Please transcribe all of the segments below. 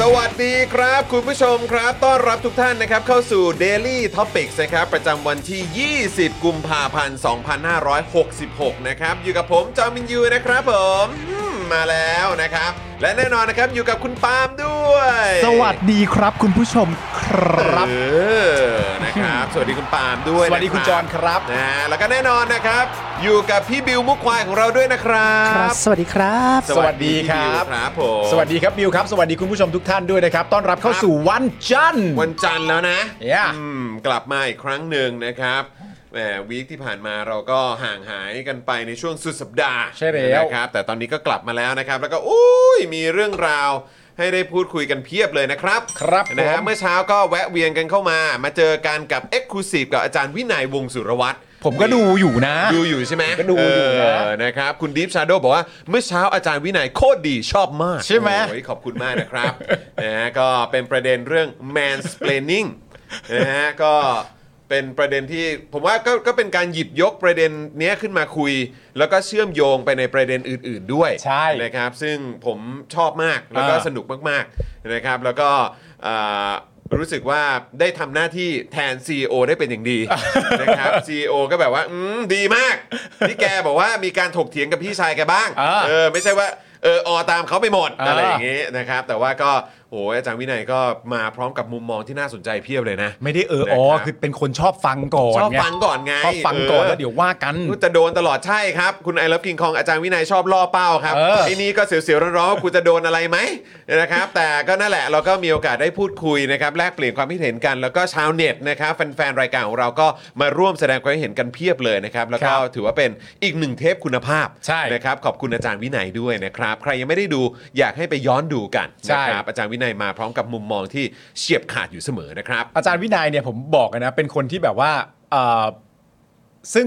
สวัสดีครับ คุณผู้ชมครับ ต้อนรับทุกท่านนะครับ เข้าสู่ Daily Topics นะครับ ประจำวันที่ 20 กุมภาพันธ์ 2566 นะครับ อยู่กับผมจอมินยูนะครับผมอืมมาแล้วนะครับ และแน่นอนนะครับ อยู่กับคุณปาล์มด้วย สวัสดีครับคุณผู้ชมครั รับ บเออนะครับ สวัสดีคุณปาล์มด้วย สวัสดี นะ คุณจรครับ นะฮะแล้วก็แน่นอนนะครับ อยู่กับพี่บิวมุกควายของเราด้วยนะครับ สวัสดีครับสวัสดีค สวัสพี่วรับครับผม สวัสดีครับบิวครับ สวัสดีคุณผู้ชมทุกท่านด้วยนะครับ ต้อนรับเข้า ครับ สู่วันจันทร์ วันจันทร์แล้วนะ Yeah อืมกลับมาอีกครั้งหนึ่งนะครับแหมวีคที่ผ่านมาเราก็ห่างหายกันไปในช่วงสุดสัปดาห์ ใช่แล้ว นะครับ แต่ตอนนี้ก็กลับมาแล้วนะครับ แล้วก็อุ้ยมีเรื่องราวให้ได้พูดคุยกันเพียบเลยนะครับ ครับ นะฮะ ผม เมื่อเช้าก็แวะเวียนกันเข้ามา มาเจอกันกับ e x c l u s i v e กับอาจารย์วินัยวงศ์สุรวัตร ผมก็ดูอยู่นะ ดูอยู่ใช่ไหม ก็ดูอยู่นะ เนะครับ คุณดิฟชาโดบอกว่า เมื่อเช้าอาจารย์วินัยโคตรดีชอบมาก ใช่ไหม โอ้ยขอบคุณมากนะครับ นะฮะก็เป็นประเด็นเรื่อง mansplaining นะฮะก็เป็นประเด็นที่ผมว่าก็ก็เป็นการหยิบยกประเด็นเนี้ยขึ้นมาคุย แล้วก็เชื่อมโยงไปในประเด็นอื่น ๆด้วย ใช่ นะครับ ซึ่งผมชอบมากแล้วก็ อ่า สนุกมากๆนะครับ แล้วก็อ่ารู้สึกว่าได้ทำหน้าที่แทน CEO ได้เป็น อย่างดี นะครับ CEO ก็แบบว่า อืม ดีมากที่แกบอกว่ามีการถกเถียงกับพี่ชายแกบ้าง อ่า เออ ไม่ใช่ว่า เออ ออตามเขาไปหมด อ่า อะไรอย่างงี้นะครับ แต่ว่าก็โหอาจารย์วินัยก็มาพร้อมกับมุมมองที่น่าสนใจเพียบเลยนะ ไม่ได้เอออ๋อ นะครับ คือเป็นคนชอบฟังก่อน ชอบ ไ ฟังก่อนไง ชอบฟังก่อน เ แล้วเดี๋ยวว่ากัน กูจะโดนตลอดใช่ครับ คุณไอรับกิงคองอาจารย์วินัยชอบล่อเป้าครับ เออ ไอ้นี่ก็เสียวๆร้อนๆว่ากูจะโดนอะไรไหมนะครับ แต่ก็นั่นแหละเราก็มีโอกาสได้พูดคุยนะครับแลกเปลี่ยนความคิดเห็นกัน แล้วก็ชาวเน็ตนะครับแฟนๆรายการของเราก็มาร่วมแสดงความคิดเห็นกันเพียบเลยนะครับแล้วก็ ครับ ถือว่าเป็นอีกหนึ่งเทปคุณภาพ ใช่ นะครับขอบคุณอาจารย์วินัยด้วยนะครับใครยังไม่ได้ดูอยากให้ไปย้อนดูกัน ใช่ นะครับอาจารย์วินัยมาพร้อมกับมุมมองที่เฉียบขาดอยู่เสมอนะครับ อาจารย์วินัยเนี่ยผมบอกเลยนะเป็นคนที่แบบว่าเอ่อซึ่ง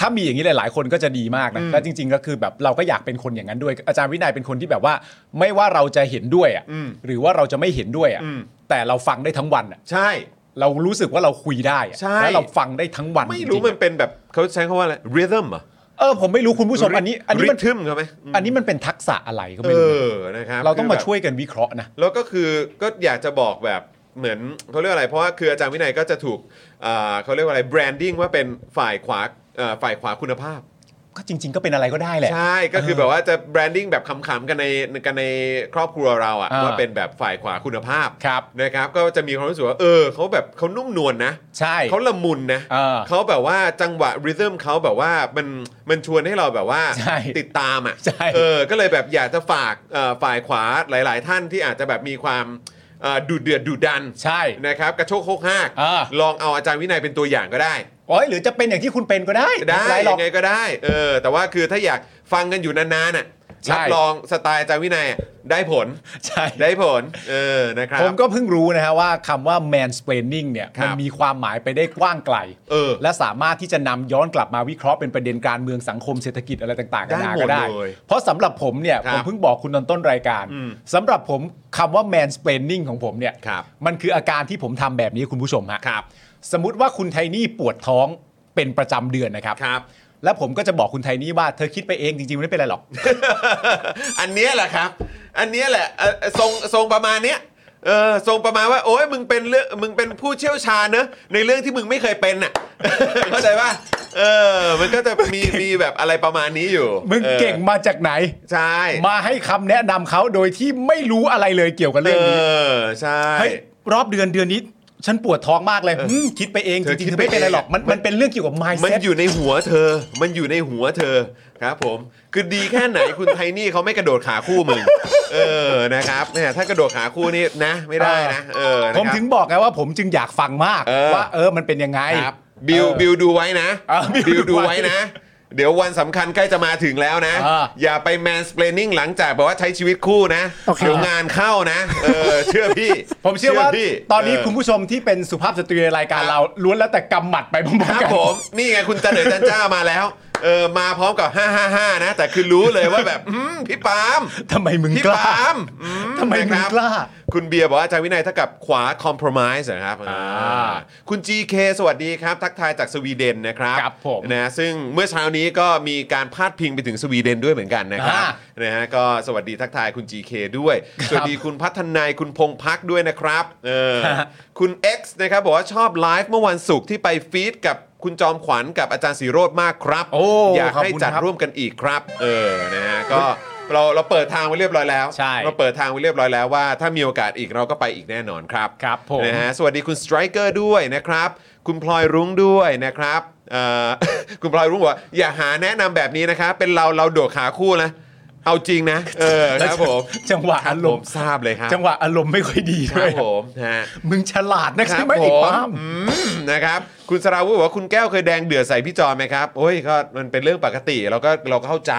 ถ้ามีอย่างนี้หลายๆ คนก็จะดีมากนะแล้วจริง ๆ ก็คือแบบเราก็อยากเป็นคนอย่างนั้นด้วย อาจารย์วินัยเป็นคนที่แบบว่า ไม่ว่าเราจะเห็นด้วยอ่ะ อืม หรือว่าเราจะไม่เห็นด้วยอ่ะ อืม แต่เราฟังได้ทั้งวันอ่ะ ใช่ เรารู้สึกว่าเราคุยได้อะ ใช่ และเราฟังได้ทั้งวัน ไม่ จงๆ รู้มันเป็นแบบเขาใช้คำว่าอะไร rhythm เหรอ เออผมไม่รู้คุณผู้ชมอันนี้อันนี้มัน ทึมเขาไหม อันนี้มันเป็นทักษะอะไรก็ เอ ไม่รู้ อนะครับ เราต้องมาคืแบช่วยกันวิเคราะห์นะ บแล้วก็คือก็อยากจะบอกแบบเหมือนเขาเรียกว่าอะไร เพราะว่าคืออาจารย์วินัยก็จะถูกอ่าเขาเรียกว่าอะไรแบรนดิ้งว่าเป็นฝ่ายขวาเอ่อฝ่ายขวาคุณภาพ ก็จริง ๆ ก็เป็นอะไรก็ได้แหละ ใช่ก็คือแบบว่าจะแบรนดิ้งแบบขำๆกันในกันในครอบครัวเราอะ อ่า ว่าเป็นแบบฝ่ายขวาคุณภาพ ครับ นะครับก็จะมีความรู้สึกว่าเออเขาแบบเขานุ่มนวลนะ ใช่ เขาละมุนนะ เออ เขาแบบว่าจังหวะริทึมเขาแบบว่ามันมันชวนให้เราแบบว่า ใช่ ติดตามอ่ะ ใช่ เออก็เลยแบบอยากจะฝากเอ่อฝ่ายขวาหลาย ๆ ท่านที่อาจจะแบบมีความเอ่อดุเดือดดุดัน ใช่ นะครับกระโชกโคกหาก เออ ลองเอาอาจารย์วินัยเป็นตัวอย่างก็ได้ โอ้ยหรือจะเป็นอย่างที่คุณเป็นก็ได้ ได้ ม่เป็นไรหรอก ยังไงก็ได้เออแต่ว่าคือถ้าอยากฟังกันอยู่นานๆน่ะ ใช่ รับรองสไตล์อาจารย์วินัยได้ผล ใช่ ได้ผล เออนะครับ ผมก็เพิ่งรู้นะฮะว่าคำว่า mansplaining เนี่ย ครับ มันมีความหมายไปได้กว้างไกล เออ และสามารถที่จะนำย้อนกลับมาวิเคราะห์เป็นประเด็นการเมืองสังคมเศรษฐกิจอะไรต่างๆกันานาก็ ได้ ได้ หมดเลย เพราะสำหรับผมเนี่ย ครับ ผมเพิ่งบอกคุณตอนต้นรายการ อืม สำหรับผมคำว่า mansplaining ของผมเนี่ย ครับ มันคืออาการที่ผมทำแบบนี้คุณผู้ชมฮะ ครับ สมมติว่าคุณไทนี่ปวดท้องเป็นประจำเดือนนะครับ ครับ แล้วผมก็จะบอกคุณไทนี่ว่าเธอคิดไปเองจริงๆมันไม่เป็นไรหรอก อันเนี้ยแหละครับ อันเนี้ยแหละเอ่อทรงทรงประมาณเนี้ยเออทรงประมาณว่าโอ้ยมึงเป็นเรื่องมึงเป็นผู้เชี่ยวชาญเนอะในเรื่องที่มึงไม่เคยเป็นน่ะ เข้าใจป่ะเออ มันก็จะมีมีแบบอะไรประมาณนี้อยู่ มึงเก่ง ออ มาจากไหน ใช่ มาให้คำแนะนำเขาโดยที่ไม่รู้อะไรเลยเกี่ยวกับ เอ เรื่องนี้ อใช่ เฮ้ยรอบเดือนเดือนนี้ ฉันปวดท้องมากเลย เออ มคิดไปเอง เธ จ อ ริง คิดๆเธอ ไป ไม่เป็นไร เอง หรอกมันมันเป็นเรื่องเกี่ยวกับ มัน mindset อยู่ในหัวเธอ มันอยู่ในหัวเธอครับผมคือดีแค่ไหน คุณไทนี่เขาไม่กระโดดขาคู่มึง เออนะครับเนี่ยถ้ากระโดดขาคู่นี่นะ ไม่ได้นะเออนะ ผม ครับ ถึงบอกไงว่าผมจึงอยากฟังมาก เออ ว่าเออมันเป็นยังไง ครับบิวบิวดูไว้นะ เออบิว บิวดู ดูไว้ ไว้นะ เดี๋ยววันสำคัญใกล้จะมาถึงแล้วนะ เออ อ อย่ าไป mansplaining หลังจากแบบว่าใช้ชีวิตคู่นะ โอเค เดี๋ยวงานเข้านะเออเชื่อพี่ ผมเชื่อว่า พี่ ตอนนี้ เ คุณผู้ชมที่เป็นสุภาพสตรีในรายกาครรับ เราล้วนแล้วแต่กำหมัดไปพร้อม ค ๆ รับ กัน ผมนี่ไงคุณเจริญจันจ้ามาแล้วเออมาพร้อมกับ 555 นะ แต่คือรู้เลยว่าแบบอืมพี่ปาล์ม ทำไมมึง พี่ กล้า ปาล์มอื ทำไมมึง นะครับ กล้า คุณเบียร์บอกว่าอาจารย์วินัยเท่ากับขวา compromise นะครับ อ่า อ่าคุณ GK สวัสดีครับ ทักทายจากสวีเดนนะครับ ครับผม นะซึ่งเมื่อเช้านี้ก็มีการพาดพิงไปถึงสวีเดนด้วยเหมือนกันนะครับ อ่า นะฮะก็สวัสดีทักทายคุณ GK ด้วย สวัสดีคุณพัฒนายคุณพงพักด้วยนะครับเออ ฮะ คุณ X นะครับบอกว่าชอบไลฟ์เมื่อวันศุกร์ที่ไปฟีดกับคุณจอมขวัญกับอาจารย์สีโรดมากครับ โอ้ ยากให้ ขอบคุณครับ จัดร่วมกันอีกครับ เออนะฮะก็เราเราเปิดทางไว้เรียบร้อยแล้ว ใช่ เราเปิดทางไว้เรียบร้อยแล้วว่า ถ้ามีโอกาสอีกเราก็ไปอีกแน่นอนครับ ครับผม นะฮะสวัสดีคุณสไตรเกอร์ด้วยนะครับ คุณพลอยรุ้งด้วยนะครับเอ่อ คุณพลอยรุ้งบอกว่าอย่าหาแนะนำแบบนี้นะครับเป็นเราเราโดดขาคู่นะเอาจริงนะเออครับผม จังหวะอารมณ์ คบผทราบเลยครับ จังหวะอารมณ์ไม่ค่อยดี ครัด้ว บ ย ผมนะฮะ มึงฉลาดนะ ค ใช่ รับ ไหมไอ้ ผ ปาล์ม อืมนะครับคุณสราวุฒิบอกว่าคุณแก้วเคยแดงเดือดใส่พี่จอมไหมครับโอ้ยก็มันเป็นเรื่องปกติเราก็เราก็เข้าใจ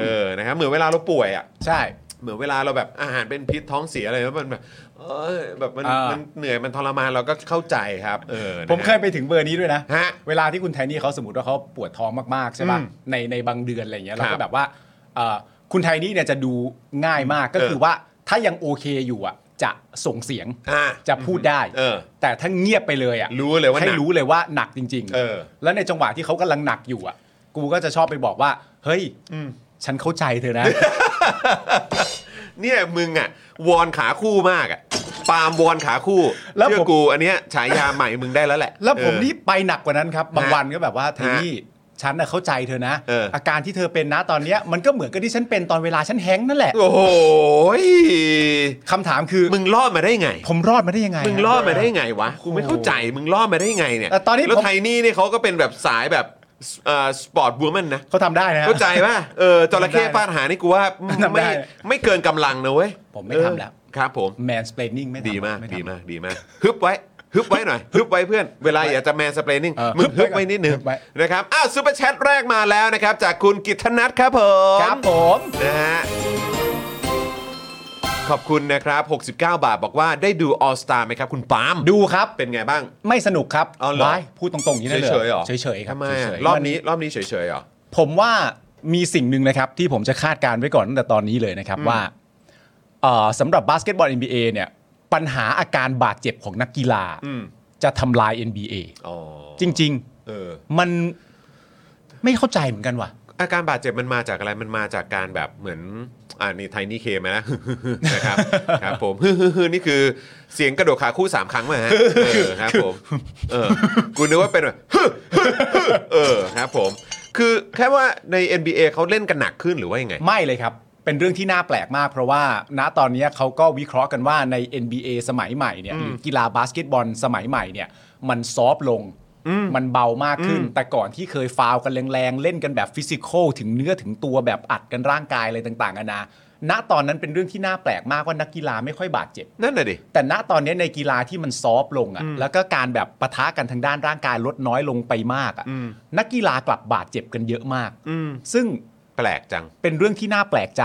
เออนะครับเหมือนเวลาเราป่วยอ่ะ ใช่ เหมือนเวลาเราแบบอาหารเป็นพิษท้องเสียอะไรแล้วมันแบบเอ้ยแบบมัน อ่ามั มันเหนื่อยมันทรมานเราก็เข้าใจครับเออนะฮะ ผมเคยไปถึงเบอร์นี้ด้วยนะ ฮะ เวลาที่คุณไทนี่เขาสมมติว่าเขาปวดท้องมากๆใช่ป่ะ อืม ในในบางเดือนอะไรอย่างเงี้ย ครับ เราก็แบบว่าเอ่อคุณไทนี่เนี่ยจะดูง่ายมากก็ เออ คือว่าถ้ายังโอเคอยู่อ่ะจะส่งเสียง อ่ะ จะพูดได้ เออ แต่ถ้าเงียบไปเลยอ่ะ รู้เลยว่าหนัก ให้รู้เลยว่าหนักจริง เออ แล้วในจังหวะที่เขากำลังหนักอยู่อ่ะ กูก็จะชอบไปบอกว่า เฮ้ย อืม ฉันเข้าใจเธอ นะ เนี่ยมึงอ่ะวอนขาคู่มากอ่ะปาล์มวอนขาคู่ แล้วผม เชื่อกูอันเนี้ยฉายาใหม่มึงได้แล้วแหละ แล้วผม เออ นี่ไปหนักกว่านั้นครับ บาง ฮะ วันก็แบบว่าไทนี่ฉันน่ะเข้าใจเธอนะ เอออ การที่เธอเป็นนะตอนเนี้ยมันก็เหมือนกับที่ฉันเป็นตอนเวลาฉันแฮงก์นั่นแหละ โอ้โหย คำถามคือ มึงรอดมาได้ไง ผมรอดมาได้ยังไง มึง ฮะ รอดมาได้ไงวะกูไม่เข้าใจมึงรอดมาได้ไงเนี่ย แต่ตอนนี้ แล้ว ผม ไทนี่เนี่ยเขาก็เป็นแบบสายแบบสปอร์ตบูมันนะ เขาทำได้นะฮะ เข้าใจป่ะเออจระเข้ ทำได้ ฟาดหางนี่กูว่า ทำได้ ไม่ไม่เกินกำลังนะเว้ย ผมไม่ เออ ทำแล้ว ครับผม แมนสเปนนิ่งไม่ทำ ดีมาก ไทำ ดีมากดีมากฮึบไว้ฮึบไว้หน่อยฮึบไว้เพื่อนเวลาอยากจะแมนสเปรนิ่ง เออ มึง ฮึ ฮึบบ ไว้ ไว้นิดนึง ฮึบไว้ นะครับอ้าวซูเปอร์แชทแรกมาแล้วนะครับ จากคุณกิตนัทครับผม ครับผม นะฮะขอบคุณนะครับ 69 บาทบอกว่าได้ดู All Star ไหมครับ คุณปาล์ม ดูครับ เป็นไงบ้าง ไม่สนุกครับ เอาเหรอ ว้ายพูดตรงๆอย่างนี้ เฉ ได้ ย เลเฉยยๆหรอ เฉยเฉยๆครับ ทำไม เฉ อะ ยๆ รอบ มั นี้รอบนี้เฉยเฉยๆหรอ ผมว่ามีสิ่งหนึ่งนะครับ ที่ผมจะคาดการณ์ไว้ก่อนตั้งแต่ตอนนี้เลยนะครับว่าเอ่อสำหรับบาสเกตบอล NBA เนี่ยปัญหาอาการบาดเจ็บของนักกีฬา อืม จะทำลาย NBA อ๋อ จริง เออ ๆ มันไม่เข้าใจเหมือนกันว่ะ อาการบาดเจ็บมันมาจากอะไรมันมาจากการแบบเหมือนอ่านี่ไทนี่เคมานะ นะครับครับผม นี่คือเสียงกระโดดขาคู่ 3 ครั้งมาฮะเออครับผมเออกูนึกว่าเป็นแบบ เออครับผม คือแค่ว่าใน NBA เขาเล่นกันหนักขึ้นหรือว่ายังไง ไม่เลยครับ เป็นเรื่องที่น่าแปลกมาก เพราะว่าณตอนนี้เขาก็วิเคราะห์กันว่าใน NBA สมัยใหม่เนี่ยหรือกีฬาบาสเกตบอลสมัยใหม่เนี่ย มันซอฟต์ลง มันเบามากขึ้น แต่ก่อนที่เคยฟาวกันแรงๆ เล่นกันแบบฟิสิกอลถึงเนื้อถึงตัวแบบอัดกันร่างกายอะไรต่างๆนานาณตอนนั้นเป็นเรื่องที่น่าแปลกมากว่านักกีฬาไม่ค่อยบาดเจ็บ นั่นน่ะดิ แต่ณตอนนี้ในกีฬาที่มันซอฟต์ลงอะ่ะแล้วก็การแบบปะทะกันทางด้านร่างกายลดน้อยลงไปมากอะ่ะนักกีฬากลับบาดเจ็บกันเยอะมาก ซึ่ง แปลกจัง เป็นเรื่องที่น่าแปลกใจ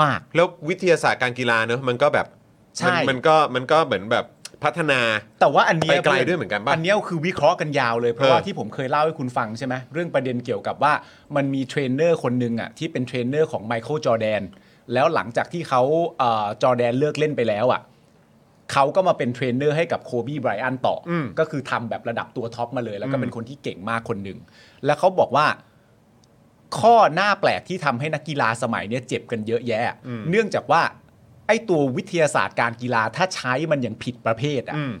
มาก แล้ววิทยาศาสตร์การกีฬาเนอะมันก็แบบ ใช่ มันมันก็มันก็เหมือนแบบพัฒนา แต่ว่าอันเนี้ย ไปไกลด้วยเหมือนกันปะ อันเนี้ยคือวิเคราะห์กันยาวเลยเพราะว่า เออ ที่ผมเคยเล่าให้คุณฟังใช่ไหมเรื่องประเด็นเกี่ยวกับว่ามันมีเทรนเนอร์คนหนึ่งอ่ะที่เป็นเทรนเนอร์ของไมเคิลจอร์แดนแล้วหลังจากที่เขาเอ่อจอร์แดนเลิกเล่นไปแล้วอ่ะเขาก็มาเป็นเทรนเนอร์ให้กับโคบีไบรอันต่ออ ม ก็คือทำแบบระดับตัวท็อปมาเลย แล้วก็เป็นคนที่เก่งมากคนหนึ่งแล้วเขาบอกว่า ข้อหน้าแปลกที่ทำให้นักกีฬาสมัยเนี้ยเจ็บกันเยอะแยะ เนื่องจากว่าไอ้ตัววิทยาศาสตร์การกีฬาถ้าใช้มันอย่างผิดประเภทอ่ะ อืม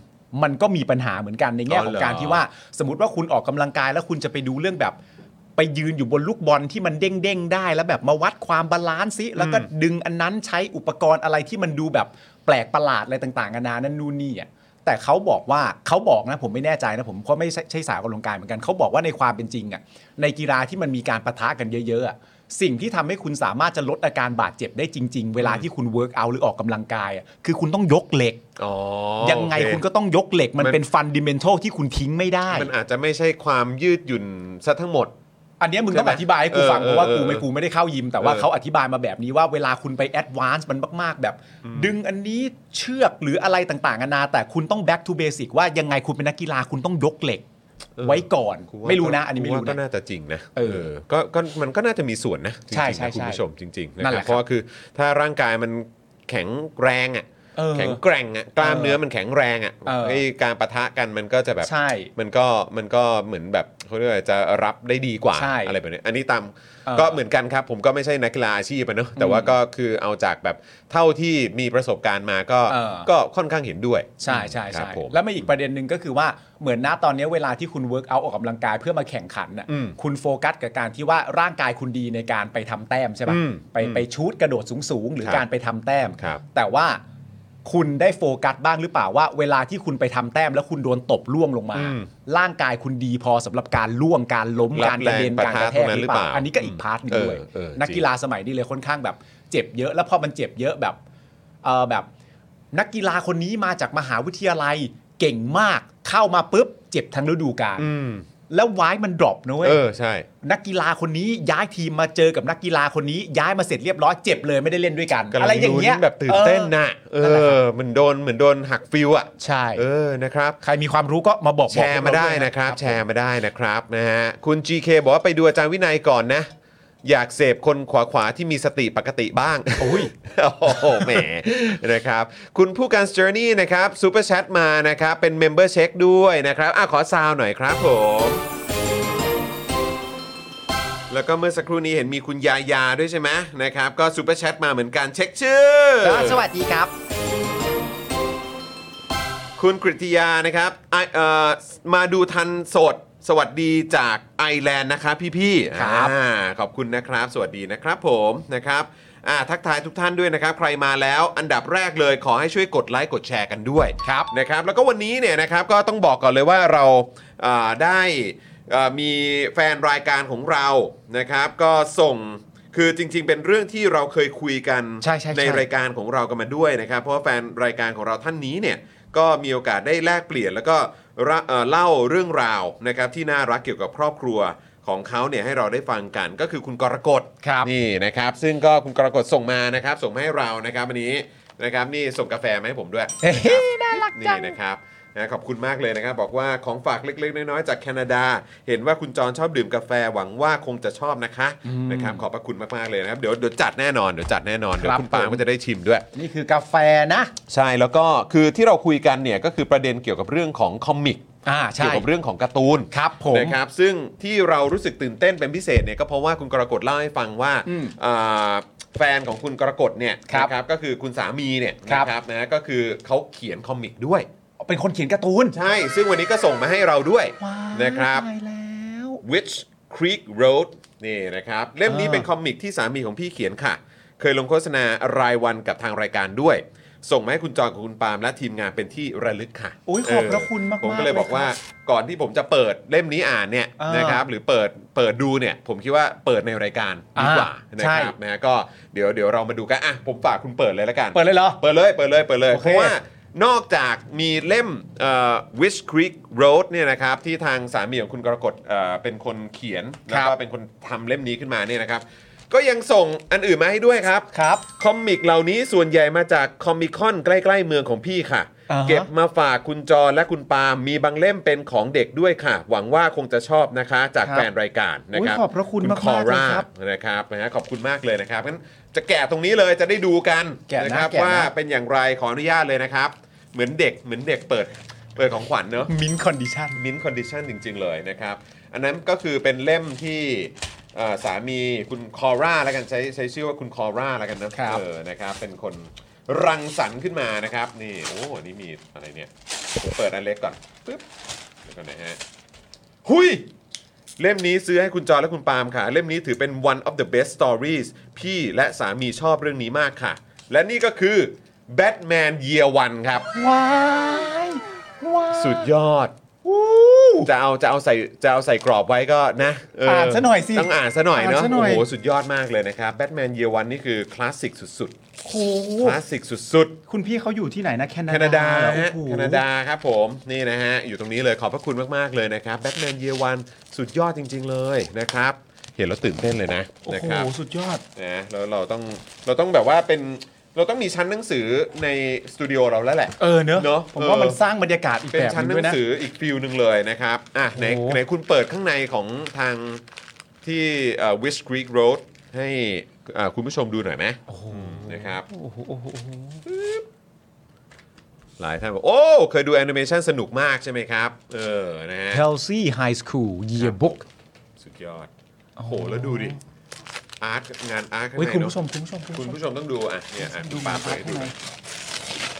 มันก็มีปัญหาเหมือนกันในแง่ อ๋อ ขอ เหรง อ การที่ว่าสมมติว่าคุณออกกำลังกายแล้วคุณจะไปดูเรื่องแบบ ไปยืนอยู่บนลูกบอลที่มันเด้งเด้งๆได้ แล้วแบบมาวัดความบาลานซ์ซิแล้วก็ดึงอันนั้นใช้อุปกรณ์อะไรที่มันดูแบบแปลกประหลาดอะไรต่างๆนานานั่นนู่นนี่อ่ะแต่เขาบอกว่าเขาบอกนะผมไม่แน่ใจนะผมก็ไม่ใช่ใช่สายออกกำลังกายเหมือนกันเขาบอกว่าในความเป็นจริงอ่ะในกีฬาที่มันมีการปะทะกันเยอะๆอ่ะสิ่งที่ทำให้คุณสามารถจะลดอาการบาดเจ็บได้จริง ๆ เวลาที่คุณเวิร์กเอาหรือออกกำลังกายอ่ะคือคุณต้องยกเหล็ก อ๋อ ยังไง โอเ คุณก็ต้องยกเหล็กมัน มัน เป็นฟันดิเมนทัลที่คุณทิ้งไม่ได้ มันอาจจะไม่ใช่ความยืดหยุ่นซะทั้งหมด อันเนี้ยมึงต้องอธิบายให้กู เออ ฟัง เพราะว่า เออ กูไม่ เออ กูไม่ได้เข้ายิม แต่ว่า เออ เขาอธิบายมาแบบนี้ว่าเวลาคุณไปแอดวานซ์มันมาก ๆ แบบ ดึงอันนี้เชือกหรืออะไรต่างๆนานาแต่คุณต้อง back to basic ว่ายังไงคุณเป็นนักกีฬาคุณต้องยกเหล็ก เออ ไว้ก่อน กูว่า ไม่รู้นะ ก็ อันนี้ไม่ กู รู้ ว่าก็ นะ น่าจะจริงนะ เออ ก็ก็มันก็น่าจะมีส่วนนะจริงๆ ใช่ใช่ นะคุณ ใช่ ผู้ชมจริงๆนะ นั่น ค แห รับ ละเพครับราะว่าคือถ้าร่างกายมันแข็งแรงอ่ะ เออ แข็งแกร่งอ่ะกล้ามเนื้อมันแข็งแรงอ่ะ เออ ไอ้การปะทะกันมันก็จะแบบ ใช่ มันก็มันก็เหมือนแบบเขาเรียกว่าจะรับได้ดีกว่า ใช่ อะไรแบบนี้อันนี้ตาม เออ ก็เหมือนกันครับ ผมก็ไม่ใช่นักกีฬาอาชีพอะเนอะแต่ว่าก็คือเอาจากแบบเท่าที่มีประสบการณ์มาก็ เออ ก็ค่อนข้างเห็นด้วย ใช่ใช่ ครับ ใช่ ผม แล้วมีอีกประเด็นหนึ่งก็คือว่าเหมือนณตอนนี้เวลาที่คุณเวิร์กเอาออกกำลังกายเพื่อมาแข่งขันน่ะ อืม คุณโฟกัสกับการที่ว่าร่างกายคุณดีในการไปทำแต้มใช่ อื ปะ่ ม ไปไปชูดกระโดดสูงๆ หรือ ครับ การไปทำแต้ม ครับ แต่ว่าคุณได้โฟกัสบ้างหรือเปล่าว่า เวลาที่คุณไปทำแต้ม แล้วคุณโดนตบล่วงลงมา อืม ร่างกายคุณดีพอสำหรับการล่วงการล้ม รับ การกระเด็น แรงปะ การ ทะ กระแท ตร ก งนั้น ห หรื รือ อ เป เป ล่า ล่า อันนี้ก็อีกพาร์ทหนึงด้วย เออเออจริง นักกีฬาสมัยนี้เลยค่อนข้างแบบเจ็บเยอะ แล้วพอมันเจ็บเยอะแบบ เอ่อแบบนักกีฬาคนนี้มาจากมหาวิทยาลัยเก่งมากเข้ามาปุ๊บ เจ็บทั้งฤดูกาล อืม แล้ววายมันดรอปนะเว้ย เออใช่ นักกีฬาคนนี้ย้ายทีมมาเจอกับนักกีฬาคนนี้ ย้ายมาเสร็จเรียบร้อยเจ็บเลยไม่ได้เล่นด้วยกัน กำลั อะไรอย่างเงี้ย ลุ้นแบบตื่นเต้น ออ น่ะเอ นั่นแหละครั อบ มันโดนเหมือนโดนหักฟิลอ่ะ ใช่ เออนะครับ ใครมีความรู้ก็มาบอก แชร์มาได้นะครับ แชร์ มา มาได้นะครับนะฮะคุณ GK บอกว่าไปดูอาจารย์วินัยก่อนนะ อยากเสพคนขวาขวาๆที่มีสติปกติบ้าง โอ้ยโอ้โหแหมนะครับ คุณผู้การสเจอร์นี่นะครับซูเปอร์แชทมานะครับ เป็นเมมเบอร์เช็คด้วยนะครับอ่ะขอซาวหน่อยครับผม แล้วก็เมื่อสักครู่นี้เห็นมีคุณยายาด้วยใช่ไหมนะครับ ก็ซูเปอร์แชทมาเหมือนกันเช็คชื่อ สวัสดีครับ คุณกริตยานะครับไอเอ่อมาดูทันสด สวัสดีจากไอร์แลนด์นะครับพี่ๆ ครับ อ่าขอบคุณนะครับ สวัสดีนะครับผมนะครับอ่าทักทายทุกท่านด้วยนะครับ ใครมาแล้วอันดับแรกเลยขอให้ช่วยกดไลค์กดแชร์กันด้วย ครับ นะครับแล้วก็วันนี้เนี่ยนะครับก็ต้องบอกก่อนเลยว่าเราอ่าได้อ่ามีแฟนรายการของเรานะครับ ก็ส่งคือจริง ๆ เป็นเรื่องที่เราเคยคุยกัน ใช่ใช่ใช่ รายการของเรากันมาด้วยนะครับ เพราะว่าแฟนรายการของเราท่านนี้เนี่ยก็มีโอกาสได้แลกเปลี่ยน แล้วก็ระเอ่อเล่าเรื่องราวนะครับที่น่ารักเกี่ยวกับครอบครัวของเขาเนี่ยให้เราได้ฟังกัน ก็คือคุณกรกฎ ครับ นี่นะครับ ซึ่งก็คุณกรกฎส่งมานะครับ ส่งมาให้เรานะครับวันนี้นะครับนี่ส่งกาแฟมาให้ผมด้วย น่ารักจั นี่ ง นะครับนะขอบคุณมากเลยนะครับ บอกว่าของฝากเล็ก ๆ น้อยๆจากแคนาดา เห็นว่าคุณจรชอบดื่มกาแฟหวังว่าคงจะชอบนะคะนะครับขอบพระคุณมากๆเลยนะครับเดี๋ยวเดี๋ยวจัดแน่นอนเดี๋ยวจัดแน่นอนเดี๋ยวคุณ ครับ ปาล์ม ผม ก็จะได้ชิมด้วย นี่คือกาแฟนะ ใช่แล้วก็คือที่เราคุยกันเนี่ยก็คือประเด็นเกี่ยวกับเรื่องของคอมิก อ่าใช่ เกี่ยวกับเรื่องของการ์ตูน ครับผม นะครับซึ่งที่เรารู้สึกตื่นเต้นเป็นพิเศษเนี่ยก็เพราะว่าคุณกรกฎเล่าให้ฟังว่า อืม อ่าแฟนของคุณกรกฎเนี่ย ครับ นะครับก็คือคุณสามีเนี่ย ครั นะ บ ครับนะก็คือเขาเขียนคอมิกด้วย เป็นคนเขียนการ์ตูน ใช่ ซึ่งวันนี้ก็ส่งมาให้เราด้วย ว้าย นะครับ ตายแล้ว Witch Creek Road นี่นะครับ เล่มนี้ อ่า เป็นคอมิกที่สามีของพี่เขียนค่ะ เคยลงโฆษณารายวันกับทางรายการด้วย ส่งมาให้คุณจอนกับคุณปาล์มและทีมงานเป็นที่ระลึกค่ะ โอ้ยขอบพระคุณมากๆ ผมก็เลย เลย บอกว่า ครับ ก่อนที่ผมจะเปิดเล่มนี้อ่านเนี่ย อ่าน นะครับหรือเปิดเปิดดูเนี่ย ผมคิดว่าเปิดในรายการดีกว่า อ่า นะ ใช่ ครับนะก็เดี๋ยวเดี๋ยวเรามาดูกันอ่ะผมฝากคุณเปิดเลยละกัน เปิดเลยเหรอ เปิดเลยเปิดเลยเปิดเลย โอเค เพราะว่า นอกจากมีเล่มเอ่อ Wish Creek Road เนี่ยนะครับที่ทางสามีของคุณกรกฎเอ่อเป็นคนเขียนแล้วก็เป็นคนทำเล่มนี้ขึ้นมาเนี่ยนะครับ ก็ยังส่งอันอื่นมาให้ด้วยครับ ครับ คอมิกเหล่านี้ส่วนใหญ่มาจากคอมิคอนใกล้ ๆ เมืองของพี่ค่ะ อ่าฮะ เก็บมาฝากคุณจอและคุณปาล์มมีบางเล่มเป็นของเด็กด้วยค่ะ หวังว่าคงจะชอบนะคะ จาก ครับ แฟนรายการนะครับ โอ้ยขอบพระคุณมากๆ คอร่า เลยครับ นะครับนะฮะขอบคุณมากเลยนะครับงั้นจะแกะตรงนี้เลยจะได้ดูกัน แกะนะ ครับ แกะนะ ว่าเป็นอย่างไรขออนุญาตเลยนะครับ เหมือนเด็กเหมือนเด็กเปิดเปิดของขวัญเนอะ มินคอนดิชัน มินท์คอนดิชันจริง ๆ เลยนะครับ อันนั้นก็คือเป็นเล่มที่เอ่อสามีคุณคอร่าแล้วกันใช้ใช้ชื่อว่าคุณคอร่าแล้วกันนะครับ เออนะครับ เป็นคนรังสรรค์ขึ้นมานะครับ นี่ โอ้อันนี่มีอะไรเนี่ย เปิดอันเล็กก่อนปึ๊บเดี๋ยวก่อนนะฮะ หุย เล่มนี้ซื้อให้คุณจอและคุณปาล์มค่ะ เล่มนี้ถือเป็น one of the best stories พี่และสามีชอบเรื่องนี้มากค่ะ และนี่ก็คือ Batman Year One ครับ ว้ายว้าย สุดยอด จะเอาจะเอาใส่จะเอาใส่กรอบไว้ก็นะเ อ่านซะหน่อยสิ ต้องอ่านซะหน่อยเนาะ อ่านซะหน่ โอ้ อย โหสุดยอดมากเลยนะครับแบทแมนเยวันนี่คือคลาสสิกสุด โอ้โห ๆ คลาสสิกสุด คุณพี่เขาอยู่ที่ไหนนะ แคๆนาแคนาดา เหรอ ฮะ โอ้โห แคนาดาครับผมนี่นะฮะ อยู่ตรงนี้เลยขอบพระคุณมาก ๆ เลยนะครับแบทแมนเยวันสุดยอดจริง ๆ เลยนะครับ เห็นแล้วตื่นเต้นเลยนะ โอ้ นะ โห ครับ สุดยอด นะแล้วเราต้องเราต้องแบบว่าเป็นเราต้องมีชั้นหนังสือในสตูดิโอเราแล้วแหละ เออเนอะ เนอะ ผมว่า เออ มันสร้างบรรยากาศอีก เป็น แบบ ชั้น ห ห นึ นั งด้วงยนะ สืออีกฟิลหนึ่งเลยนะครับ อ่ะไหน โอ้โห ไหนคุณเปิดข้างในของทางที่เอ่อ Wish Creek Road ให้อ่าคุณผู้ชมดูหน่อยไหมนะครับ โอ้โหโอ้โหโอ้โห หลายท่านบอกโอ้ เคยดูแอนิเมชันสนุกมากใช่ไหมครับ เออ นะฮะ เฮลซี่ไฮสคูลเยียร์บุ๊ก สุดยอด โอ้โห แล้วดูดิ อาร์ตงานอาร์ตข้าง เฮ้ย ใน คุณ เนอะ ผู้ชมคุณผู้ชมคุณ คุณ ผู้ผู้ชมชมต้องดูอ่ะเนี่ยอ่ะดูปลาเปิดให้ดูหน่อย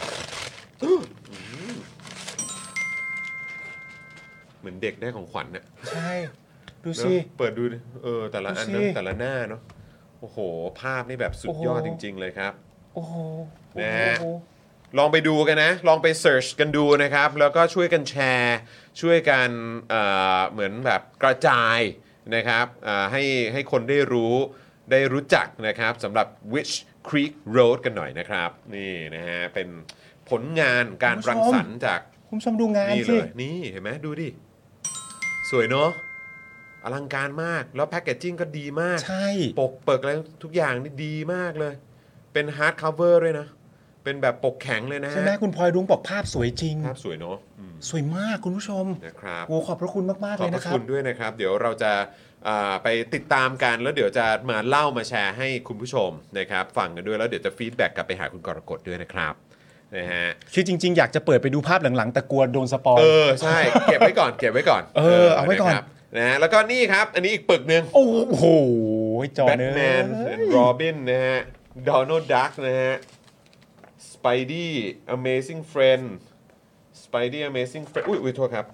เหมือนเด็กได้ของขวัญเนี่ย ใช่ ดู เนอะ สิ เปิดดูดิเออแต่ละอัน ดู นะ สิ แต่ละหน้าเนาะโอ้โห ภาพนี่แบบสุด โอ้โห ยอดจริง ๆ เลยครับ โอ้โห นะฮะ โอ้โห ลองไปดูกันนะ ลองไปเสิร์ชกันดูนะครับ แล้วก็ช่วยกันแชร์ ช่วยกันเอ่อเหมือนแบบกระจายนะครับเอ่อให้ให้คนได้รู้ได้รู้จักนะครับสำหรับ Witch Creek Road กันหน่อยนะครับ นี่นะฮะ เป็นผลงานการ คุณผู้ชม รังสรรค์จาก คุณผู้ชมดูงาน นี่เล สิ ย นี่เห็นไหมดูดิ สวยเนาะอลังการมากแล้วแพคเกจจิ้งก็ดีมาก ใช่ ปกเปิกอะไรทุกอย่างนี่ดีมากเลย เป็นฮาร์ดคัฟเวอร์ด้วยนะ เป็นแบบปกแข็งเลยนะ ใช่ไหมคุณพลอยรุ้งบอกภาพสวยจริง ภาพสวยเนาะอืม สวยมากคุณผู้ชม นะครับ โอ้ขอบพระคุณมาก ๆ ขอ เล บพยนะ ระ ครับ คุณด้วยนะครับ เดี๋ยวเราจะอ่าไปติดตามกัน แล้วเดี๋ยวจะมาเล่ามาแชร์ให้คุณผู้ชมนะครับฟังกันด้วยแล้วเดี๋ยวจะฟีดแบ็กกลับไปหาคุณกรกฎด้วยนะครับนะฮะ คือจริง ๆ อยากจะเปิดไปดูภาพหลัง ๆ แต่กลัวโดนสปอย เออ ใช่ เก็บไว้ก่อนเก็บไว้ก่อน เออเอาไว้ก่อน ะครับนะฮะแล้วก็นี่ครับ อันนี้อีกปึกหนึ่ง โอ้โหจอ แบท เนอ แมน ร์ โรบินนะฮะดอน l d ดักนะฮะสไปดี้ Amazing Friend สไปดี้ Amazing Friend อุ้ยอุ้ยโทษครับ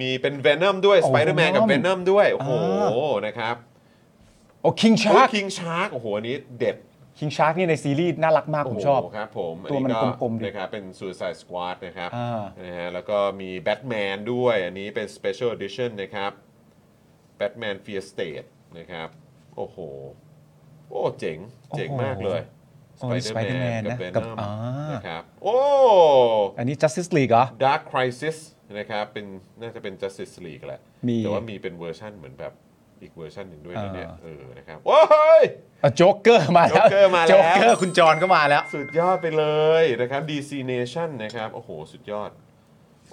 มีเป็น Venom ด้วย Spider-Man กับ Venom ด้วย โอ้โห นะครับ โอ้คิงชาร์ก คิงชาร์กโอ้โห อันนี้เด็ด คิงชาร์กนี่ในซีรีส์น่ารักมากผมชอบ โโหครับผมอั ตัวมันกลมๆดิ นะครับเป็น Suicide Squad นะครับ อ่า นะฮะแล้วก็มีแบทแมนด้วยอันนี้เป็น Special Edition นะครับแบทแมน Fear State นะครับ โอ้โห โอ้เจ๋ง เจ๋งมากเลย โอ้นี่ Spider-Man กับ นะกับ Venom อ่า นะครับ โอ้ อันนี้ Justice League เหรอ Dark Crisis นะครับเป็นน่าจะเป็น Justice League แหละ มี แต่ว่ามีเป็นเวอร์ชันเหมือนแบบอีกเวอร์ชันหนึ่งด้วยนะเนี่ย อ่า เออนะครับโอ้ย โจ๊กเกอร์มาแล้ว Joker มาแล้ว โจ๊กเกอร์คุณจอนก็มาแล้ว สุดยอดไปเลยนะครับ DC Nation นะครับ โอ้โห สุดยอด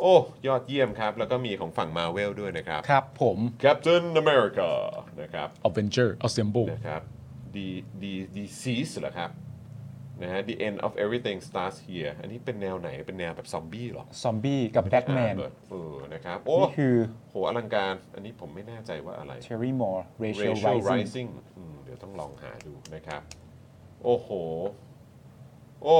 โอ้ ยอดเยี่ยมครับ แล้วก็มีของฝั่ง Marvel ด้วยนะครับ ครับผม Captain America นะครับ Avenger Assemble นะครับ D D D c e a s e เหรอครับนะฮะ The end of everything starts here อันนี้เป็นแนวไหนเป็นแนวแบบซอมบี้เหรอ ซอมบี้กับแบทแมน เลยเออนะครับ โอ้ นี่คือ โหอลังการ อันนี้ผมไม่แน่ใจว่าอะไร Terry Moore Rachel Racial Rising Rising อืมเดี๋ยวต้องลองหาดูนะครับ โอ้โห โอ้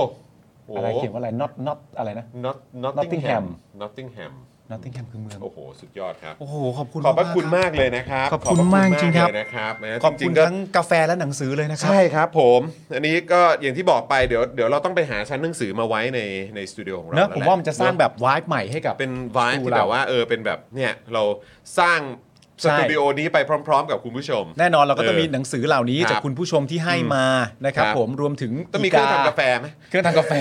โห อะไรเขียนว่าอะไร not not อะไรนะ not Nottingham Nottingham Nottingham Nottingham คือเมือง โอ้โห สุดยอดครับ โอ้โห ขอบคุณ ขอบพระ ๆ คุณ รั มากเลยนะครับ ขอบคุณมากจริงๆครับ เลยนะครับนะ ขอบ จ คุ ง ณ ๆก็ ทั้งกาแฟและหนังสือเลยนะครับ ใช่ครับผม อันนี้ก็อย่างที่บอกไปเดี๋ยวเดี๋ยวเราต้องไปหาชั้นหนังสือมาไว้ในในสตูดิโอของเรา เนอะ แล้ ผม แหล ว่ามันจะสร้างแบบวายใหม่ให้กับ เป็นวาย ดู ที่ เรา แบบว่าเออเป็นแบบเนี่ยเราสร้าง สตูดิโอนี้ไปพร้อม ๆ กับคุณผู้ชม แน่นอนเราก็ต้องมี เออ หนังสือเหล่านี้ ครับ จากคุณผู้ชมที่ให้มานะครับ ครับ ผมรวมถึง ต้องมีเครื่องทำกาแฟไหม เครื่องทำกาแฟ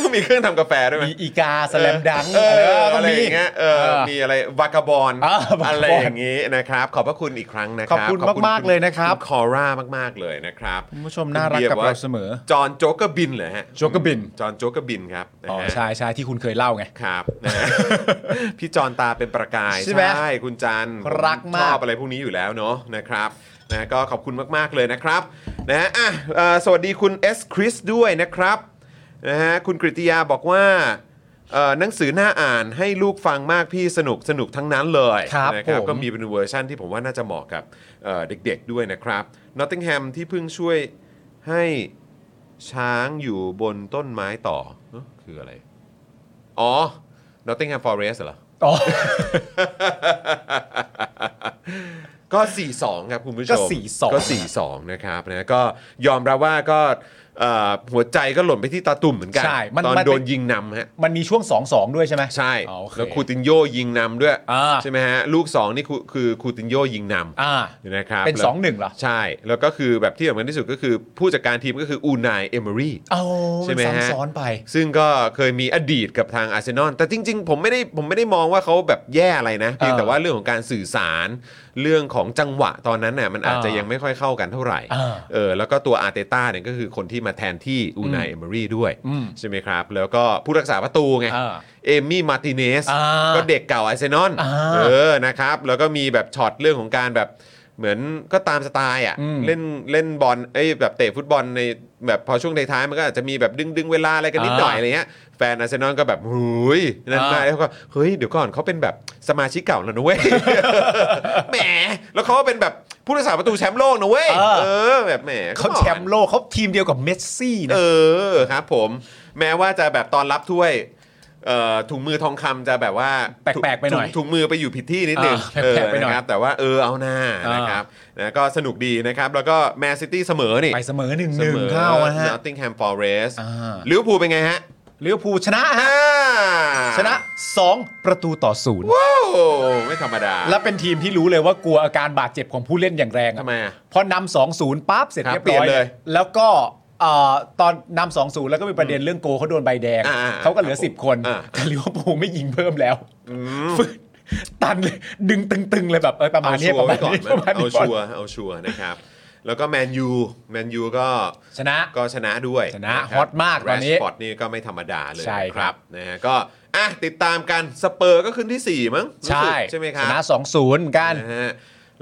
ต้องมีเครื่องทำกาแฟด้วยไหม มีอีกาสแลมดัง เออ เ อะไร ต้ อย่างเงี้ยเออมีอะไรวากาบอล อ่าวากาบอน อะไรอย่างงี้นะครับ ขอบพระคุณอีกครั้งนะครั ขอบคุณมากๆเลยนะครับ คอร่ามากๆเลยนะครับ คุณผู้ชมน่ารักกับเราเสมอ จอห์นโจ๊กเกอร์บินเหรอฮะ โจ๊กเกอร์บิน จอห์นโจ๊กเกอร์บินครับนะฮะ อ๋อใช่ใช่ที่คุณเคยเล่าไง ครับนะ ฮะ พี่จอนตาเป็นประกาย ใช่ไหม คุณจันทผม รักมาก ชอบอะไรพวกนี้อยู่แล้วเนาะนะครับนะก็ขอบคุณมากๆเลยนะครับนะฮะอ่ะเอ่อสวัสดีคุณ S คริสด้วยนะครับนะฮะคุณกริตยาบอกว่าเอ่อหนังสือหน้าอ่านให้ลูกฟังมากพี่สนุกสนุกทั้งนั้นเลย ครับ นะ ผม ก็มีเป็นเวอร์ชั่นที่ผมว่าน่าจะเหมาะกับเอ่อเด็กๆด้วยนะครับนอตติงแฮมที่เพิ่งช่วยให้ช้างอยู่บนต้นไม้ต่อเอ้อคืออะไร อ๋อ Nottingham Forest เหรอ อ๋อ ก็ 4-2 ครับคุณผู้ชม ก็4-2 ก็ 4-2 นะครับนะก็ยอมรับว่าก็เอ่อหัวใจก็หล่นไปที่ตาตุ่มเหมือนกัน ใช่มัน ตอน มันเป็น โดนยิงนำฮะ มันมีช่วง2อสองด้วยใช่ไหม ใช่ อ๋อโอเ แล้วคูตินโยยิงนำด้วย อ่า ใช่ไหมฮะ ลูก 2 นี่คือคือคูตินโยยิงนำ อ่า นะครับ เป็น แล้ว สองหนึ่งเหรอ ใช่ แล้วก็คือแบบที่สำคัญที่สุดก็คือผู้จัดการทีมก็คืออูนายเอมอรี่ เอา ใช่ ใช่ ไห ไห ม ม ฮะ ซ้อนไป ซึ่งก็เคยมีอดีตกับทางอาร์เซนอลแต่จริงๆ ผมไม่ได้ผมไม่ได้มองว่าเขาแบบแย่อะไรนะเพียง เออ แต่ว่าเรื่องของการสื่อสารเรื่องของจังหวะตอนนั้นน่ะมันอาจจะ เออ ยังไม่ค่อยเข้ากันเท่าไหร่ เออ เออแล้วก็ตัวอาร์เตต้าเนี่ยก็คือคนที่มาแทนที่อูนายเอมอรี่ด้วย อืม ใช่ไหมครับ แล้วก็ผู้รักษาประตูไง เออ เอมี่มาร์ติเนส อ่า ก็เด็กเก่าอาร์เซนอล อ่า เออนะครับแล้วก็มีแบบช็อตเรื่องของการแบบเหมือนก็ตามสไตล์อ่ะ อืม เล่นเล่นบอลเอ้ยแบบเตะฟุตบอลในแบบพอช่วงท้ายๆมันก็อาจจะมีแบบดึงดึงๆเวลาอะไรกันนิดหน่อย อ่า อะไรเงี้ยแฟนอาร์เซนอลก็แบบหุยนั่นมา อ่า แล้วก็เฮ้ย เดี๋ยวก่อนเขาเป็นแบบสมาชิกเก่าแล้วนะเว้ ย แหม แล้วเขาก็เป็นแบบผู้รักษาประตูแชมป์โลกนะเว้ย เออ แบบแหม เขาแชมป์โลกเขาทีมเดียวกับเมสซี่นะ เออครับผม แม้ว่าจะแบบตอนรับถ้วยเอ่อถุงมือทองคำจะแบบว่า แปลกๆไปหน่อย ถุงถุงมือไปอยู่ผิดที่นิดนึง อ่าแปลกๆไปหน่อย เะครับแต่ว่าเออเอาหน้า อ่าน นะครับนะก็สนุกดีนะครับ แล้วก็แมนซิตี้เสมอนี่ ไปเสมอหนึ่งหนึ่งเข้านะฮะ นอตติงแฮมฟอเรส อ่า ลิเวอร์พูลเป็นไงฮะ ลิเวอร์พูลชนะฮะ อ่า ชนะ 2 ประตูต่อศูนย์ ว้าวไม่ธรรมดา และเป็นทีมที่รู้เลยว่ากลัวอาการบาดเจ็บของผู้เล่นอย่างแรงอะ ทำไมอ่ะ พอนำสองศูนย์ปั๊บเสร็จ ครับ เรียบเปร้อยลี่ยนเลย แล้วก็เอ่อตอนนำสองศูนย์แล้วก็มีประเด็นเรื่องโกเขาโดนใบแดง อ่าๆ เขาก็เหลือ ครับผม 10 คน อ่า แต่ลิเวอร์พูลไม่ยิงเพิ่มแล้วฟื้นตันเลยดึงตึง ๆ เลยแบบเออประมา เอา ณ ชั นี้ วร์ประมา ไว้ ณ ก่อน นี้ ไหม ประมาณ เอา นี้ก่อน ชัวร์เอาชัวร์นะครับ แล้วก็แมนยูแมนยูก็ ชนะ ก็ชนะด้วย ชนะฮอตมากตอนสนี้ปอร์ตนี่ก็ไม่ธรรมดาเลย ใช่ นะค ครั รับบ นะฮะก็อ่ะติดตามกันสเปอร์ก็ขึ้นที่ 4 มั้งรู้สึก ใช่ ใช่ไหมค ช รับ นะสองศูนย์กัน นะฮะ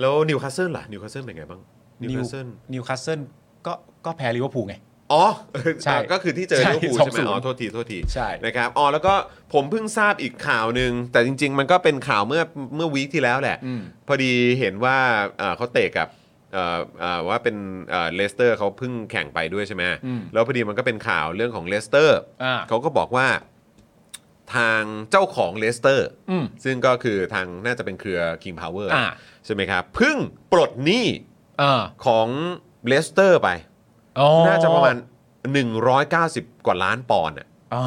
แล้วนิวคาสเซิลล่ะนิวคาสเซิลเป็นไงบ้างนิวคาสเซิล นิวคาสเซิลก็ก็แพ้ลิเวอร์พูลไง อ๋อ ใช่ ก็คือที่เจอ ใช่ ลิเวอร์พูล สอง ใช่ไหม ศูนย์ อ๋อโทษทีโทษที ใช่ นะครับอ๋อแล้วก็ผมเพิ่งทราบอีกข่าวหนึ่งแต่จริง ๆ มันก็เป็นข่าวเมื่อเมื่อวีคที่แล้วแหละ อืม พอดีเห็นว่าเอ่อเขาเตะกับเอ่อเอ่อว่าเป็นเอ่อเลสเตอร์เขาเพิ่งแข่งไปด้วยใช่ไหม อืม แล้วพอดีมันก็เป็นข่าวเรื่องของเลสเตอร์ อ่า เขาก็บอกว่าทางเจ้าของเลสเตอร์ อืม ซึ่งก็คือทางน่าจะเป็นเครือ King Power อ่า ใช่ไหมครับเพิ่งปลดหนี้ อ่า ของเลสเตอร์ไป อ๋อ น่าจะประมาณ 190 กว่าล้านปอนด์อะ อ่า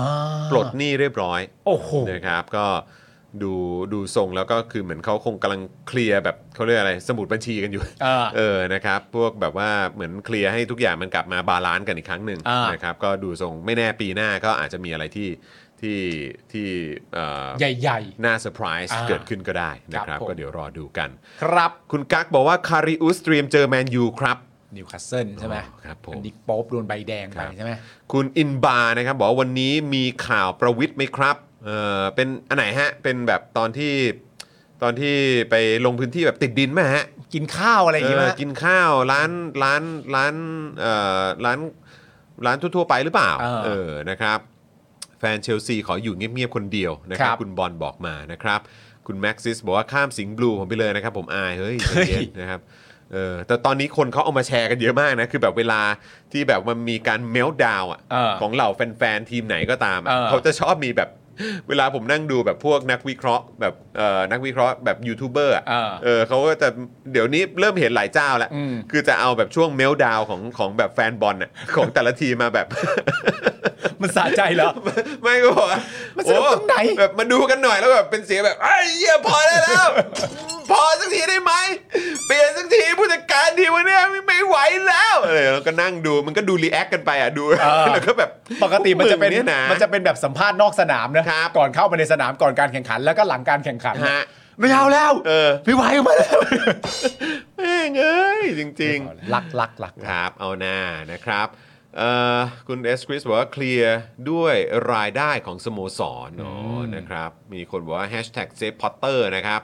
ปลดหนี้เรียบร้อย โอ้โห นะครับก็ดูดูทรงแล้วก็คือเหมือนเขาคงกำลังเคลียร์แบบเขาเรียกอะไรสมุดบัญชีกันอยู่ อ่า เออนะครับพวกแบบว่าเหมือนเคลียร์ให้ทุกอย่างมันกลับมาบาลานซ์กันอีกครั้งหนึ่ง อ่าน นะครับก็ดูทรงไม่แน่ปีหน้าก็อาจจะมีอะไรที่ที่ที่เอ่อ ใหญ่ น่าเซอร์ไพรส์ อ่า เกิดขึ้นก็ได้นะค ครั รับบ ผม ก็เดี๋ยวรอดูกัน ๆ ครับ คุณกั๊กบอกว่าคาริอุสเตรียมเจอแมนยูครับ นิวคาสเซิลใช่ไหม ครับผม อันนี้โป๊บโดนใบแดงไปใช่ไหม คุณอินบาร์นะครับบอกว่าวันนี้มีข่าวประวิทย์ไหมครับเออเป็นอันไหนฮะ เป็นแบบตอนที่ตอนที่ไปลงพื้นที่แบบติดดินไหมฮะ กินข้าวอะไรอย่างงี้ เอ ไหม อกินข้าวร้านร้านร้านเอ่อร้านร้านทั่วๆไปหรือเปล่าเออนะครับ แฟนเชลซีขออยู่เงียบๆคนเดียวนะครับ คุณบอลบอกมานะครับ คุณแม็กซิสบอกว่าข้ามสิงห์บลูผมไปเลยนะครับ ผมอายเฮ้ยใจเย็นนะครับเออแต่ตอนนี้คนเขาเอามาแชร์กันเยอะมากนะ คือแบบเวลาที่แบบมันมีการเมลดาวอ่ะ เออ ของเหล่าแฟนๆทีมไหนก็ตามอะ เออ เขาจะชอบมีแบบ เวลาผมนั่งดูแบบพวกนักวิเคราะห์แบบเอ่อนักวิเคราะห์แบบยูทูบเบอร์อะ เออ เออเขาก็จะเดี๋ยวนี้เริ่มเห็นหลายเจ้าแล้ว อืม คือจะเอาแบบช่วงเมลดาวของของแบบแฟนบอลน่ะ ของแต่ละทีมมาแบบ มันสะใจเหรอ ไม่ก็บอกว่า มันสนุกตรงไหน โอ้แบบมาดูกันหน่อยแล้วแบบเป็นเสียงแบบไอ้ยเหี้ยพอได้แล้ว พอสักทีได้ไหมเปลี่ยนสักทีผู้จัดการทีวันนี้ไม่ไหวแล้วอะไรแล้วก็นั่งดูมันก็ดูรีแอคกันไปอ่ะดูแล้วก็แบบ ปกติมันจะเป็น งยนะ มันจะเป็นแบบสัมภาษณ์นอกสนามนะครับ ก่อนเข้ามาในสนามก่อนการแข่งขัน แล้วก็หลังการแข่งขัน ฮะ ไม่เอาแล้ว เออ ไม่ไหวมาแล้ว แม่งเอ้ยจริง ๆ รักรักรัก ครับเอาหน้านะครับเอ่อคุณเอสคริสบอกว่าเคลียร์ด้วยรายได้ของสโมสรอ๋ออนะครับมีคนบอกว่าแฮชแท็กเซฟพอตเตอร์นะครับ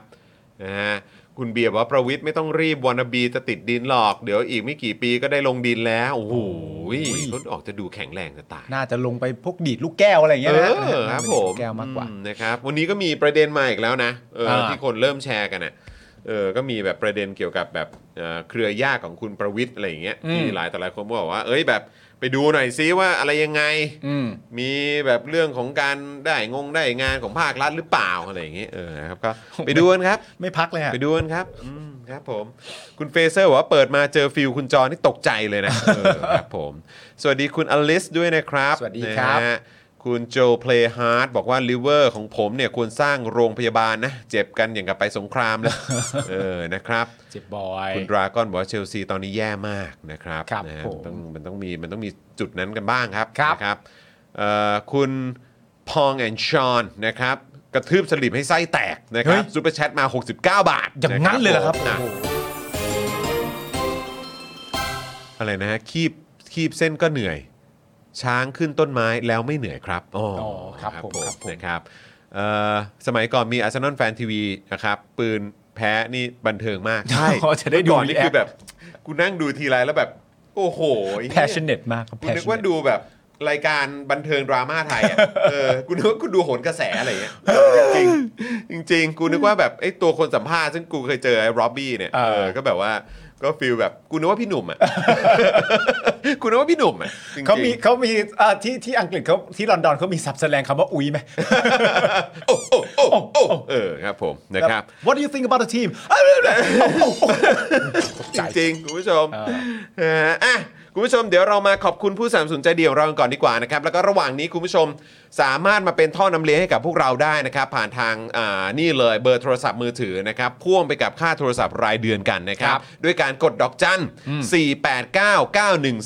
นะฮะคุณเบียร์บอกว่าประวิทย์ไม่ต้องรีบวานาบีจะติดดินหรอก เดี๋ยวอีกไม่กี่ปีก็ได้ลงดินแล้ว โอ้โหรถออกจะดูแข็งแรงจะตาย น่าจะลงไปพวกดีดลูกแก้วอะไรอย่างเงี้ยนะ เออครับ ดีด ผ ลู ม กแก้วมากกว่า อืนะครับวันนี้ก็มีประเด็นมาอีกแล้วนะเออ อ่า ที่คนเริ่มแชร์กันอ่ะเออก็มีแบบประเด็นเกี่ยวกับแบบเอ่อเครือญาติของคุณประวิทย์อะไรอย่างเงี้ย อืม ที่หลายแต่หลายคนก็บอกว่า เอ้ยแบบไปดูหน่อยซิว่าอะไรยังไง อืม มีแบบเรื่องของการได้งงได้งานของภาครัฐหรือเปล่าอะไรอย่างเงี้ยเออนะครับก็ไปดูกันครับ ไม่พักเลยฮะ ไปดูกันครับอืมครับผม คุณเฟเซอร์บอกว่าเปิดมาเจอฟิลคุณจอนี่ตกใจเลยนะ เออครับผม สวัสดีคุณอลิสด้วยนะครับ สวัสดีครับ นะฮะคุณโจเพลย์ฮาร์ดบอกว่าลิเวอร์ของผมเนี่ยควรสร้างโรงพยาบาลนะ เจ็บกันอย่างกับไปสงคราม เลย เออนะครับ เจ็บบอย คุณดราก้อนบอกว่าเชลซีตอนนี้แย่มากนะครับ ครับ นะฮะ ผม มันต้องมันต้องมีมันต้องมีจุดนั้นกันบ้างครับ ครับ นะครับเอ่อคุณพองแอนชอนนะครับกระทืบสลิปให้ไส้แตกนะครับซูเปอร์แชทมา 69 บาท อย่างนั้นเลยเหรอครับ นะอะไรนะฮะคีบคีบเส้นก็เหนื่อย ช้างขึ้นต้นไม้แล้วไม่เหนื่อยครับอ๋อ อครับผมครับผม นะครับเอ่อสมัยก่อนมีอาร์เซนอลแฟนทีวีนะครับปืนแพ้นี่บันเทิงมาก ใช่ อ๋อ จะได้ดู เมื่อก่อนนี่ react คือแบบ กูนั่งดูทีไรแล้วแบบ โอ้โหไอ้เหี้ย passionate มากครับ กูนึก passionate ว่าดูแบบรายการบันเทิงดราม่าไทย อ่ะ เออกูนึกว่ากูดูโหนกระแสอะไรอย่างเงี้ยจริงๆจริง ๆ กูนึกว่าแบบไอ้ตัวคนสัมภาษณ์ซึ่งกูเคยเจอไอ้ร็อบบี้เนี่ย เออ เออก็แบบว่าก็ฟีลแบบกูนึกว่าพี่หนุ่ มอ่ะ กูนึกว่าพี่หนุ่มอ่ะจริงๆ เขามีเขามีเอ่อที่ที่อังกฤษเขาที่ลอนดอนเขามีสับแสลงคำว่าอุ้ยไหม โอ้โอ้โอ้โอ้เออครับผมนะครับ What do you think about the team จริงๆคุณผู้ชมเอออ่ะคุณผู้ชมเดี๋ยวเรามาขอบคุณผู้สามสนุนใจเดียวของเรากันก่อนดีกว่านะครับ แล้วก็ระหว่างนี้คุณผู้ชมสามารถมาเป็นท่อนำเลี้ยงให้กับพวกเราได้นะครับ ผ่านทางอ่านี่เลยเบอร์โทรศัพท์มือถือนะครับ พ่วงไปกับค่าโทรศัพท์รายเดือนกันนะครับ ครับ ด้วยการกดดอกจัน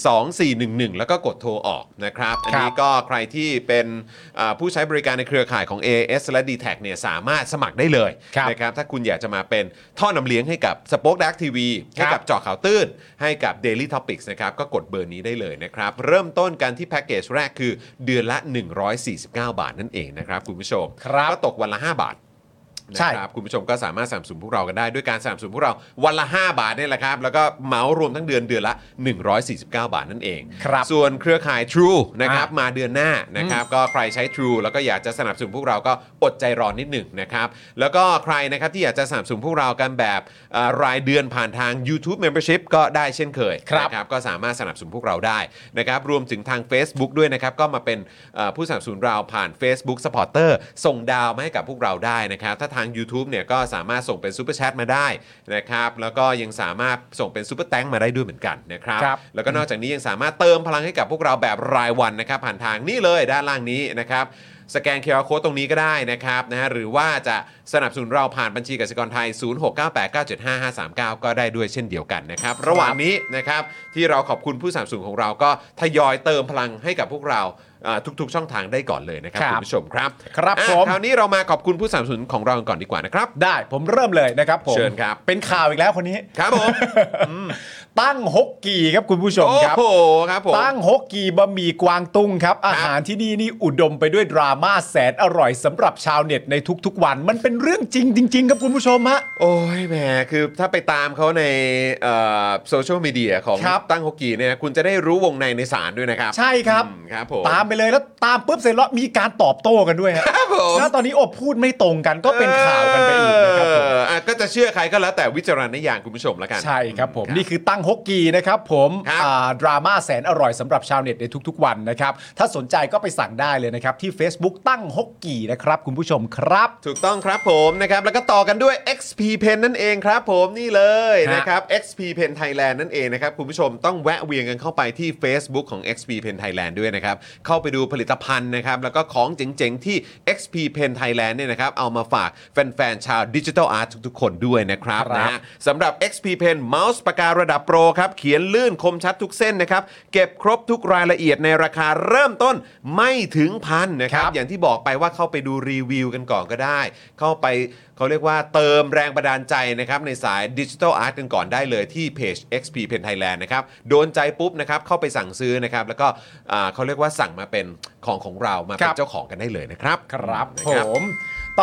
489912411 แล้วก็กดโทรออกนะครับ อันนี้ก็ใครที่เป็นอ่าผู้ใช้บริการในเครือข่ายของ AS และ d t แทเนี่ยสามารถสมัครได้เลย ครับ นะครับ ถ้าคุณอยากจะมาเป็นท่อนำเลี้ยงให้กับ Spoke Dark TV ครั ให้ บ กับเจาะข่าวตื้น ให้กับ Daily Topics นะครับ ก็กดเบอร์นี้ได้เลยนะครับ เริ่มต้นกันที่แพ็กเกจแรกคือเดือนละ 149 บาทนั่นเองนะครับคุณผู้ชม ครับ ก็ตกวันละ 5 บาท ใช่ นะครับคุณผู้ชมก็สามารถสนับสนุนพวกเรากันได้ด้วยการสนับสนุนพวกเราวันละ 5 บาทเนี่ยแหละครับ แล้วก็เหมารวมทั้งเดือนเดือนละ 149 บาทนั่นเอง ครับ ส่วนเครือข่าย True นะครับ อ่ะ มาเดือนหน้านะครับก็ใครใช้ True แล้วก็อยากจะสนับสนุนพวกเราก็อดใจรอนิดหนึ่งนะครับแล้วก็ใครนะครับที่อยากจะสนับสนุนพวกเรากันแบบเอ่อรายเดือนผ่านทาง YouTube Membership ก็ได้เช่นเคย ครับ นะ นะครับก็สามารถสนับสนุนพวกเราได้นะครับรวมถึงทาง Facebook ด้วยนะครับ ก็มาเป็นเอ่อผู้สนับสนุนเราผ่าน Facebook Supporter ส่งดาวมาให้กับพวกเราได้นะครับ ถ้าทาง u t u b e เนี่ยก็สามารถส่งเป็นซูเปอร์แชทมาได้นะครับแล้วก็ยังสามารถส่งเป็นซูเปอร์แตงมาได้ด้วยเหมือนกันนะครับ ครับ แล้วก็นอกจากนี้ยังสามารถเติมพลังให้กับพวกเราแบบรายวันนะครับ ผ่านทางนี่เลยด้านล่างนี้นะครับ สแกนเคอร์โคตรงนี้ก็ได้นะครับนะฮะหรือว่าจะสนับสนุนเราผ่านบัญชีกสิกรไทย 0698975539 ก็ได้ด้วยเช่นเดียวกันนะครับ ระหว่างนี้นะครับที่เราขอบคุณผู้สนับสนุนของเราก็ทยอยเติมพลังให้กับพวกเราอ่าทุกๆ ช่องทางได้ก่อนเลยนะครับ ครับ คุณผู้ชมครับ ครับ อ่ะ ผม คราวนี้เรามาขอบคุณผู้สนับสนุนของเรากันก่อนดีกว่านะครับ ได้ผมเริ่มเลยนะครับผม เชิญครับ เป็นข่าวอีกแล้วคนนี้ ครับผม ตั้งฮกกีครับคุณผู้ชม โอ้ ครับ โหครับผม ตั้งฮกกีบะหมี่กวางตุ้งครับ อาหารที่นี่นี่อุดมไปด้วยดราม่าแสนอร่อยสำหรับชาวเน็ตในทุกๆวัน มันเป็นเรื่องจริงจริง ๆ ครับคุณผู้ชมฮะ โอ้ยแหมคือถ้าไปตามเขาในโซเชียลมีเดียของ ครับ ตั้งฮกกีเนี่ยคุณจะได้รู้วงในในสารด้วยนะครับ ใช่ครับ อืมครับผม ตามไปเลยแล้วตามปุ๊บเสร็จแล้วมีการตอบโต้กันด้วยฮะ ครับผม แล้วตอนนี้อบพูดไม่ตรงกันก็เป็นข่าวกันไปอีกนะครับผม เอออ่ะก็จะเชื่อใครก็แล้วแต่วิจารณญาณคุณผู้ชมแล้วกัน ใช่ครับผม นี่คือตั้งฮ ฮกกีนะครับผม ครับ อ่าดราม่าแสนอร่อยสำหรับชาวเน็ตในทุกๆวันนะครับ ถ้าสนใจก็ไปสั่งได้เลยนะครับ ที่ Facebook ตั้งฮกกีนะครับคุณผู้ชมครับ ถูกต้องครับผมนะครับแล้วก็ต่อกันด้วย XP Pen นั่นเองครับผมนี่เลย ฮะ นะครับ XP Pen Thailand นั่นเองนะครับคุณผู้ชมต้องแวะเวียนกันเข้าไปที่ Facebook ของ XP Pen Thailand ด้วยนะครับ เข้าไปดูผลิตภัณฑ์นะครับแล้วก็ของเจ๋งๆที่ XP Pen Thailand เนี่ยนะครับเอามาฝากแฟนๆชาวดิจิทัลอาร์ตทุกๆ คนด้วยนะครับ ครับ นะฮะ สำหรับ XP Pen เมาส์ปากการะดับโปรครับ เขียนลื่นคมชัดทุกเส้นนะครับ เก็บครบทุกรายละเอียดในราคาเริ่มต้นไม่ถึงพันนะครับ ครับ อย่างที่บอกไปว่าเข้าไปดูรีวิวกันก่อนก็ได้ เข้าไปเขาเรียกว่าเติมแรงบันดาลใจนะครับ ในสายดิจิทัลอาร์ตกันก่อนได้เลยที่เพจ XP Pen Thailand นะครับ โดนใจปุ๊บนะครับ เข้าไปสั่งซื้อนะครับ แล้วก็อ่าเขาเรียกว่าสั่งมาเป็นของของเรามา ค เป็ รั น บ เจ้าของกันได้เลยนะครับ ครับ นะ ผม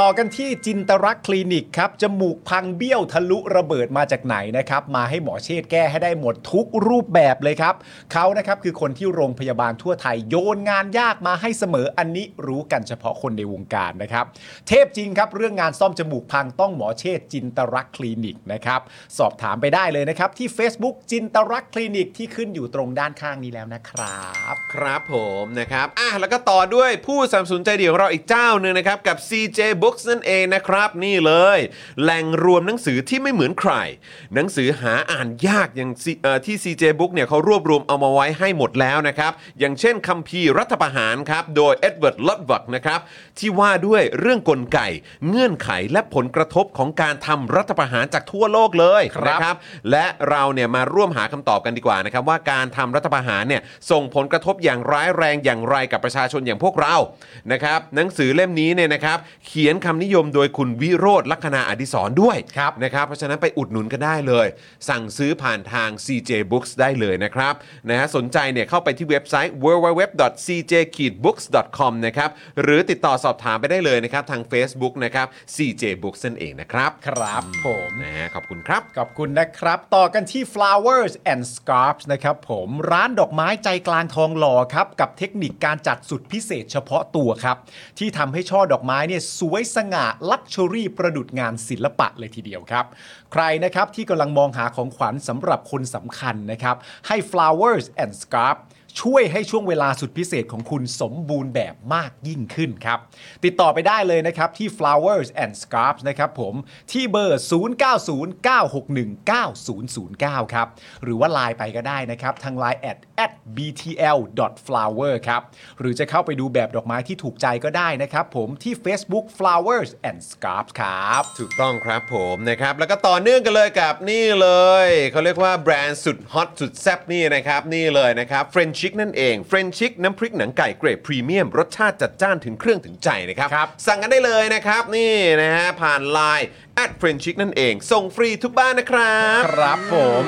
ต่อกันที่จินตรักษณ์คลินิกครับ จมูกพังเบี้ยวทะลุระเบิดมาจากไหนนะครับ มาให้หมอเชษฐ์แก้ให้ได้หมดทุกรูปแบบเลยครับ เขานะครับคือคนที่โรงพยาบาลทั่วไทยโยนงานยากมาให้เสมออันนี้รู้กันเฉพาะคนในวงการนะครับ เทพจริงครับ เรื่องงานซ่อมจมูกพังต้องหมอเชษฐ์จินตรักษณ์คลินิกนะครับ สอบถามไปได้เลยนะครับ ที่ Facebook จินตรักษณ์คลินิกที่ขึ้นอยู่ตรงด้านข้างนี้แล้วนะครับ ครับผมนะครับอ่ะแล้วก็ต่อด้วยผู้สนัมสนุนใจดีของเราอีกเจ้าหนึ่งนะครับ กับ CJ Books นั่นเองนะครับ นี่เลย แหล่งรวมหนังสือที่ไม่เหมือนใคร หนังสือหาอ่านยากอย่าง C- เอ่อที่ CJ Book เนี่ยเขารวบรวมเอามาไว้ให้หมดแล้วนะครับ อย่างเช่นคัมภีร์รัฐประหารครับ โดยเอ็ดเวิร์ดลอดวักนะครับ ที่ว่าด้วยเรื่องกลไก เงื่อนไขและผลกระทบของการทำรัฐประหารจากทั่วโลกเลย ครับ นะครับ และเราเนี่ยมาร่วมหาคำตอบกันดีกว่านะครับ ว่าการทำรัฐประหารเนี่ยส่งผลกระทบอย่างร้ายแรงอย่างไรกับประชาชนอย่างพวกเรานะครับ หนังสือเล่มนี้เนี่ยนะครับ เขียนคำนิยมโดยคุณวิโรธลักษณาอดิศรด้วย ครับ นะครับ เพราะฉะนั้นไปอุดหนุนกันได้เลย สั่งซื้อผ่านทาง CJ Books ได้เลยนะครับนะฮะสนใจเนี่ยเข้าไปที่เว็บไซต์ www.cj-books.com นะครับหรือติดต่อสอบถามไปได้เลยนะครับทาง Facebook นะครับ CJ Books นั่นเองนะครับ ครับผม นะฮะขอบคุณครับ ขอบคุณนะครับ ต่อกันที่ flowers and scarfs นะครับผมร้านดอกไม้ใจกลางทองหล่อครับ กับเทคนิคการจัดสุดพิเศษเฉพาะตัวครับ ที่ทำให้ช่อดอกไม้เนี่ยสวยสง่าลักช r y รี่ประดุจงานศิลปะเลยทีเดียวครับ ใครนะครับที่กำลังมองหาของขวัญสำหรับคนสำคัญนะครับ ให้ flowers and scarfs ช่วยให้ช่วงเวลาสุดพิเศษของคุณสมบูรณ์แบบมากยิ่งขึ้นครับ ติดต่อไปได้เลยนะครับ ที่ flowers and scarfs นะครับผมที่เบอร์ 0909619009 ครับ หรือว่าไลน์ไปก็ได้นะครับ ทางไลน์ at at btl.flower ครับ หรือจะเข้าไปดูแบบดอกไม้ที่ถูกใจก็ได้นะครับผมที่ Facebook flowers and scarfs ครับ ถูกต้องครับผมนะครับ แล้วก็ต่อเนื่องกันเลยกับนี่เลย เขาเรียกว่าแบรนด์สุดฮอตสุดแซ่บนี่นะครับ นี่เลยนะครับเฟรนชิกนั่นเองเฟรนชิกน้ำพริกหนังไก่เกรดพรีเมียม รสชาติจัดจ้านถึงเครื่องถึงใจนะครับ ครับ สั่งกันได้เลยนะครับ นี่นะฮะผ่านไลน์แอดเฟรนชิกนั่นเอง ส่งฟรีทุกบ้านนะครับ ครับผม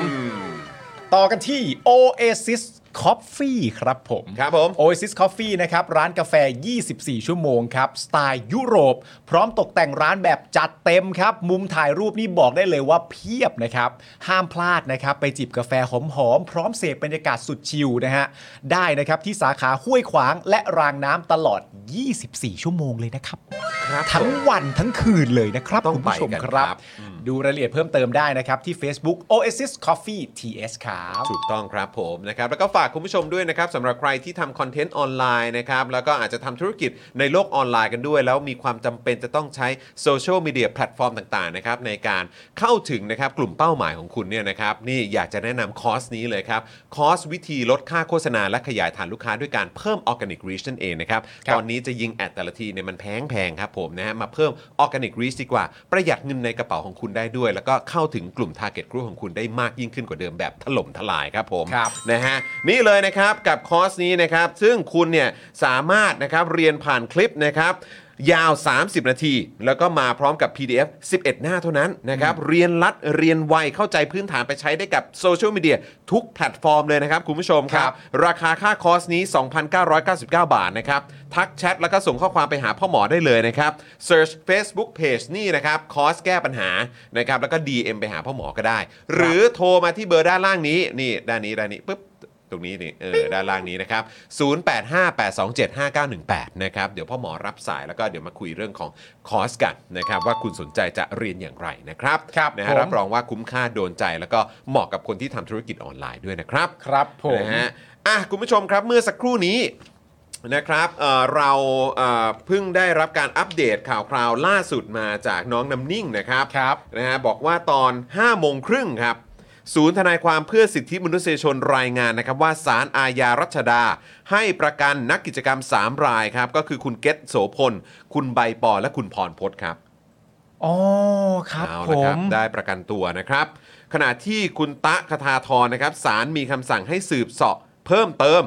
ต่อกันที่ Oasis Coffee ครับผม ครับผม Oasis Coffee นะครับ ร้านกาแฟ 24 ชั่วโมงครับ สไตล์ยุโรป พร้อมตกแต่งร้านแบบจัดเต็มครับ มุมถ่ายรูปนี่บอกได้เลยว่าเพียบนะครับ ห้ามพลาดนะครับ ไปจิบกาแฟหอมๆ พร้อมเสพบรรยากาศสุดชิลนะฮะ ได้นะครับที่สาขาห้วยขวางและรางน้ำตลอด 24 ชั่วโมงเลยนะครับ ครับ ทั้งวันทั้งคืนเลยนะครับ ต้อง คุณผู้ชม ไปกัน ค ครั รับ บ ดูรายละเอียดเพิ่มเติมได้นะครับที่ Facebook Oasis Coffee TS ครับ ถูกต้องครับผมนะครับแล้วก็ฝากคุณผู้ชมด้วยนะครับสำหรับใครที่ทำคอนเทนต์ออนไลน์นะครับแล้วก็อาจจะทำธุรกิจในโลกออนไลน์กันด้วย แล้วมีความจำเป็นจะต้องใช้โซเชียลมีเดียแพลตฟอร์มต่างๆนะครับในการเข้าถึงนะครับกลุ่มเป้าหมายของคุณเนี่ยนะครับนี่อยากจะแนะนำคอร์สนี้เลยครับคอร์สวิธีลดค่าโฆษณาและขยายฐานลูกค้าด้วยการเพิ่มออร์แกนิกรีชนั่นเองนะครับ ครับ ตอนนี้จะยิงแอดแต่ละทีเนี่ยมันแพงๆครับผมนะฮะมาเพิ่มออร์แกนิกรีชดีกว่า ประหยัดเงินในกระเป๋าของคุณได้ด้วย แล้วก็เข้าถึงกลุ่ม target group ของคุณได้มากยิ่งขึ้นกว่าเดิมแบบถล่มทลายครับผม ครับ นะฮะนี่เลยนะครับกับคอร์สนี้นะครับ ซึ่งคุณเนี่ยสามารถนะครับเรียนผ่านคลิปนะครับ ยาว 30 นาที แล้วก็มาพร้อมกับ PDF 11 หน้าเท่านั้นนะครับ เรียนรัดเรียนไวเข้าใจพื้นฐานไปใช้ได้กับโซเชียลมีเดียทุกแพลตฟอร์มเลยนะครับ คุณผู้ชมครับ ราคาค่าคอร์สนี้ 2,999 บาทนะครับ ทักแชทแล้วก็ส่งข้อความไปหาพ่อหมอได้เลยนะครับ Search Facebook Page นี่นะครับคอร์สแก้ปัญหานะครับแล้วก็ DM ไปหาพ่อหมอก็ได้ หรือโทรมาที่เบอร์ด้านล่างนี้นี่ด้านนี้ด้านนี้ปุ๊บ ตรงนี้นี่เออด้านล่างนี้นะครับ 0858275918 นะครับ เดี๋ยวพ่อหมอรับสายแล้วก็เดี๋ยวมาคุยเรื่องของคอร์สกันนะครับ ว่าคุณสนใจจะเรียนอย่างไรนะครับ ครับ นะ ผ ฮะ ม รับรองว่าคุ้มค่าโดนใจ แล้วก็เหมาะกับคนที่ทำธุรกิจออนไลน์ด้วยนะครับ ครับผม นะฮะอ่ะคุณผู้ชมครับเมื่อสักครู่นี้นะครับเอ่อเราเอ่อเพิ่งได้รับการอัปเดตข่าวคราวล่าสุดมาจากน้องน้ำนิ่งนะครับ ครับ นะฮะบอกว่าตอน5โมงครึ่งครับ ศูนย์ทนายความเพื่อสิทธิมนุษยชนรายงานนะครับ ว่าสารอาญารัชดา ให้ประกันนักกิจกรรม 3 รายครับ ก็คือคุณเกตโสพล คุณใบปอและคุณพรพศครับ อ๋อครับ เอา ผ ละครับ ม ได้ประกันตัวนะครับ ขณะที่คุณตะคทาธรนะครับศาลมีคำสั่งให้สืบเสาะเพิ่มเติม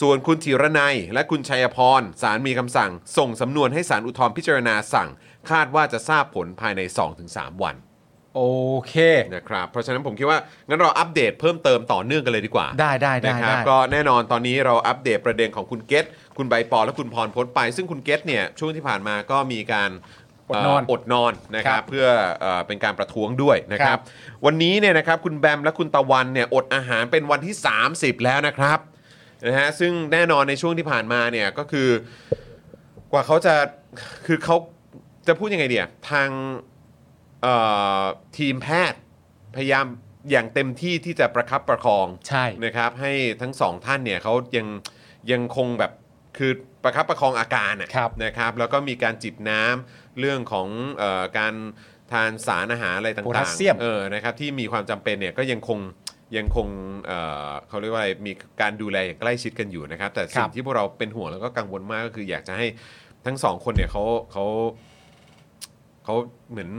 ส่วนคุณธีรนัยและคุณชัยพรศาลมีคำสั่ง ส่งสำนวนให้ศาลอุทธรณ์พิจารณาสั่ง คาดว่าจะทราบผลภายใน 2-3 วัน โอเค นะครับเพราะฉะนั้นผมคิดว่างั้นเราอัปเดตเพิ่มเติมต่อเนื่องกันเลยดีกว่า ได้ได้ได้ นะครับ ได้ ก็แน่นอนตอนนี้เราอัปเดตประเด็นของคุณเกตคุณใบปอและคุณพรพจน์ไป ซึ่งคุณเกตเนี่ยช่วงที่ผ่านมาก็มีการ อดนอน เอดนอนนะครั ครับ บ เพื่อเออเป็นการประท้วงด้วยนะค ค รั รับ บ วันนี้เนี่ยนะครับคุณแบมและคุณตะวันเนี่ยอดอาหารเป็นวันที่ 30 แล้วนะครับนะฮะซึ่งแน่นอนในช่วงที่ผ่านมาเนี่ยก็คือกว่าเขาจะคือเขาจะพูดยังไงเดียทาง เอ่อทีมแพทย์พยายามอย่างเต็มที่ที่จะประคับประคอง ใช่ นะครับ ให้ทั้งสองท่านเนี่ยเขายังยังคงแบบคือประคับประคองอาการอะ ครับ นะครับ แล้วก็มีการจิบน้ำเรื่องของเออการทานสารอาหารอะไรต่างๆ โพแทสเซียม เออนะครับที่มีความจำเป็นเนี่ยก็ยังคงยังคงเอ่อเขาเรียกว่าอะไรมีการดูแลอย่างใกล้ชิดกันอยู่นะครับ แต่สิ่ ครั ง บ ที่พวกเราเป็นห่วงแล้วก็กังวลมากก็คืออยากจะให้ทั้งสองคนเนี่ยเขาเขา เขาเหมือน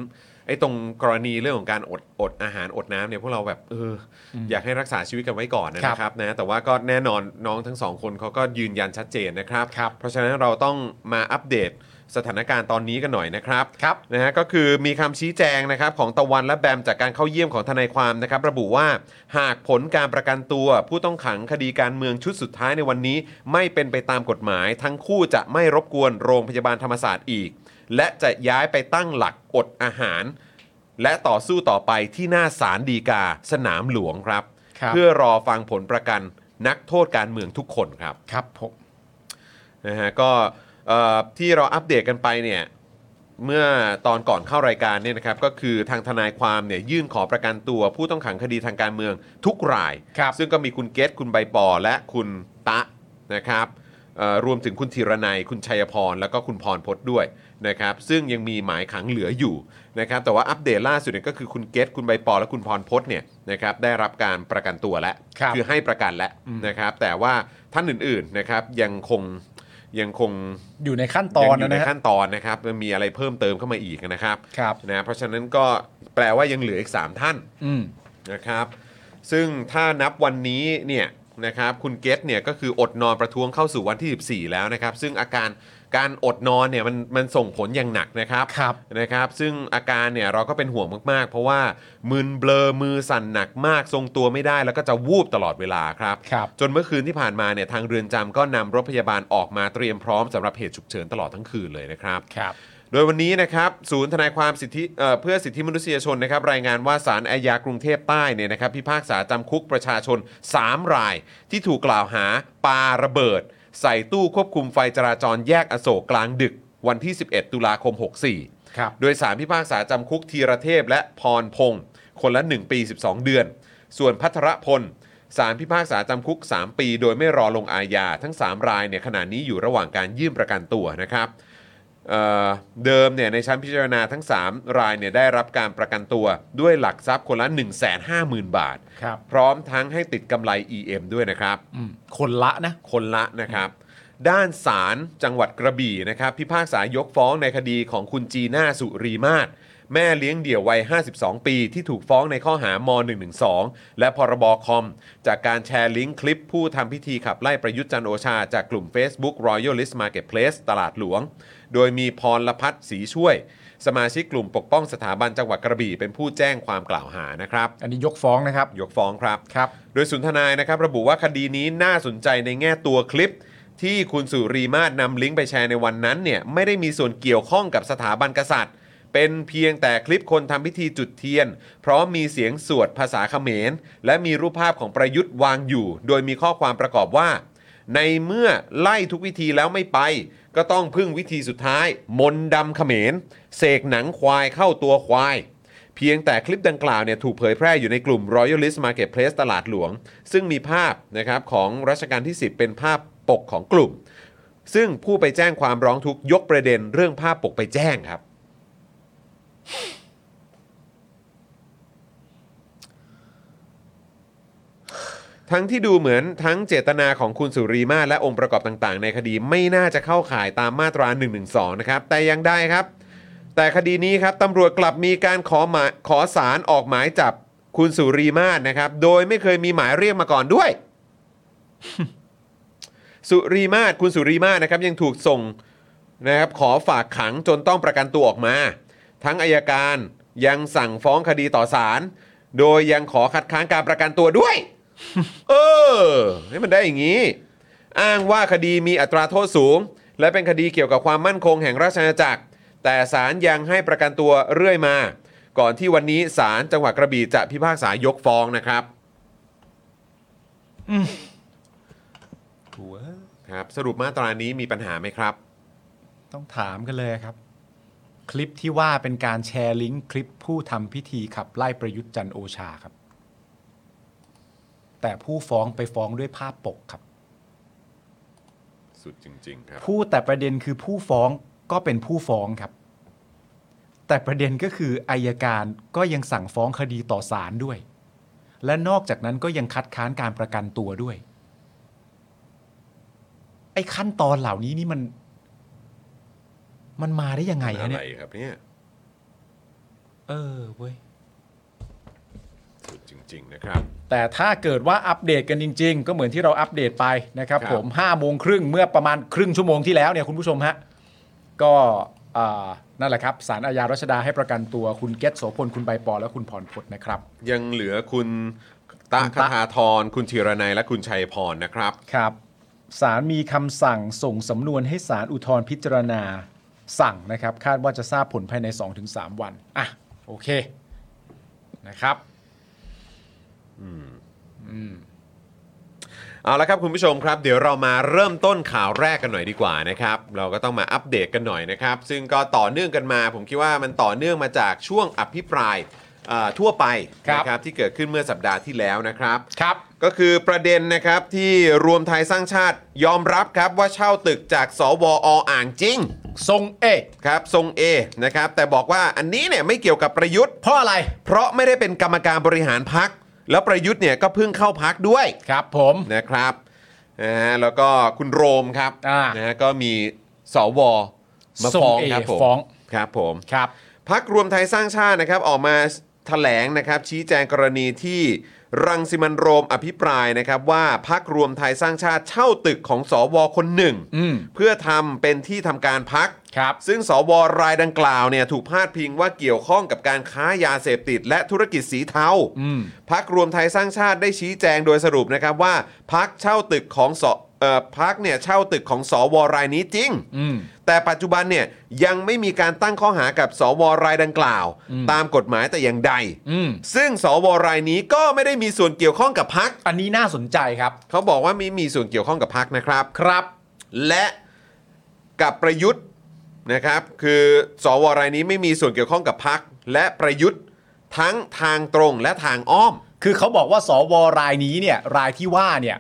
ไอ้ตรงกรณีเรื่องของการอดอดอาหารอดน้ำเนี่ยพวกเราแบบเออออยากให้รักษาชีวิตกันไว้ก่อนนะ ครั นะ บ ครับนะแต่ว่าก็แน่นอนน้องทั้งสองคนเขาก็ยืนยันชัดเจนนะครับ ครับ เพราะฉะนั้นเราต้องมาอัปเดตสถานการณ์ตอนนี้กันหน่อยนะครับ ครับ นะฮะก็คือมีคำชี้แจงนะครับของตะวันและแบมจากการเข้าเยี่ยมของทนายความนะครับ ระบุว่าหากผลการประกันตัว ผู้ต้องขังคดีการเมืองชุดสุดท้ายในวันนี้ ไม่เป็นไปตามกฎหมาย ทั้งคู่จะไม่รบกวนโรงพยาบาลธรรมศาสตร์อีก และจะย้ายไปตั้งหลักอดอาหาร และต่อสู้ต่อไปที่หน้าศาลฎีกาสนามหลวงครับ ครับ เพื่อรอฟังผลประกันนักโทษการเมืองทุกคนครับ ครับผม นะฮะก็เอ่อที่เราอัปเดตกันไปเนี่ยเมื่อตอนก่อนเข้ารายการเนี่ยนะครับก็คือทางทนายความเนี่ยยื่นขอประกันตัว ผู้ต้องขังคดีทางการเมืองทุกราย ครับ ซึ่งก็มีคุณเกตคุณใบปอและคุณตะนะครับเอ่อรวมถึงคุณธีรนัย คุณชัยพร แล้วก็คุณพรพศด้วยนะครับซึ่งยังมีหมายขังเหลืออยู่นะครับแต่ว่าอัปเดตล่าสุดเนี่ยก็คือคุณเกตคุณใบปอ และคุณพรพศเนี่ยนะครับได้รับการประกันตัวแล้ว ครับ อให้ประกันแล้วนะครับแต่ว่าท่านอื่นๆนะครับยังคง ยังคง อยู่ในขั้นตอน ยังอยู่ นะ ใน นะฮะ ขั้นตอนนะครับมันมีอะไรเพิ่มเติมเข้ามาอีกนะครับ ครับ นะเพราะฉะนั้นก็แปลว่ายังเหลืออีก 3 ท่าน อืม นะครับ ซึ่งถ้านับวันนี้เนี่ยนะครับคุณเกตเนี่ยก็คืออดนอนประท้วงเข้าสู่วันที่ 14 แล้วนะครับ ซึ่งอาการการอดนอนเนี่ยมันมันส่งผลอย่างหนักนะครับ ครับ นะครับซึ่งอาการเนี่ยเราก็เป็นห่วงมากๆ เพราะว่ามึนเบลอมือสั่นหนักมาก ทรงตัวไม่ได้แล้วก็จะวูบตลอดเวลาครับ ครับ จนเมื่อคืนที่ผ่านมาเนี่ยทางเรือนจำก็นำรถพยาบาลออกมาเตรียมพร้อมสำหรับเหตุฉุกเฉินตลอดทั้งคืนเลยนะครับ ครับ โดยวันนี้นะครับศูนย์ทนายความสิทธิเอ่อเพื่อสิทธิมนุษยชนนะครับรายงานว่าศาลอาญากรุงเทพใต้เนี่ยนะครับพิพากษาจำคุกประชาชน 3 ราย ที่ถูกกล่าวหาปาระเบิด ใส่ตู้ควบคุมไฟจราจรแยกอโศกกลางดึกวันที่ 11 ตุลาคม 64 ครับ โดยสารพิพากษาจำคุกธีรเทพและพรพงศ์คนละ 1 ปี 12 เดือน ส่วนพัทรพลสารพิพากษาจำคุก 3 ปี โดยไม่รอลงอาญาทั้ง 3 รายเนี่ยขณะนี้อยู่ระหว่างการยื่นประกันตัวนะครับเอ่อเดิมเนี่ยในชั้นพิจารณาทั้ง 3 รายเนี่ยได้รับการประกันตัวด้วยหลักทรัพย์คนละ 150,000 บาท ครับ พร้อมทั้งให้ติดกำไร EM ด้วยนะครับ อืมคนละนะ คนละนะครับ ด้านศาลจังหวัดกระบี่นะครับ พิพากษายกฟ้องในคดีของคุณจีน่าสุรีมาศแม่เลี้ยงเดี่ยววัย 52 ปี ที่ถูกฟ้องในข้อหาม .112 และพรบคอม จากการแชร์ลิงก์คลิปผู้ทำพิธีขับไล่ประยุทธ์จันทร์โอชา จากกลุ่ม Facebook Royalist Marketplace ตลาดหลวง โดยมีพรลพัฒน์สีช่วย สมาชิกกลุ่มปกป้องสถาบันจังหวัดกระบี่เป็นผู้แจ้งความกล่าวหานะครับ อันนี้ยกฟ้องนะครับ ยกฟ้องครับ ครับ โดยศูนย์ทนายนะครับระบุว่าคดีนี้น่าสนใจในแง่ตัวคลิป ที่คุณสุรีมาศนำลิงก์ไปแชร์ในวันนั้นเนี่ยไม่ได้มีส่วนเกี่ยวข้องกับสถาบันกษัตริย์ เป็นเพียงแต่คลิปคนทำพิธีจุดเทียน พร้อมมีเสียงสวดภาษาเขมร และมีรูปภาพของประยุทธ์วางอยู่ โดยมีข้อความประกอบว่า ในเมื่อไล่ทุกวิธีแล้วไม่ไป ก็ต้องพึ่งวิธีสุดท้าย มนต์ดำเขมรเสกหนังควายเข้าตัวควาย เพียงแต่คลิปดังกล่าวเนี่ยถูกเผยแพร่อยู่ในกลุ่ม Royalist Marketplace ตลาดหลวง ซึ่งมีภาพนะครับของรัชกาลที่ 10 เป็นภาพปกของกลุ่ม ซึ่งผู้ไปแจ้งความร้องทุกข์ยกประเด็นเรื่องภาพปกไปแจ้งครับ ทั้งที่ดูเหมือนทั้งเจตนาของคุณสุรีมาศและองค์ประกอบต่างๆ ในคดีไม่น่าจะเข้าข่ายตามมาตรา1นึนะครับ แต่ยังได้ครับ แต่คดีนี้ครับตำรวจกลับมีการขอหมายขอสารออกหมายจับคุณสุรีมาศนะครับ โดยไม่เคยมีหมายเรียกมาก่อนด้วย สุรีมาศคุณสุรีมาศนะครับยังถูกส่งนะครับขอฝากขังจนต้องประกันตัวออกมา ทั้งอายการยังสั่งฟ้องคดีต่อศาลโดยยังขอคัดค้านการประกันตัวด้วย เออให้มันได้อย่างนี้ อ้างว่าคดีมีอัตราโทษสูง และเป็นคดีเกี่ยวกับความมั่นคงแห่งราชอาณาจักร แต่ศาลยังให้ประกันตัวเรื่อยมา ก่อนที่วันนี้ศาลจังหวัดกระบี่จะพิพากษายกฟ้องนะครับ หัว ครับ สรุปมาตรานี้มีปัญหาไหมครับ ต้องถามกันเลยครับ คลิปที่ว่าเป็นการแชร์ลิงก์คลิปผู้ทำพิธีขับไล่ประยุทธ์จันทร์โอชาครับ แต่ผู้ฟ้องไปฟ้องด้วยภาพปกครับ สุดจริง ๆ ครับ ผู้แต่ประเด็นคือผู้ฟ้องก็เป็นผู้ฟ้องครับ แต่ประเด็นก็คืออายการก็ยังสั่งฟ้องคดีต่อศาลด้วย และนอกจากนั้นก็ยังคัดค้านการประกันตัวด้วย ไอ้ขั้นตอนเหล่านี้นี่มัน มันมาได้ยังไงฮะ อะไร เนี่ย ครับเนี่ย เออเว้ย สุดจริง ๆ นะครับ แต่ถ้าเกิดว่าอัปเดตกันจริง ๆ ก็เหมือนที่เราอัปเดตไปนะครับ ครับ ผม5้าโมงครึ่งเมื่อประมาณครึ่งชั่วโมงที่แล้วเนี่ยคุณผู้ชมฮะก็อ่านั่นแหละครับสารอาญารัชดาให้ประกันตัวคุณเกตโสพลคุณใบปอและคุณพรพจน์นะครับ ยังเหลือคุณตะ คุณ ค ตะ ทาธรคุณธีรนัยและคุณชัยพรนะครับ ครับศาลมีคำสั่งส่งสำนวนให้ศาลอุทธรณ์พิจารณาสั่งนะครับ คาดว่าจะทราบผลภายใน 2-3 วันอ่ะโอเคนะครับ เอาละครับคุณผู้ชมครับเดี๋ยวเรามาเริ่มต้นข่าวแรกกันหน่อยดีกว่านะครับเราก็ต้องมาอัปเดตกันหน่อยนะครับซึ่งก็ต่อเนื่องกันมา ผมคิดว่ามันต่อเนื่องมาจากช่วงอภิปรายเอ่อทั่วไปนะครับที่เกิดขึ้นเมื่อสัปดาห์ที่แล้วนะครับ ครับ ก็คือประเด็นนะครับที่รวมไทยสร้างชาติยอมรับครับว่าเช่าตึกจากสวออ่างจริง ทรงเอก ครับทรงเอนะครับแต่บอกว่าอันนี้เนี่ยไม่เกี่ยวกับประยุทธ์ เพราะอะไร เพราะไม่ได้เป็นกรรมการบริหารพัก แล้วประยุทธ์เนี่ยก็เพิ่งเข้าพักด้วย ครับผม นะครับนะฮะแล้วก็คุณโรมครับ อ่า นะฮะก็มีสวมาฟ้องครับ ส่งเอ ผม ฟ้อง ครับผม ครับ พักรวมไทยสร้างชาตินะครับออกมาแถลงนะครับ ชี้แจงกรณีที่รังสิมันต์โรมอภิปรายนะครับ ว่าพักรวมไทยสร้างชาติเช่าตึกของสวคนหนึ่ง อืม เพื่อทำเป็นที่ทำการพัก ครับ ซึ่งสวรายดังกล่าวเนี่ยถูกพาดพิงว่าเกี่ยวข้องกับการค้ายาเสพติด และธุรกิจสีเทา อืม พักรวมไทยสร้างชาติได้ชี้แจงโดยสรุปนะครับว่าพักเช่าตึกของสเอ่อพักเนี่ยเช่าตึกของสวรายนี้จริง อืม แต่ปัจจุบันเนี่ยยังไม่มีการตั้งข้อหากับสวรายดังกล่าว ตามกฎหมายแต่อย่างใด อืม ซึ่งสวรายนี้ก็ไม่ได้มีส่วนเกี่ยวข้องกับพัก อันนี้น่าสนใจครับ เขาบอกว่าไม่มีส่วนเกี่ยวข้องกับพักนะครับ ครับ และกับประยุทธ์นะครับ คือสวรายนี้ไม่มีส่วนเกี่ยวข้องกับพักและประยุทธ์ทั้งทางตรงและทางอ้อม คือเขาบอกว่าสวรายนี้เนี่ยรายที่ว่าเนี่ย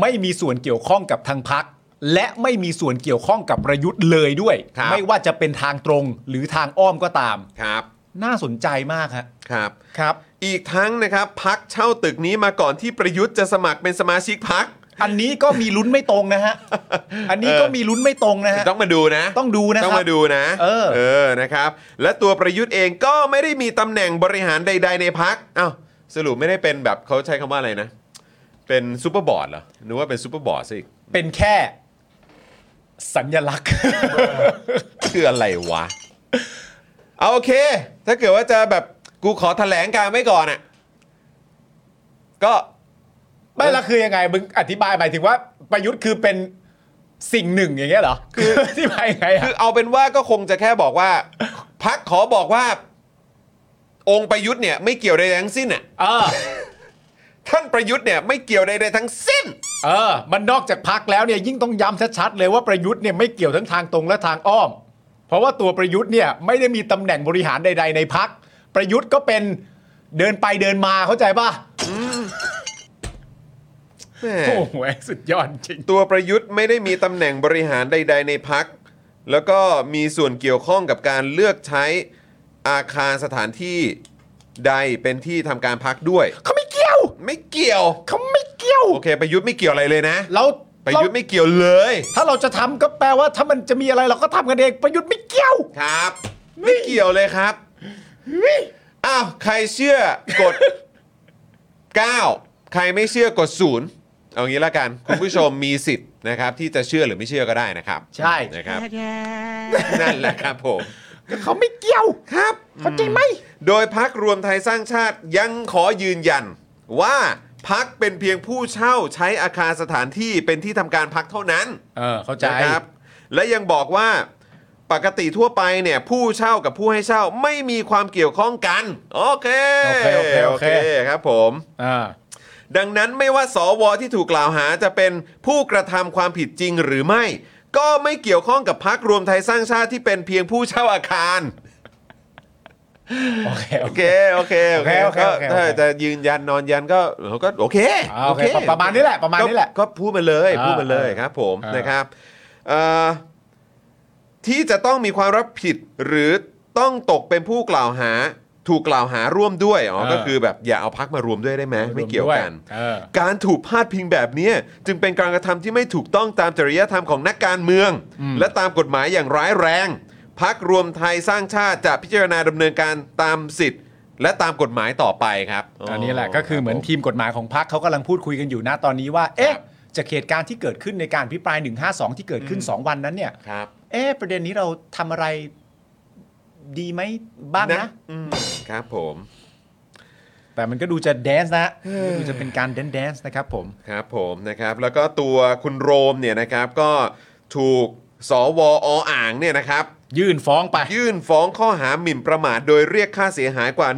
ไม่มีส่วนเกี่ยวข้องกับทางพัก และไม่มีส่วนเกี่ยวข้องกับประยุทธ์เลยด้วย ครับ ไม่ว่าจะเป็นทางตรงหรือทางอ้อมก็ตาม ครับ น่าสนใจมากฮะ ครับ ครับ อีกทั้งนะครับพักเช่าตึกนี้มาก่อนที่ประยุทธ์จะสมัครเป็นสมาชิกพัก อันนี้ก็มีลุ้นไม่ตรงนะฮะ อันนี้ก็มีลุ้นไม่ตรงนะฮะ ต้องมาดูนะ ต้องดูนะครับ ต้องมาดูนะ เออ นะครับ และตัวประยุทธ์เองก็ไม่ได้มีตำแหน่งบริหารใด ๆ ในพักอ้าวสรุปไม่ได้เป็นแบบเขาใช้คำว่าอะไรนะ เป็นซูเปอร์บอร์ดเหรอนึกว่าเป็นซูเปอร์บอร์ดซะอีก เป็นแค่ สัญ ลักษณ์ คืออะไรวะ เอาโอเค ถ้าเกิดว่าจะแบบกูขอแถลงการไว้ก่อนอ่ะ ก็ ไม่ละคือยังไงมึงอธิบายหมายถึงว่าประยุทธ์คือเป็นสิ่งหนึ่งอย่างเงี้ยเหรอคือ ที่ไปไง คือ อะ เอาเป็นว่าก็คงจะแค่บอกว่า พักขอบอกว่า องค์ประยุทธ์เนี่ยไม่เกี่ยวใดๆทั้งสิ้นอ่ะ เออ ท่านประยุทธ์เนี่ยไม่เกี่ยวใดๆทั้งสิ้น เออ มันนอกจากพักแล้วเนี่ยยิ่งต้องย้ำชัดๆเลยว่าประยุทธ์เนี่ยไม่เกี่ยวทั้งทางตรงและทางอ้อม เพราะว่าตัวประยุทธ์เนี่ยไม่ได้มีตำแหน่งบริหารใด ๆ ในพัก ประยุทธ์ก็เป็นเดินไปเดินมาเข้าใจป่ะ แหม่ โอ้โหสุดยอดจริง ตัวประยุทธ์ไม่ได้มีตำแหน่งบริหารใด ๆ ในพัก แล้วก็มีส่วนเกี่ยวข้องกับการเลือกใช้อาคารสถานที่ใดเป็นที่ทำการพักด้วย เขาไม่เกี่ยว ไม่เกี่ยว เขาไม่เกี่ยว โอเค ประยุทธ์ไม่เกี่ยวอะไรเลยนะ เรา ประยุทธ์ เรา ไม่เกี่ยวเลย ถ้าเราจะทำก็แปลว่าถ้ามันจะมีอะไรเราก็ทำกันเองประยุทธ์ไม่เกี่ยว ครับ ไม่เกี่ยวเลยครับอ้าวใครเชื่อกด 9 ใครไม่เชื่อกดศูนย์เอางี้ละกัน คุณผู้ชมมีสิทธิ์นะครับ ที่จะเชื่อหรือไม่เชื่อก็ได้นะครับ ใช่ นะครับนั่นแหละครับผม เขาไม่เกี่ยว ครับ เข้าใจไหม โดยพักรวมไทยสร้างชาติยังขอยืนยัน ว่าพักเป็นเพียงผู้เช่าใช้อาคารสถานที่เป็นที่ทำการพักเท่านั้น เออเข้าใจ นะครับ และยังบอกว่าปกติทั่วไปเนี่ยผู้เช่ากับผู้ให้เช่าไม่มีความเกี่ยวข้องกัน โอเคครับผม อ่า ดังนั้นไม่ว่าสวที่ถูกกล่าวหาจะเป็นผู้กระทำความผิดจริงหรือไม่ ก็ไม่เกี่ยวข้องกับพักรวมไทยสร้างชาติที่เป็นเพียงผู้เช่าอาคาร โอเค โอเค โอเค โอเค โอเค ก็ โอเคโอเค ถ้าจะยืนยันนอนยันก็ก็โอเค อ่าโอเคประมาณนี้แหละประมาณนี้แหละ ก็ก็พูดมาเลย อ่า พูดมาเลย อ่า ครับผม อ่าน นะครับเอ่อที่จะต้องมีความรับผิดหรือต้องตกเป็นผู้กล่าวหา ถูกกล่าวหาร่วมด้วยอ๋อก็คือแบบอย่าเอาพักมารวมด้วยได้ไหมไม่เกี่ยวกัน เออ การถูกพาดพิงแบบเนี้ยจึงเป็นการกระทำที่ไม่ถูกต้องตามจริยธรรมของนักการเมือง และตามกฎหมายอย่างร้ายแรง พักรวมไทยสร้างชาติจะพิจารณาดำเนินการตามสิทธิ์ และตามกฎหมายต่อไปครับ อันนี้แหละก็คือเหมือนทีมกฎหมายของพรรคเขากำลังพูดคุยกันอยู่นะตอนนี้ว่า เอ๊ะจากเหตุการณ์ที่เกิดขึ้นในการพิปราย 152 ที่เกิดขึ้น 2 วันนั้นเนี่ย ครับ เอ๊ะประเด็นนี้เราทำอะไรดีไหมบ้างนะ อืมครับผม แต่มันก็ดูจะแดนซ์นะมันดูจะเป็นการแดนแดนซ์นะครับผม ครับผมนะครับแล้วก็ตัวคุณโรมเนี่ยนะครับก็ถูกสวออ่างเนี่ยนะครับ ยื่นฟ้องไป ยื่นฟ้องข้อหาหมิ่นประมาท โดยเรียกค่าเสียหายกว่า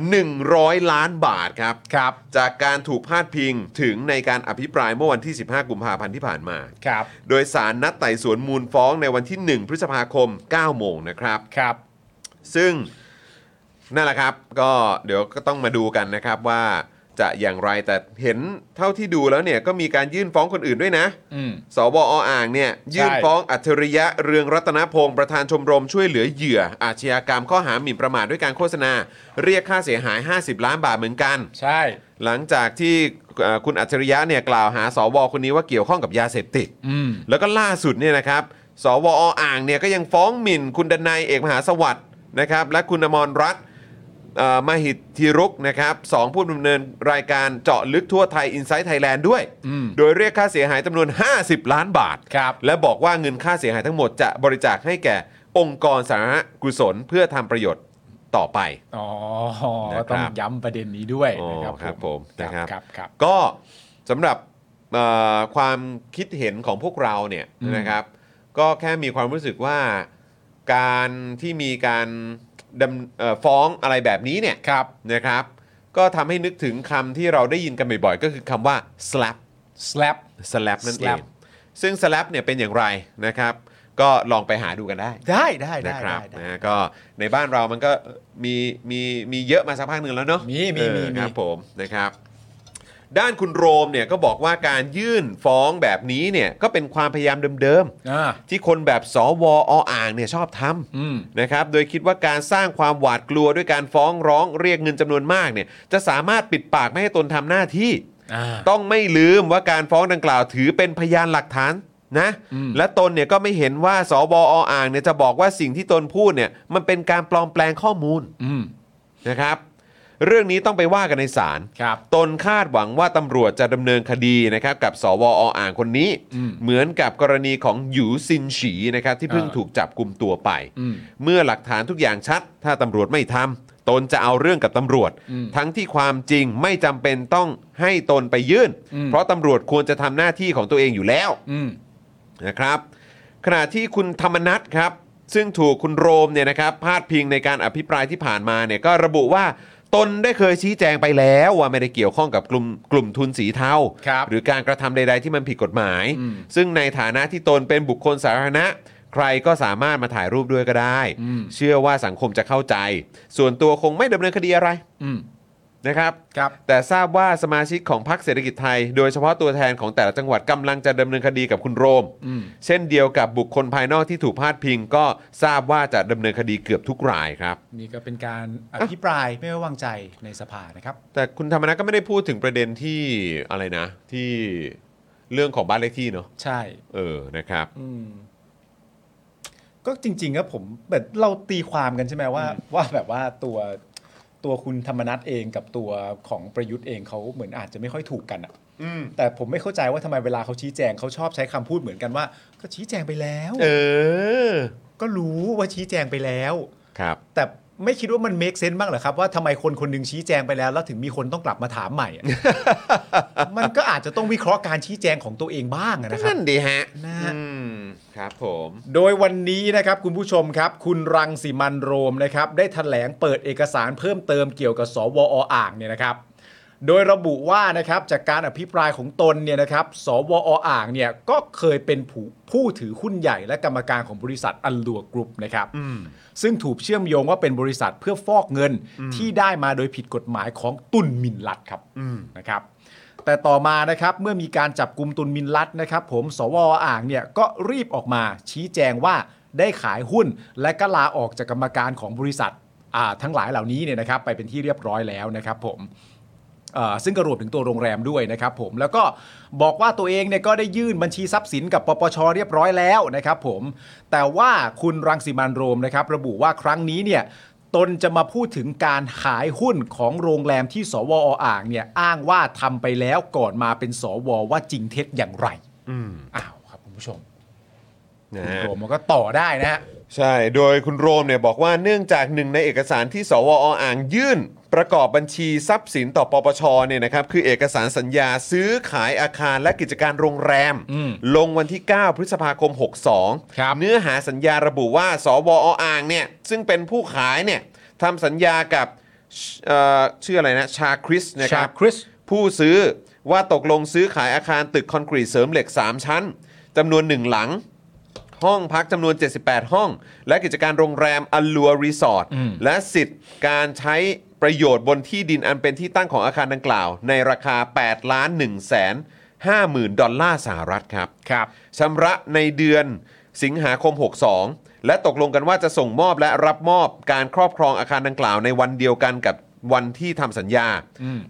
100 ล้านบาทครับ ครับ จากการถูกพาดพิงถึงในการอภิปรายเมื่อวันที่ 15 กุมภาพันธ์ที่ผ่านมา ครับ โดยสารนัดไต่สวนมูลฟ้องในวันที่ 1 พฤษภาคม 9 โมงนะครับ ครับ ซึ่งนั่นแหละครับ ก็เดี๋ยวก็ต้องมาดูกันนะครับว่าจะอย่างไรแต่เห็นเท่าที่ดูแล้วเนี่ยก็มีการยื่นฟ้องคนอื่นด้วยนะ อืม สวออ่างเนี่ยยื่นฟ้องอัจฉริยะเรืองรัตนพงศ์ประธานชมรมช่วยเหลือเหยื่อ อาชญากรรมข้อหาหมิ่นประมาทด้วยการโฆษณา เรียกค่าเสียหาย 50 ล้านบาทเหมือนกัน ใช่ หลังจากที่เอ่อคุณอัจฉริยะเนี่ยกล่าวหาสวคนนี้ว่าเกี่ยวข้องกับยาเสพติด อืม แล้วก็ล่าสุดเนี่ยนะครับ สวออ่างเนี่ยก็ยังฟ้องหมิ่น คุณดนายเอกมหาสวัสด์นะครับ และคุณอมรรัตน์เอ่อมหิทธิรุกษ์นะครับสองผู้ดำเนินรายการเจาะลึกทั่วไทย i n s i ซ e ์ไทยแลนด์ด้วย อืม โดยเรียกค่าเสียหายจำนวน 50 ล้านบาท ครับ และบอกว่าเงินค่าเสียหายทั้งหมดจะบริจาคให้แก่องค์กรสาธารณกุศลเพื่อทำประโยชน์ต่อไป อ๋อ นะครับ ต้องย้ำประเด็นนี้ด้วย อ๋อ นะครับ ครับผมนะครับ ครับครับ ก็สำหรับเอ่อความคิดเห็นของพวกเราเนี่ย อืม นะครับ ก็แค่มีความรู้สึกว่าการที่มีการดำเอ่อฟ้องอะไรแบบนี้เนี่ย ครับ นะครับ ก็ทำให้นึกถึงคำที่เราได้ยินกันบ่อยๆ ก็คือคำว่า slap slap slap นั่นเอง slap ซึ่ง slap เนี่ยเป็นอย่างไรนะครับ ก็ลองไปหาดูกันได้ ได้ได้ นะ ได้ ครับ ได้ นะก็ในบ้านเรามันก็มีมีมีเยอะมาสักพักหนึ่งแล้วเนาะ มีมี เออ มีมี ครับผมนะครับ ด้านคุณโรมเนี่ยก็บอกว่าการยื่นฟ้องแบบนี้เนี่ยก็เป็นความพยายามเดิม อ่า ๆ ที่คนแบบสวออ่างเนี่ยชอบทำ อืม นะครับ โดยคิดว่าการสร้างความหวาดกลัวด้วยการฟ้องร้องเรียกเงินจำนวนมากเนี่ยจะสามารถปิดปากไม่ให้ตนทำหน้าที่ อ่า ต้องไม่ลืมว่าการฟ้องดังกล่าวถือเป็นพยานหลักฐานนะ อืม และตนเนี่ยก็ไม่เห็นว่าสบออ่างเนี่ยจะบอกว่าสิ่งที่ตนพูดเนี่ยมันเป็นการปลอมแปลงข้อมูล อืม นะครับ เรื่องนี้ต้องไปว่ากันในศาล ครับ ตนคาดหวังว่าตำรวจจะดำเนินคดีนะครับกับสวออ่างคนนี้ อืม เหมือนกับกรณีของหยูซินฉีนะครับที่เพิ่ง อ่า ถูกจับกลุ่มตัวไป อืม เมื่อหลักฐานทุกอย่างชัด ถ้าตำรวจไม่ทำตนจะเอาเรื่องกับตำรวจ อืม ทั้งที่ความจริงไม่จำเป็นต้องให้ตนไปยื่น อืม เพราะตำรวจควรจะทำหน้าที่ของตัวเองอยู่แล้ว อืม นะครับ ขณะที่คุณธรรมนัทครับ ซึ่งถูกคุณโรมเนี่ยนะครับพาดพิงในการอภิปรายที่ผ่านมาเนี่ยก็ระบุว่าตนได้เคยชี้แจงไปแล้วว่าไม่ได้เกี่ยวข้องกับกลุ่มกลุ่มทุนสีเทา ครับ หรือการกระทำใด ๆ ที่มันผิดกฎหมาย ซึ่งในฐานะที่ตนเป็นบุคคลสาธารณะ ใครก็สามารถมาถ่ายรูปด้วยก็ได้ เชื่อว่าสังคมจะเข้าใจ ส่วนตัวคงไม่ดำเนินคดีอะไร อืม นะครับ ครับ แต่ทราบว่าสมาชิกของพรรคเศรษฐกิจไทย โดยเฉพาะตัวแทนของแต่ละจังหวัดกำลังจะดำเนินคดีกับคุณโรม อืม เช่นเดียวกับบุคคลภายนอกที่ถูกพาดพิง ก็ทราบว่าจะดำเนินคดีเกือบทุกรายครับ นี่ก็เป็นการอภิปรายไม่ไว้วางใจในสภานะครับ แต่คุณธรรมนัฐก็ไม่ได้พูดถึงประเด็นที่อะไรนะ ที่เรื่องของบ้านเลขที่เนอะ ใช่ เออนะครับ อืมก็จริงๆก็ผมแบบเราตีความกันใช่ไหมว่า ว่าแบบว่าตัวตัวคุณธรรมนัฐเองกับตัวของประยุทธ์เองเขาเหมือนอาจจะไม่ค่อยถูกกันอะแต่ผมไม่เข้าใจว่าทำไมเวลาเขาชี้แจงเขาชอบใช้คำพูดเหมือนกันว่า ก็ชี้แจงไปแล้ว เออ ก็รู้ว่าชี้แจงไปแล้ว ครับ แต่ไม่คิดว่ามัน make sense บ้างเหรอครับว่าทำไมคนคนหนึ่งชี้แจงไปแล้ว แล้วถึงมีคนต้องกลับมาถามใหม่อะ มันก็อาจจะต้องวิเคราะห์การชี้แจงของตัวเองบ้างอะนะครับ นั่นดีฮะ นะ อืมครับผม โดยวันนี้นะครับคุณผู้ชมครับ คุณรังสีมันโรมนะครับได้แถลงเปิดเอกสารเพิ่มเติมเกี่ยวกับสวออ่างเนี่ยนะครับโดยระบุว่านะครับจากการอภิปรายของตนเนี่ยนะครับสวออ่างเนี่ยก็เคยเป็นผู้ผู้ถือหุ้นใหญ่และกรรมการของบริษัทอันลัวกรุ๊ปนะครับซึ่งถูกเชื่อมโยงว่าเป็นบริษัทเพื่อฟอกเงินที่ได้มาโดยผิดกฎหมายของตุนมินลัดครับนะครับ แต่ต่อมานะครับเมื่อมีการจับกลุ่มตุนมินลัดนะครับ ผมสวอ่างเนี่ยก็รีบออกมาชี้แจงว่าได้ขายหุ้น และก็ลาออกจากกรรมการของบริษัทอ่าทั้งหลายเหล่านี้เนี่ยนะครับ ไปเป็นที่เรียบร้อยแล้วนะครับผม เอ่อซึ่งก็รวมถึงตัวโรงแรมด้วยนะครับผมแล้วก็บอกว่าตัวเองเนี่ยก็ได้ยื่นบัญชีทรัพย์สินกับปปชเรียบร้อยแล้วนะครับผมแต่ว่าคุณรังสิมันต์โรมนะครับระบุว่าครั้งนี้เนี่ยตนจะมาพูดถึงการขายหุ้นของโรงแรมที่สวออ่างเนี่ยอ้างว่าทำไปแล้วก่อนมาเป็นสวว่าจริงเท็จอย่างไรอ้าวครับคุณผู้ชม นะ คุณ ฮะ โรมมันก็ต่อได้นะฮะ ใช่ โดยคุณโรมเนี่ยบอกว่าเนื่องจากหนึ่งในเอกสารที่สวออ่างยื่น ประกอบบัญชีทรัพย์สินต่อปปชเนี่ยนะครับคือเอกสารสัญญาซื้อขายอาคารและกิจการโรงแรม อืม ลงวันที่ 9 พฤษภาคม ครับ 62 เนื้อหาสัญญาระบุว่า สวออ่างเนี่ยซึ่งเป็นผู้ขายเนี่ยทำสัญญากับเอ่อชื่ออะไรนะชาคริสนะค ชา รับ คริส ผู้ซื้อว่าตกลงซื้อขายอาคารตึกคอนกรีตเสริมเหล็ก 3 ชั้นจำนวน 1 หลัง ห้องพักจำนวน 78 ห้อง และกิจการโรงแรมอัลลัวรีสอร์ท อืม และสิทธิ์การใช้ประโยชน์บนที่ดินอันเป็นที่ตั้งของอาคารดังกล่าว ในราคา 8 ล้าน1แสน50,000 ดอลลาร์สหรัฐครับ ครับ ชำระในเดือนสิงหาคม 62 และตกลงกันว่าจะส่งมอบและรับมอบการครอบครองอาคารดังกล่าวในวันเดียวกันกับวันที่ทำสัญญา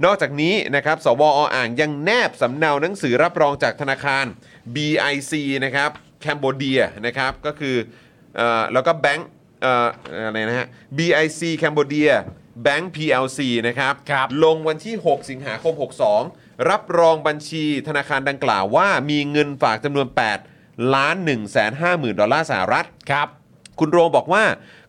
นอกจากนี้นะครับ สวออ่างยังแนบสำเนาหนังสือรับรองจากธนาคาร BIC นะครับแคนโบเดียนะครับ ก็คือเออแล้วก็แบงก์เอ่ออะไรนะฮะ BIC แคนโบเดียแบงก์ PLC นะครับ ครับ ลงวันที่ 6 สิงหาคม 62 รับรองบัญชีธนาคารดังกล่าวว่ามีเงินฝากจำนวน 8 ล้าน1 5 0 0 0 0 ดอลลาร์สหรัฐ ครับ คุณโรมบอกว่า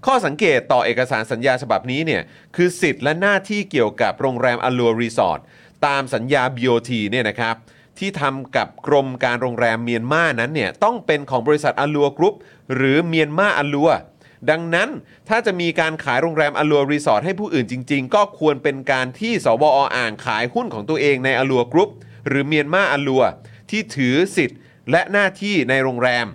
ข้อสังเกตต่อเอกสารสัญญาฉบับนี้เนี่ยคือสิทธิ์และหน้าที่เกี่ยวกับโรงแรมอลัวรีสอร์ทตามสัญญา BOT เนี่ยนะครับที่ทำกับกรมการโรงแรมเมียนมานั้นเนี่ยต้องเป็นของบริษัทอลัวกรุ๊ปหรือเมียนมาอลัว ดังนั้นถ้าจะมีการขายโรงแรมอลัวรีสอร์ทให้ผู้อื่นจริง ๆ ก็ควรเป็นการที่สวออ่างขายหุ้นของตัวเองในอลัวกรุ๊ปหรือเมียนมาอลัวที่ถือสิทธิ์และหน้าที่ในโรงแรม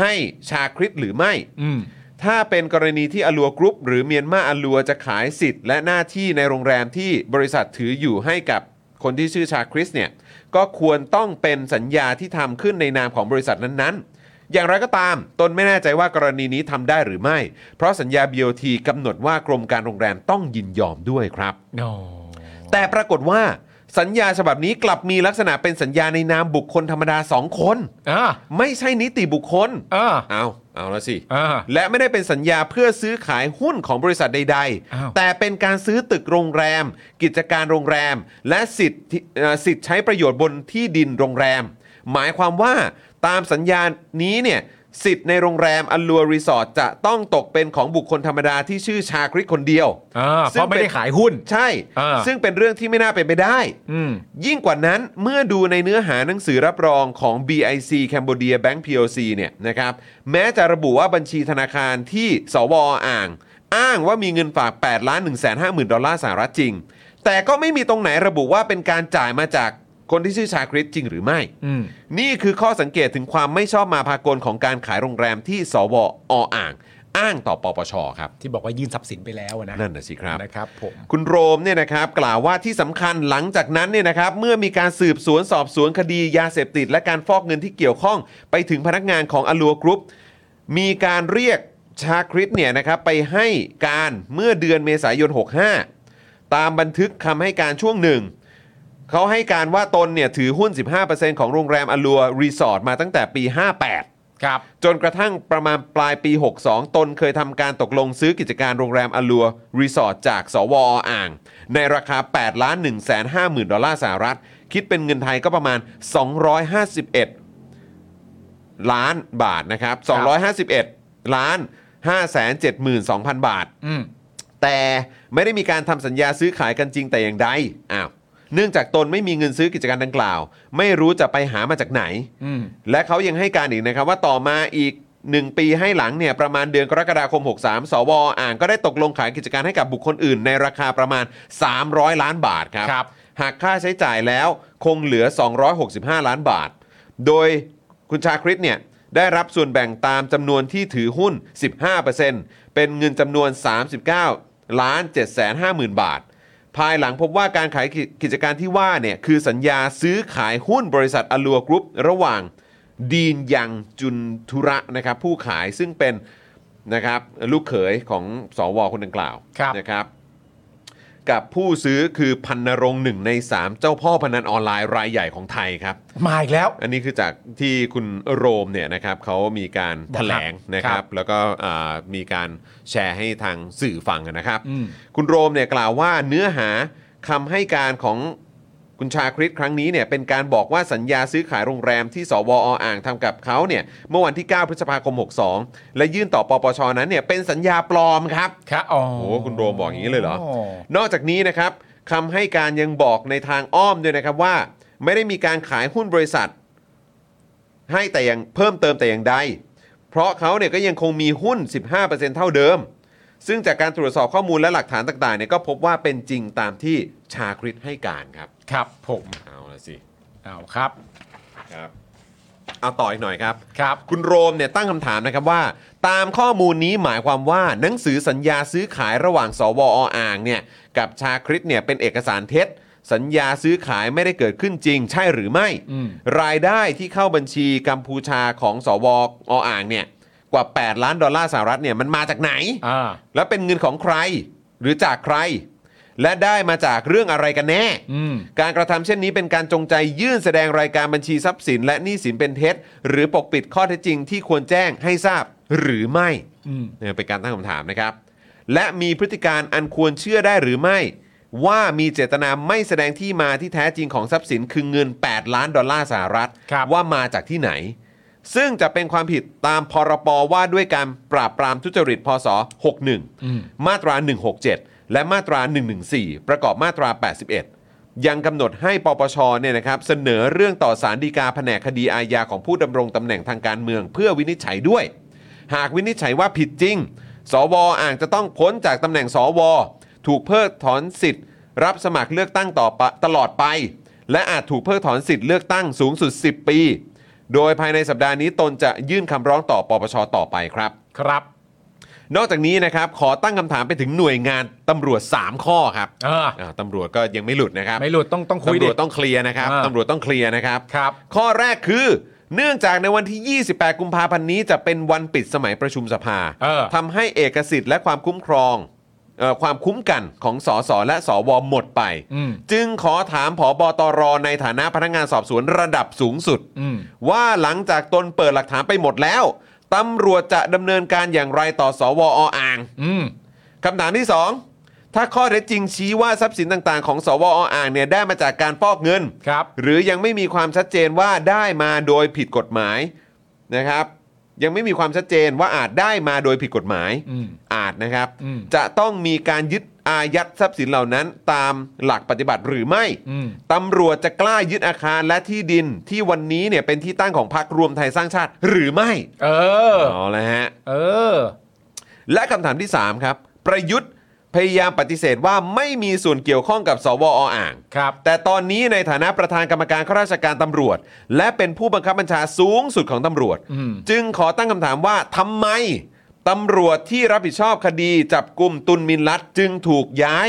ให้ชาคริตหรือไม่ อืม ถ้าเป็นกรณีที่อลัวกรุ๊ปหรือเมียนมาอลัวจะขายสิทธิ์ และหน้าที่ในโรงแรมที่บริษัทถืออยู่ให้กับคนที่ชื่อชาคริสเนี่ยก็ควรต้องเป็นสัญญาที่ทำขึ้นในนามของบริษัทนั้นๆ อย่างไรก็ตาม ตนไม่แน่ใจว่ากรณีนี้ทำได้หรือไม่ เพราะสัญญา BOT กำหนดว่ากรมการโรงแรมต้องยินยอมด้วยครับ no แต่ปรากฏว่าสัญญาฉบับนี้กลับมีลักษณะเป็นสัญญาในนามบุคคลธรรมดาสองคน อ่า ไม่ใช่นิติบุคคล อ่า เอาเอาแล้วสิ อ่า และไม่ได้เป็นสัญญาเพื่อซื้อขายหุ้นของบริษัทใด อ้าว ๆ แต่เป็นการซื้อตึกโรงแรม กิจการโรงแรม และสิทธิ์ที่เอ่อสิทธิ์ใช้ประโยชน์บนที่ดินโรงแรม หมายความว่าตามสัญญานี้เนี่ย สิทธิ์ในโรงแรมอัลลัวรีสอร์ทจะต้องตกเป็นของบุคคลธรรมดาที่ชื่อชาคริกคนเดียว อ่า ซึ่งเพราะไม่ได้ขายหุ้น ใช่ อ่า ซึ่งเป็นเรื่องที่ไม่น่าเป็นไปได้ อืม ยิ่งกว่านั้นเมื่อดูในเนื้อหาหนังสือรับรองของ BIC Cambodia Bank POC เนี่ยนะครับแม้จะระบุว่าบัญชีธนาคารที่สวอ่าง อ้างว่ามีเงินฝาก 8 ล้าน1 5 0 0 0ดอลลาร์สหรัฐจริง แต่ก็ไม่มีตรงไหนระบุว่าเป็นการจ่ายมาจากคนที่ชื่อชาคริตจริงหรือไม่ อืม นี่คือข้อสังเกตถึงความไม่ชอบมาพากลของการขายโรงแรมที่สวออ่าง อ้างต่อปปชครับ ที่บอกว่ายื่นทรัพย์สินไปแล้วอะนะ นั่นน่ะสิครับ นะครับผม คุณโรมเนี่ยนะครับกล่าวว่าที่สำคัญหลังจากนั้นเนี่ยนะครับเมื่อมีการสืบสวนสอบสวนคดียาเสพติด และการฟอกเงินที่เกี่ยวข้อง ไปถึงพนักงานของอลัวกรุ๊ปมีการเรียกชาคริตเนี่ยนะครับไปให้การเมื่อเดือนเมษายน 65 ตามบันทึกคำให้การช่วงหนึ่ง เขาให้การว่าตนเนี่ยถือหุ้น 15%ของโรงแรมอลัวรีสอร์ทมาตั้งแต่ปี 58 ครับ จนกระทั่งประมาณปลายปี 62 ตนเคยทำการตกลงซื้อกิจการโรงแรมอลัวรีสอร์ทจากสวออ่าง ในราคา 8 ล้าน1 5 0 0 0 ดอลลาร์สหรัฐ คิดเป็นเงินไทยก็ประมาณ 251 ล้านบาทนะครับ 251 ล้าน 572,000 บาท อืม แต่ไม่ได้มีการทำสัญญาซื้อขายกันจริงแต่อย่างใดอ้าวเนื่องจากตนไม่มีเงินซื้อกิจการดังกล่าว ไม่รู้จะไปหามาจากไหน อืม และเขายังให้การอีกนะครับว่าต่อมาอีก 1 ปีให้หลังเนี่ยประมาณเดือนกรกฎาคม 63 สวอ่างก็ได้ตกลงขายกิจการให้กับบุคคลอื่น ในราคาประมาณ 300 ล้านบาทครับ ครับ หากค่าใช้จ่ายแล้วคงเหลือ 265 ล้านบาท โดยคุณชาคริตเนี่ยได้รับส่วนแบ่งตามจำนวนที่ถือหุ้น 15%เป็นเงินจำนวน 39 ล้าน750,000 บาท ภายหลังพบว่าการขายกิจการที่ว่าเนี่ยคือสัญญาซื้อขายหุ้นบริษัทอลัวกรุ๊ประหว่าง ดีนยังจุนทุระนะครับผู้ขายซึ่งเป็นนะครับลูกเขยของสวคนดังกล่าว ครับ นะครับ กับผู้ซื้อคือพันนรงค์หนึ่งใน 3 เจ้าพ่อพนันออนไลน์รายใหญ่ของไทยครับ มาอีกแล้ว อันนี้คือจากที่คุณโรมเนี่ยนะครับเขามีการถแถลงนะค ครั รับ บ แล้วก็อ่ามีการแชร์ให้ทางสื่อฟังนะครับ อืม คุณโรมเนี่ยกล่าวว่าเนื้อหาคำให้การของคุณชาคริตครั้งนี้เนี่ยเป็นการบอกว่าสัญญาซื้อขายโรงแรมที่สวออ่างทำกับเขาเนี่ยเมื่อวันที่ 9 พฤษภาคม 62 และยื่นต่อปปชนั้นเนี่ยเป็นสัญญาปลอมครับ ครับอ๋อ โอ้โหคุณโรมบอกอย่างนี้เลยเหรอ นอกจากนี้นะครับคำให้การยังบอกในทางอ้อมด้วยนะครับว่า ไม่ได้มีการขายหุ้นบริษัท ให้แต่อย่างเพิ่มเติมแต่อย่างใด เพราะเขาเนี่ยก็ยังคงมีหุ้น 15%เท่าเดิม ซึ่งจากการตรวจสอบข้อมูลและหลักฐานต่างๆเนี่ยก็พบว่าเป็นจริงตามที่ชาคริตให้การครับ ครับผม เอาละสิ เอาครับ ครับเอาต่ออีกหน่อยครับ ครับ คุณโรมเนี่ยตั้งคำถามนะครับว่า ตามข้อมูลนี้หมายความว่าหนังสือสัญญาซื้อขายระหว่างสวออ่างเนี่ยกับชาคริตเนี่ยเป็นเอกสารเท็จ สัญญาซื้อขายไม่ได้เกิดขึ้นจริง ใช่หรือไม่ อืม รายได้ที่เข้าบัญชีกัมพูชาของสวออ่างเนี่ยกว่า 8 ล้านดอลลาร์สหรัฐเนี่ยมันมาจากไหน อ่า แล้วเป็นเงินของใครหรือจากใคร และได้มาจากเรื่องอะไรกันแน่ อืม การกระทำเช่นนี้เป็นการจงใจยื่นแสดงรายการบัญชีทรัพย์สิน และหนี้สินเป็นเท็จ หรือปกปิดข้อเท็จจริงที่ควรแจ้งให้ทราบหรือไม่ อืม เนี่ยเป็นการตั้งคำถามนะครับ และมีพฤติการอันควรเชื่อได้หรือไม่ ว่ามีเจตนาไม่แสดงที่มาที่แท้จริงของทรัพย์สินคือเงิน 8 ล้านดอลลาร์สหรัฐ ครับ ว่ามาจากที่ไหน ซึ่งจะเป็นความผิดตามพรปว่าด้วยการปราบปรามทุจริตพศ 61 มาตรา 167 และมาตรา 114 ประกอบมาตรา 81 ยังกำหนดให้ปปชเนี่ยนะครับเสนอเรื่องต่อสารดีกาแผนกคดีอาญาของผู้ดำรงตำแหน่งทางการเมืองเพื่อวินิจฉัยด้วย หากวินิจฉัยว่าผิดจริง สวอาจจะต้องพ้นจากตำแหน่งสว ถูกเพิกถอนสิทธิ์ รับสมัครเลือกตั้งต่อไปตลอดไป และอาจถูกเพิกถอนสิทธิ์เลือกตั้งสูงสุด 10 ปี โดยภายในสัปดาห์นี้ตนจะยื่นคำร้องต่อปปชต่อไปครับ ครับ นอกจากนี้นะครับขอตั้งคำถามไปถึงหน่วยงานตำรวจ 3 ข้อครับ อ่า อ่าตำรวจก็ยังไม่หลุดนะครับ ไม่หลุดต้องต้องคุย ตำร ดิ วจต้องเคลียร์นะครับ อ่า ตำรวจต้องเคลียร์นะครับ ครับ ข้อแรกคือเนื่องจากในวันที่ 28 กุมภาพันธ์นี้จะเป็นวันปิดสมัยประชุมสภา เออ ทำให้เอกสิทธิ์และความคุ้มครองเอ่อความคุ้มกันของสสและสวหมดไป อืม จึงขอถามผอบตรในฐานะพนักงานสอบสวนระดับสูงสุด อืม ว่าหลังจากตนเปิดหลักฐานไปหมดแล้วตำรวจจะดำเนินการอย่างไรต่อสวออ่าง อืม คำถามที่ 2 ถ้าข้อเท็จจริงชี้ว่าทรัพย์สินต่างๆ ของสวออ่างเนี่ยได้มาจากการฟอกเงิน ครับ หรือยังไม่มีความชัดเจนว่าได้มาโดยผิดกฎหมายนะครับ ยังไม่มีความชัดเจนว่าอาจได้มาโดยผิดกฎหมาย อืม อาจนะครับ อืม จะต้องมีการยึดอายัดทรัพย์สินเหล่านั้นตามหลักปฏิบัติหรือไม่ อืม ตำรวจจะกล้ายึดอาคารและที่ดินที่วันนี้เนี่ยเป็นที่ตั้งของพรรครวมไทยสร้างชาติหรือไม่ เออ เอาละฮะ เออ และคำถามที่ 3 ครับ ประยุทธ์พยายามปฏิเสธว่าไม่มีส่วนเกี่ยวข้องกับสวออ่าง ครับ แต่ตอนนี้ในฐานะประธานกรรมการข้าราชการตำรวจ และเป็นผู้บังคับบัญชาสูงสุดของตำรวจ อืม จึงขอตั้งคำถามว่าทำไมตำรวจที่รับผิดชอบคดีจับกลุ่มตุนมินลัดจึงถูกย้าย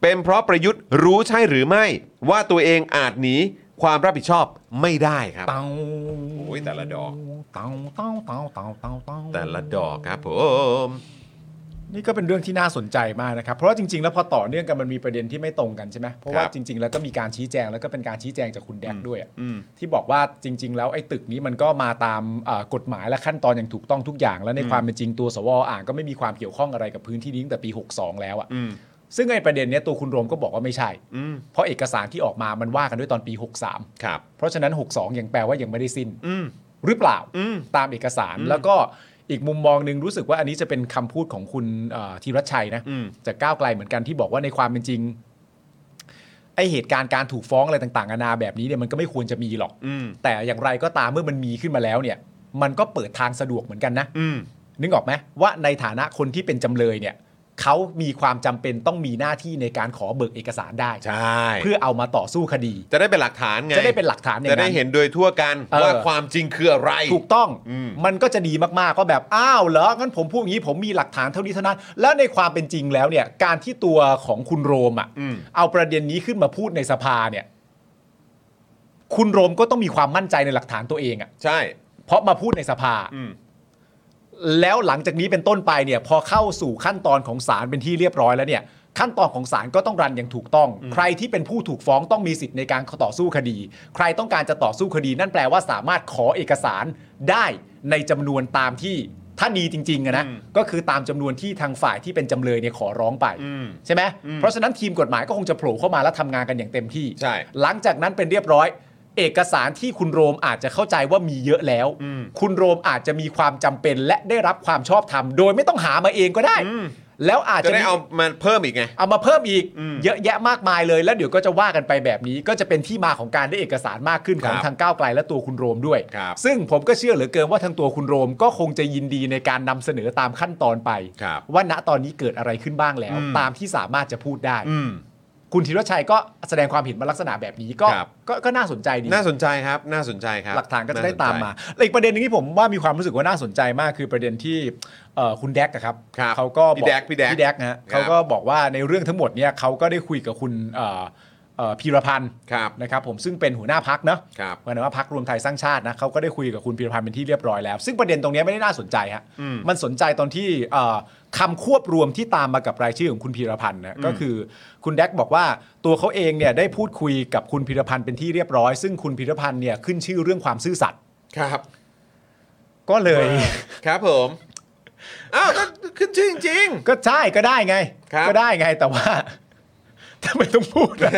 เป็นเพราะประยุทธ์รู้ใช่หรือไม่ ว่าตัวเองอาจหนีความรับผิดชอบไม่ได้ครับ เตา โอ้ยแต่ละดอก เตาเตาเตาเตาเตาเตา แต่ละดอกครับผม นี่ก็เป็นเรื่องที่น่าสนใจมากนะครับ เพราะว่าจริง ๆ แล้วพอต่อเนื่องกันมันมีประเด็นที่ไม่ตรงกันใช่ไหมเพราะว่า ครับ จริง ๆ แล้วก็มีการชี้แจงแล้วก็เป็นการชี้แจงจากคุณแดกด้วยอะ อืม ที่บอกว่าจริง ๆ แล้วไอ้ตึกนี้มันก็มาตามเอ่อกฎหมายและขั้นตอนอย่างถูกต้องทุกอย่าง แล้วในความเป็นจริงตัวสวอ่างก็ไม่มีความเกี่ยวข้องอะไรกับพื้นที่นี้ตั้งแต่ปี 62 แล้วอะ อืม ซึ่งไอ้ประเด็นเนี้ยตัวคุณโรมก็บอกว่าไม่ใช่ อืม เพราะเอกสารที่ออกมามันว่ากันด้วยตอนปี 63 ครับ เพราะฉะนั้น 62 ยังแปลว่ายังไม่ได้สิ้น อืม หรือเปล่า อืม ตามเอกสารแล้วก็อีกมุมมองหนึ่งรู้สึกว่าอันนี้จะเป็นคำพูดของคุณเอ่อธีรชชัยนะ อืม จากก้าวไกลเหมือนกันที่บอกว่าในความเป็นจริงไอเหตุการณ์การถูกฟ้องอะไรต่างๆนานาแบบนี้เนี่ยมันก็ไม่ควรจะมีหรอก อืม แต่อย่างไรก็ตามเมื่อมันมีขึ้นมาแล้วเนี่ย มันก็เปิดทางสะดวกเหมือนกันนะ อืม นึกออกไหมว่าในฐานะคนที่เป็นจำเลยเนี่ยเขามีความจำเป็นต้องมีหน้าที่ในการขอเบิกเอกสารได้ ใช่ เพื่อเอามาต่อสู้คดี จะได้เป็นหลักฐานไง จะได้เป็นหลักฐานอย่าง จะ นั้น ได้เห็นโดยทั่วกัน เออ ว่าความจริงคืออะไร ถูกต้อง อืม มันก็จะดีมากๆก็แบบอ้าวเหรองั้นผมพูดอย่างนี้ผมมีหลักฐานเท่านี้เท่านั้น แล้วในความเป็นจริงแล้วเนี่ย การที่ตัวของคุณโรมอ่ะ อืม เอาประเด็นนี้ขึ้นมาพูดในสภาเนี่ย คุณโรมก็ต้องมีความมั่นใจในหลักฐานตัวเองอ่ะ ใช่ เพราะมาพูดในสภา อืม แล้วหลังจากนี้เป็นต้นไปเนี่ย พอเข้าสู่ขั้นตอนของศาลเป็นที่เรียบร้อยแล้วเนี่ย ขั้นตอนของศาลก็ต้องรันอย่างถูกต้อง ใครที่เป็นผู้ถูกฟ้องต้องมีสิทธิ์ในการต่อสู้คดี ใครต้องการจะต่อสู้คดี นั่นแปลว่าสามารถขอเอกสารได้ในจำนวนตามที่ถ้าดีจริงๆอะนะก็คือตามจำนวนที่ทางฝ่ายที่เป็นจำเลยเนี่ยขอร้องไป อืม ใช่ไหม เพราะฉะนั้นทีมกฎหมายก็คงจะโผล่เข้ามาแล้วทำงานกันอย่างเต็มที่ ใช่ หลังจากนั้นเป็นเรียบร้อย เอกสารที่คุณโรมอาจจะเข้าใจว่ามีเยอะแล้ว อืม คุณโรมอาจจะมีความจำเป็นและได้รับความชอบธรรมโดยไม่ต้องหามาเองก็ได้ อืม แล้วอาจ จะ จะ ได้เอามันเพิ่มอีกไง เอามาเพิ่มอีก อืม เยอะแยะมากมายเลย แล้วเดี๋ยวก็จะว่ากันไปแบบนี้ ก็จะเป็นที่มาของการได้เอกสารมากขึ้นขอคงรับ ทางก้าวไกลและตัวคุณโรมด้วย ครับ ซึ่งผมก็เชื่อเหลือเกินว่าทางตัวคุณโรมก็คงจะยินดีในการนำเสนอตามขั้นตอนไป ครับ ว่าณตอนนี้เกิดอะไรขึ้นบ้างแล้ว อืม ตามที่สามารถจะพูดได้ อืม คุณธีรชัยก็แสดงความเห็นมาลักษณะแบบนี้ก็ ครับ ก็ก็น่าสนใจดี น่าสนใจครับ น่าสนใจครับ หลักฐานก็จะได้ สใจ ตามมาและอีกประเด็นหนึงที่ผมว่ามีความรู้สึกว่าน่าสนใจมากคือประเด็นที่เอ่อคุณแดกอะครับ ครับ เขาก็บ พี่ อก แดกพี่แดก พี่แดกนะฮะเขาก็บอกว่าในเรื่องทั้งหมดเนี่ยเขาก็ได้คุยกับคุณเอ่อเอ่อพีรพันธ์ ครับ นะครับผมซึ่งเป็นหัวหน้าพักเนาะ ครับ หมายถึงว่าพักรวมไทยสร้างชาตินะเขาก็ได้คุยกับคุณพีรพันธ์เป็นที่เรียบร้อยแล้ว ซึ่งประเด็นตรงเนี้ยไม่ได้น่าสนใจฮะ อืม มันสนใจตอนที่เอ่อคำควบรวมที่ตามมากับรายชื่อของคุณพีรพันธ์นะก็คือ ก็คือคุณแดกบอกว่าตัวเขาเองเนี่ยได้พูดคุยกับคุณพิรพันธ์เป็นที่เรียบร้อย ซึ่งคุณพิรพันธ์เนี่ยขึ้นชื่อเรื่องความซื่อสัตย์ ครับ ก็เลย ครับผมอ้าวก็ขึ้นชื่อจริง ก็ใช่ก็ได้ไง ครับ ก็ได้ไงแต่ว่า ทำไมต้องพูดอะ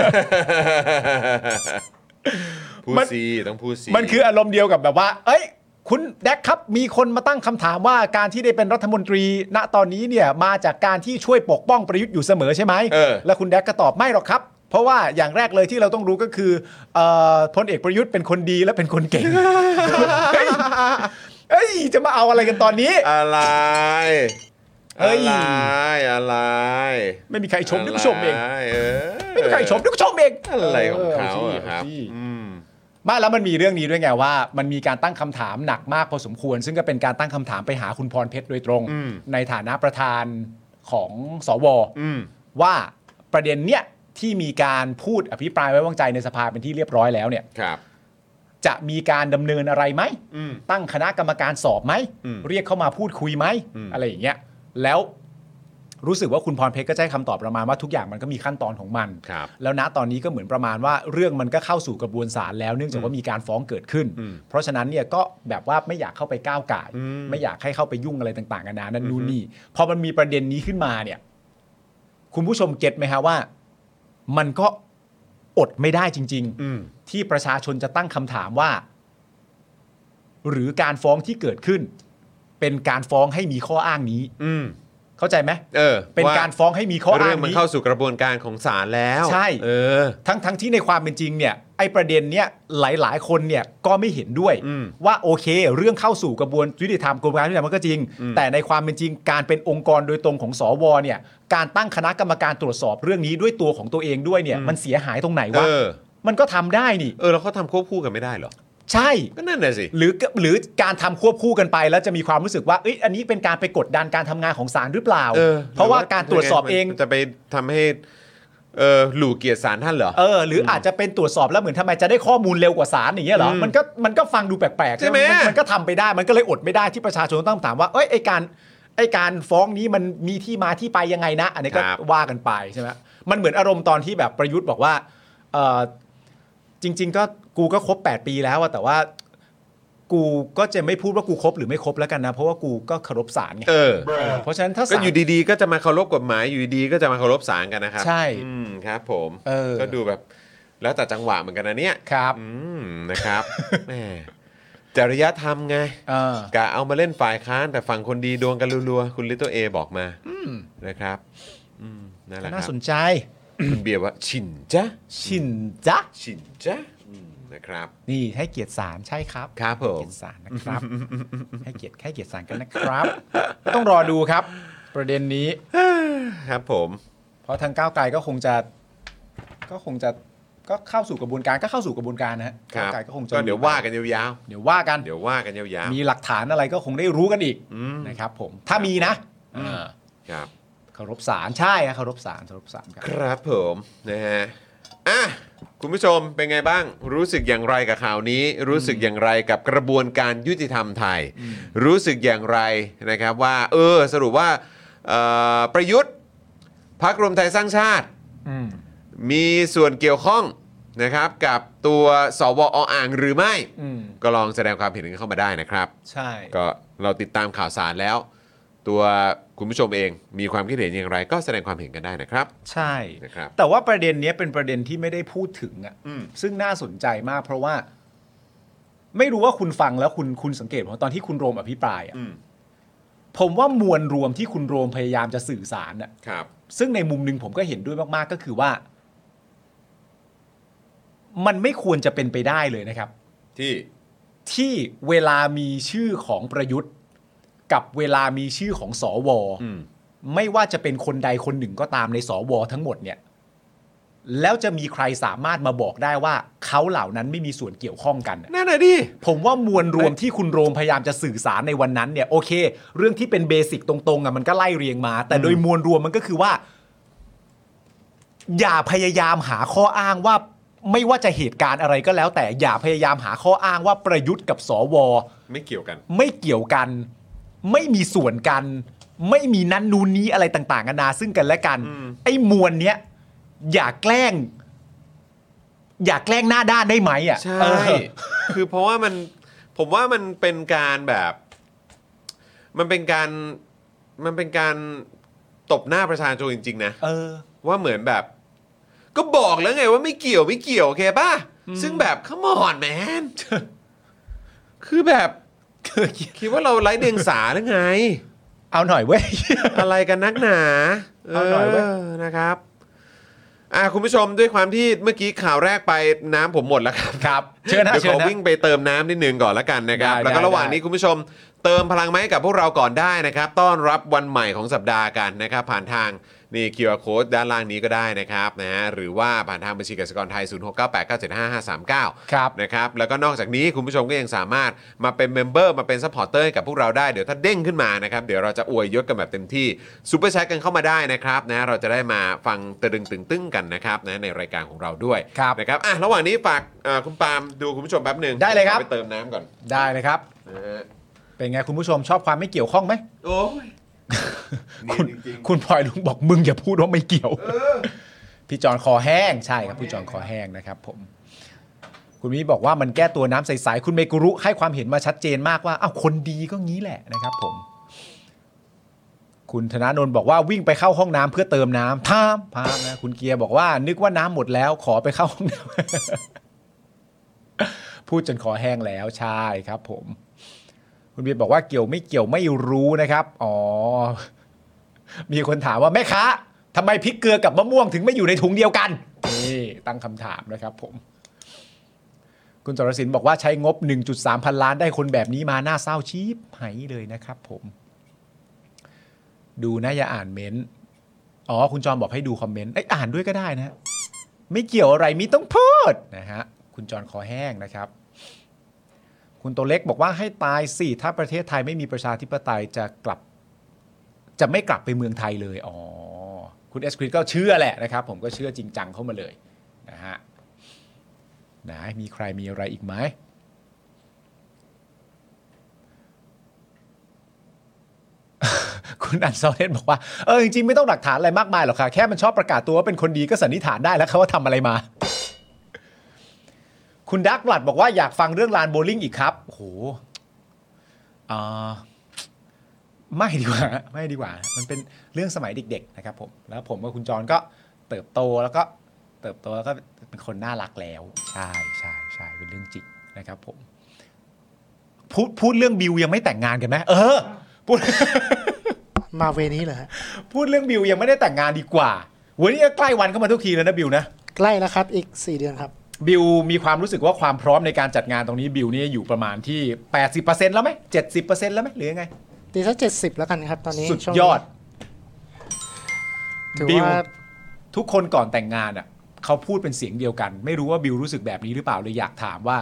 ๆ พูด มัน ซีต้องพูดซี มันคืออารมณ์เดียวกับแบบว่า เอ้ย คุณแดกครับ มีคนมาตั้งคำถามว่าการที่ได้เป็นรัฐมนตรี ณตอนนี้เนี่ยมาจากการที่ช่วยปกป้องประยุทธ์อยู่เสมอใช่ไหม เออ แล้วคุณแดกก็ตอบไม่หรอกครับ เพราะว่าอย่างแรกเลยที่เราต้องรู้ก็คือเอ่อพลเอกประยุทธ์เป็นคนดีและเป็นคนเก่ง เฮ้ยเอ้ย จะมาเอาอะไรกันตอนนี้ อะไร เฮ้ย อะไรอะไร ไม่มีใครชมนึกชมเอง ะไรเออ ไม่มีใครชมนึกชมเอง อะไรของเขา สิ อะครับ เอาสิ อืม ไมาแล้วมันมีเรื่องนี้ด้วยไงว่า มันมีการตั้งคำถามหนักมากพอสมควร ซึ่งก็เป็นการตั้งคำถามไปหาคุณพรเพชรโดยตรง อืม ในฐานะประธานของสว อืม ว่าประเด็นเนี้ยที่มีการพูดอภิปรายไว้วางใจในสภาเป็นที่เรียบร้อยแล้วเนี่ย ครับ จะมีการดำเนินอะไรไหม อืม ตั้งคณะกรรมการสอบไหม อืม เรียกเข้ามาพูดคุยไหม อืม อะไรอย่างเงี้ยแล้วรู้สึกว่าคุณพรเพชรก็จะให้คำตอบประมาณว่าทุกอย่างมันก็มีขั้นตอนของมัน ครับ แล้วณตอนนี้ก็เหมือนประมาณว่าเรื่องมันก็เข้าสู่กระบวนศาลแล้วเนื่องจากว่ามีการฟ้องเกิดขึ้น อืม เพราะฉะนั้นเนี่ยก็แบบว่าไม่อยากเข้าไปก้าวไก่าย อืม ไม่อยากให้เข้าไปยุ่งอะไรต่างๆกันานานั่นนู่นนี่พอมันมีประเด็นนี้ขึ้นมาเนี่ย คุณผู้ชมเก็ตไหมฮะว่า มันก็อดไม่ได้จริง ๆ อืม ที่ประชาชนจะตั้งคำถามว่า หรือการฟ้องที่เกิดขึ้น เป็นการฟ้องให้มีข้ออ้างนี้ อืม เข้าใจไหม เออ เป็น ว่ การฟ้องให้มีข้อ เรื่ออ้าง ง มัน นี้ เข้าสู่กระบวนการของศาลแล้ว ใช่ เออ ทั้งทั้งที่ในความเป็นจริงเนี่ยไอประเด็นเนี่ยหลาย ๆ คนเนี่ยก็ไม่เห็นด้วย อืม ว่าโอเค เรื่องเข้าสู่กระบวนยุติธรรมกระบวนการยุติธรรมมันก็จริง อืม แต่ในความเป็นจริงการเป็นองค์กรโดยตรงของสวเนี่ยการตั้งคณะกรรมการตรวจสอบเรื่องนี้ด้วยตัวของตัวเองด้วยเนี่ยมันเสียหายตรงไหน เอ วะ อ มันก็ทำได้นี่ เออแล้วเขาทำควบคู่กันไม่ได้เหรอ ใช่ ก็นั่นน่ะสิ หรือหรือการทำควบคู่กันไป แล้วจะมีความรู้สึกว่าเอ้ยอันนี้เป็นการไปกดดันการทำงานของศาลหรือเปล่า เออ เพราะว่าการตรวจสอบเอง มันจะไปทำให้เออหลู่เกียรติศาลท่านเหรอ เออ หรืออาจจะเป็นตรวจสอบแล้วเหมือนทำไมจะได้ข้อมูลเร็วกว่าศาลอย่างเงี้ยเหรอ อืม มันก็มันก็ฟังดูแปลกๆ ใช่ไหม นมันก็ทำไปได้มันก็เลยอดไม่ได้ที่ประชาชนต้องถามว่าเอ้ยไอการไอการฟ้องนี้มันมีที่มาที่ไปยังไงนะ อันนี้ก็ ครับ ว่ากันไปใช่ไหมมันเหมือนอารมณ์ตอนที่แบบประยุทธ์บอกว่าเออจริง ๆ ก็กูก็ครบ 8 ปีแล้วอะแต่ว่า กูก็จะไม่พูดว่ากูครบหรือไม่ครบแล้วกันนะ เพราะว่ากูก็เคารพศาลไง เออ เพราะฉะนั้นถ้า ก็ ศาล อยู่ดีๆ ก็จะมาเคารพกฎหมายอยู่ดีๆก็จะมาเคารพศาลกันนะครับ ใช่ อืมครับผม เออ ก็ดูแบบแล้วแต่จังหวะเหมือนกันนะเนี่ย ครับ อืมนะครับ แหมจริยธรรมไง เออก ะเอามาเล่นฝ่ายค้านแต่ฝั่งคนดีดวงกันรัวๆคุณลิตเตอเอบอกมานะครับอืมนั่นแหละครั น่า บ สนใจ คุณเบียร์ว่าชินจ้ะ ชินจ๊ะ ชินจ้ะอืมนะครับ นี่ให้เกียรติสารใช่ครับ ครับผม ให้เกียรติสารนะครับ ให้เกียรติให้เกียรติสารกันนะครับ ต้องรอดูครับ ประเด็นนี้ ครับผม เพราะทางก้าวไกลก็คงจะก็คงจะก็เข้าสู่กระบวนการก็เข้าสู่กระบวนการนะฮะ ค ก้า รับวไกลก็คงจะ ก็เดี๋ยวว่ากันยาว เดี๋ยวว่ากัน ๆเดี๋ยวว่ากันยาว มีหลักฐานอะไรก็คงได้รู้กันอีก ๆอืม นะครับ ผมถ้ามีนะเออ ครับ เคารพสารใช่ฮะเคารพสารเคารพสารครับ ครับผมนะฮะอ่ะคุณผู้ชมเป็นไงบ้าง รู้สึกอย่างไรกับข่าวนี้ รู้สึกอย่างไรกับกระบวนการยุติธรรมไทย รู้สึกอย่างไรนะครับว่า เออ สรุปว่าเอ่อประยุทธ์พักรวมไทยสร้างชาติ มีส่วนเกี่ยวข้องนะครับกับตัวสวออ่างหรือไม่ อืม ก็ลองแสดงความเห็นกันเข้ามาได้นะครับ ใช่ ก็เราติดตามข่าวสารแล้ว ตัวคุณผู้ชมเองมีความคิดเห็นอย่างไร ก็แสดงความเห็นกันได้นะครับ ใช่ นะครับ แต่ว่าประเด็นเนี้ยเป็นประเด็นที่ไม่ได้พูดถึงอ่ะ อืม ซึ่งน่าสนใจมากเพราะว่า ไม่รู้ว่าคุณฟังแล้วคุณคุณสังเกตว่าตอนที่คุณโรมอภิปรายอะ อืม ผมว่ามวลรวมที่คุณโรมพยายามจะสื่อสารน่ะ ครับ ซึ่งในมุมหนึ่งผมก็เห็นด้วยมากๆก็คือว่า มันไม่ควรจะเป็นไปได้เลยนะครับ ที่ ที่เวลามีชื่อของประยุทธ์ กับเวลามีชื่อของสอวอ อืม ไม่ว่าจะเป็นคนใดคนหนึ่งก็ตามในสวทั้งหมดเนี่ย แล้วจะมีใครสามารถมาบอกได้ว่าเขาเหล่านั้นไม่มีส่วนเกี่ยวข้องกันน่ะ นั่นน่ะดิ ผมว่ามวลรวมที่คุณโรมพยายามจะสื่อสารในวันนั้นเนี่ยโอเค เรื่องที่เป็นเบสิกตรงๆอ่ะมันก็ไล่เรียงมา แต่โดยมวลรวมมันก็คือว่า อย่าพยายามหาข้ออ้างว่า ไม่ว่าจะเหตุการณ์อะไรก็แล้ว แต่อย่าพยายามหาข้ออ้างว่าประยุทธ์กับสว ไม่เกี่ยวกัน ไม่เกี่ยวกัน ไม่มีส่วนกัน ไม่มีนั้นนูนนี้อะไรต่างๆกันานาซึ่งกันและกัน อืม ไอ้มวลเนี้ยอย่าแกล้ง อย่าแกล้งหน้าด้านได้ไหมอ่ะ ใช่ เออ คือเพราะว่ามัน ผมว่ามันเป็นการแบบ มันเป็นการ มันเป็นการตบหน้าประชาชนจริง ๆ นะ เออ ว่าเหมือนแบบ ก็บอกแล้วไงว่าไม่เกี่ยวไม่เกี่ยวโอเคป่ะ ซึ่งแบบขมอนแมน คือแบบคิดว่าเราไร้เดียงสาหรือไง เอาหน่อยเว้ย อะไรกันนักหนา เอาหน่อยเว้ย นะครับ อ่ะคุณผู้ชมด้วยความที่เมื่อกี้ข่าวแรกไปน้ำผมหมดแล้วครับ ครับ เชิญนะ เดี๋ยวขเชิญ อ นะ วิ่งไปเติมน้ำนิดนึงก่อนละกันนะครับ ได้ แล้วก็ ได้ ระหว่างนี้ ได้ คุณผู้ชมเติมพลังไหมาให้กับพวกเราก่อนได้นะครับ ต้อนรับวันใหม่ของสัปดาห์กันนะครับ ผ่านทางนี่ QR Code ด้านล่างนี้ก็ได้นะครับนะฮะหรือว่าผ่านทางบัญชีกสิกรไทย 0698975539 ครับ นะครับแล้วก็นอกจากนี้คุณผู้ชมก็ยังสามารถมาเป็นเมมเบอร์มาเป็นซัพพอร์ตเตอร์ให้กับพวกเราได้ เดี๋ยวถ้าเด้งขึ้นมานะครับ เดี๋ยวเราจะอวยยศกันแบบเต็มที่ซูเปอร์แชทกันเข้ามาได้นะครับนะเราจะได้มาฟังตะดึงตึงตึ้งกันนะครับนะในรายการของเราด้วย ครับ นะครับอ่ะระหว่างนี้ฝากเอ่อคุณปาล์มดูคุณผู้ชมแป๊บหนึ่ง ได้เลยครับ ผมไปเติมน้ำก่อน ได้เลยครับ นะฮะ เป็นไงคุณผู้ชมชอบความไม่เกี่ยวข้องไหม โอ้ยนี่ คุณ จริงๆ คุณพลอยลุงบอกมึงอย่าพูดว่าไม่เกี่ยวพี่จอนคอแห้งใช่ครับพี่จอนคอแห้งนะครับ ผม คุณมีบอกว่ามันแก้ตัวน้ำใสๆคุณเมกุรุให้ความเห็นมาชัดเจนมากว่าอ้าวคนดีก็งี้แหละนะครับ ผม คุณธนาโนนบอกว่าวิ่งไปเข้าห้องน้ำเพื่อเติมน้ำทามพามนะคุณเกียร์บอกว่า นึกว่าน้ำหมดแล้วขอไปเข้าห้อง น้ำ พูดจนคอแห้งแล้วใช่ครับ ผม คุณบีบอกว่าเกี่ยวไม่เกี่ยวไม่รู้นะครับ อ๋อ มีคนถามว่าแม่ค้าทำไมพริกเกลือกับมะม่วงถึงไม่อยู่ในถุงเดียวกันนี่ตั้งคำถามนะครับผม คุณจรศิลป์บอกว่าใช้งบ 1.3 พันล้านได้คนแบบนี้มาหน้าเศร้าชีพหายเลยนะครับผม ดูนะอย่าอ่านเมนต์อ๋อ คุณจอมบอกให้ดูคอมเมนต์ไอยอ่านด้วยก็ได้นะฮะไม่เกี่ยวอะไรมิต้องพูดนะฮะคุณจอนคอแห้งนะครับ คุณตัวเล็กบอกว่าให้ตายสิถ้าประเทศไทยไม่มีประชาธิปไตยจะกลับ จะไม่กลับไปเมืองไทยเลย อ๋อ คุณเอสคริสก็เชื่อแหละนะครับ ผมก็เชื่อจริงจังเข้ามาเลยนะฮะ นะมีใครมีอะไรอีกไหม คุณอันซอเนตบอกว่า เออจริงๆ ไม่ต้องหลักฐานอะไรมากมายหรอกค่ะ แค่มันชอบประกาศตัวว่าเป็นคนดีก็สันนิษฐานได้แล้วครับว่าทำอะไรมา คุณดักบลัดบอกว่าอยากฟังเรื่องลานโบลิ่งอีกครับโอ้โหอ่าไม่ดีกว่า ไม่ดีกว่า มันเป็นเรื่องสมัยเด็ก ๆ นะครับผม แล้วผมกับคุณจรก็เติบโตแล้วก็ เติบโตแล้วก็เป็นคนน่ารักแล้ว ใช่ใช่ใช่เป็นเรื่องจริงนะครับผม พูดพูดเรื่องบิวยังไม่แต่งงานกันไหมเออพูด มาเวนี้เหรอฮะ พูดเรื่องบิวยังไม่ได้แต่งงานดีกว่าวันนี้ก็ใกล้วันก็มาทุกทีแล้วนะบิวนะ ใกล้แล้วครับอีก 4 เดือนครับ บิวมีความรู้สึกว่าความพร้อมในการจัดงานตรงนี้บิวเนี่ยอยู่ประมาณที่ 80%แล้วไหม70%แล้วไหมหรือยังไง ตีสักเจ็ดสิบแล้วกันครับ ตอนนี้ สุด ช่วง ย นี้ อด ถือ บิว ว่า ทุกคนก่อนแต่งงานอ่ะเขาพูดเป็นเสียงเดียวกัน ไม่รู้ว่าบิวรู้สึกแบบนี้หรือเปล่าเลยอยากถามว่า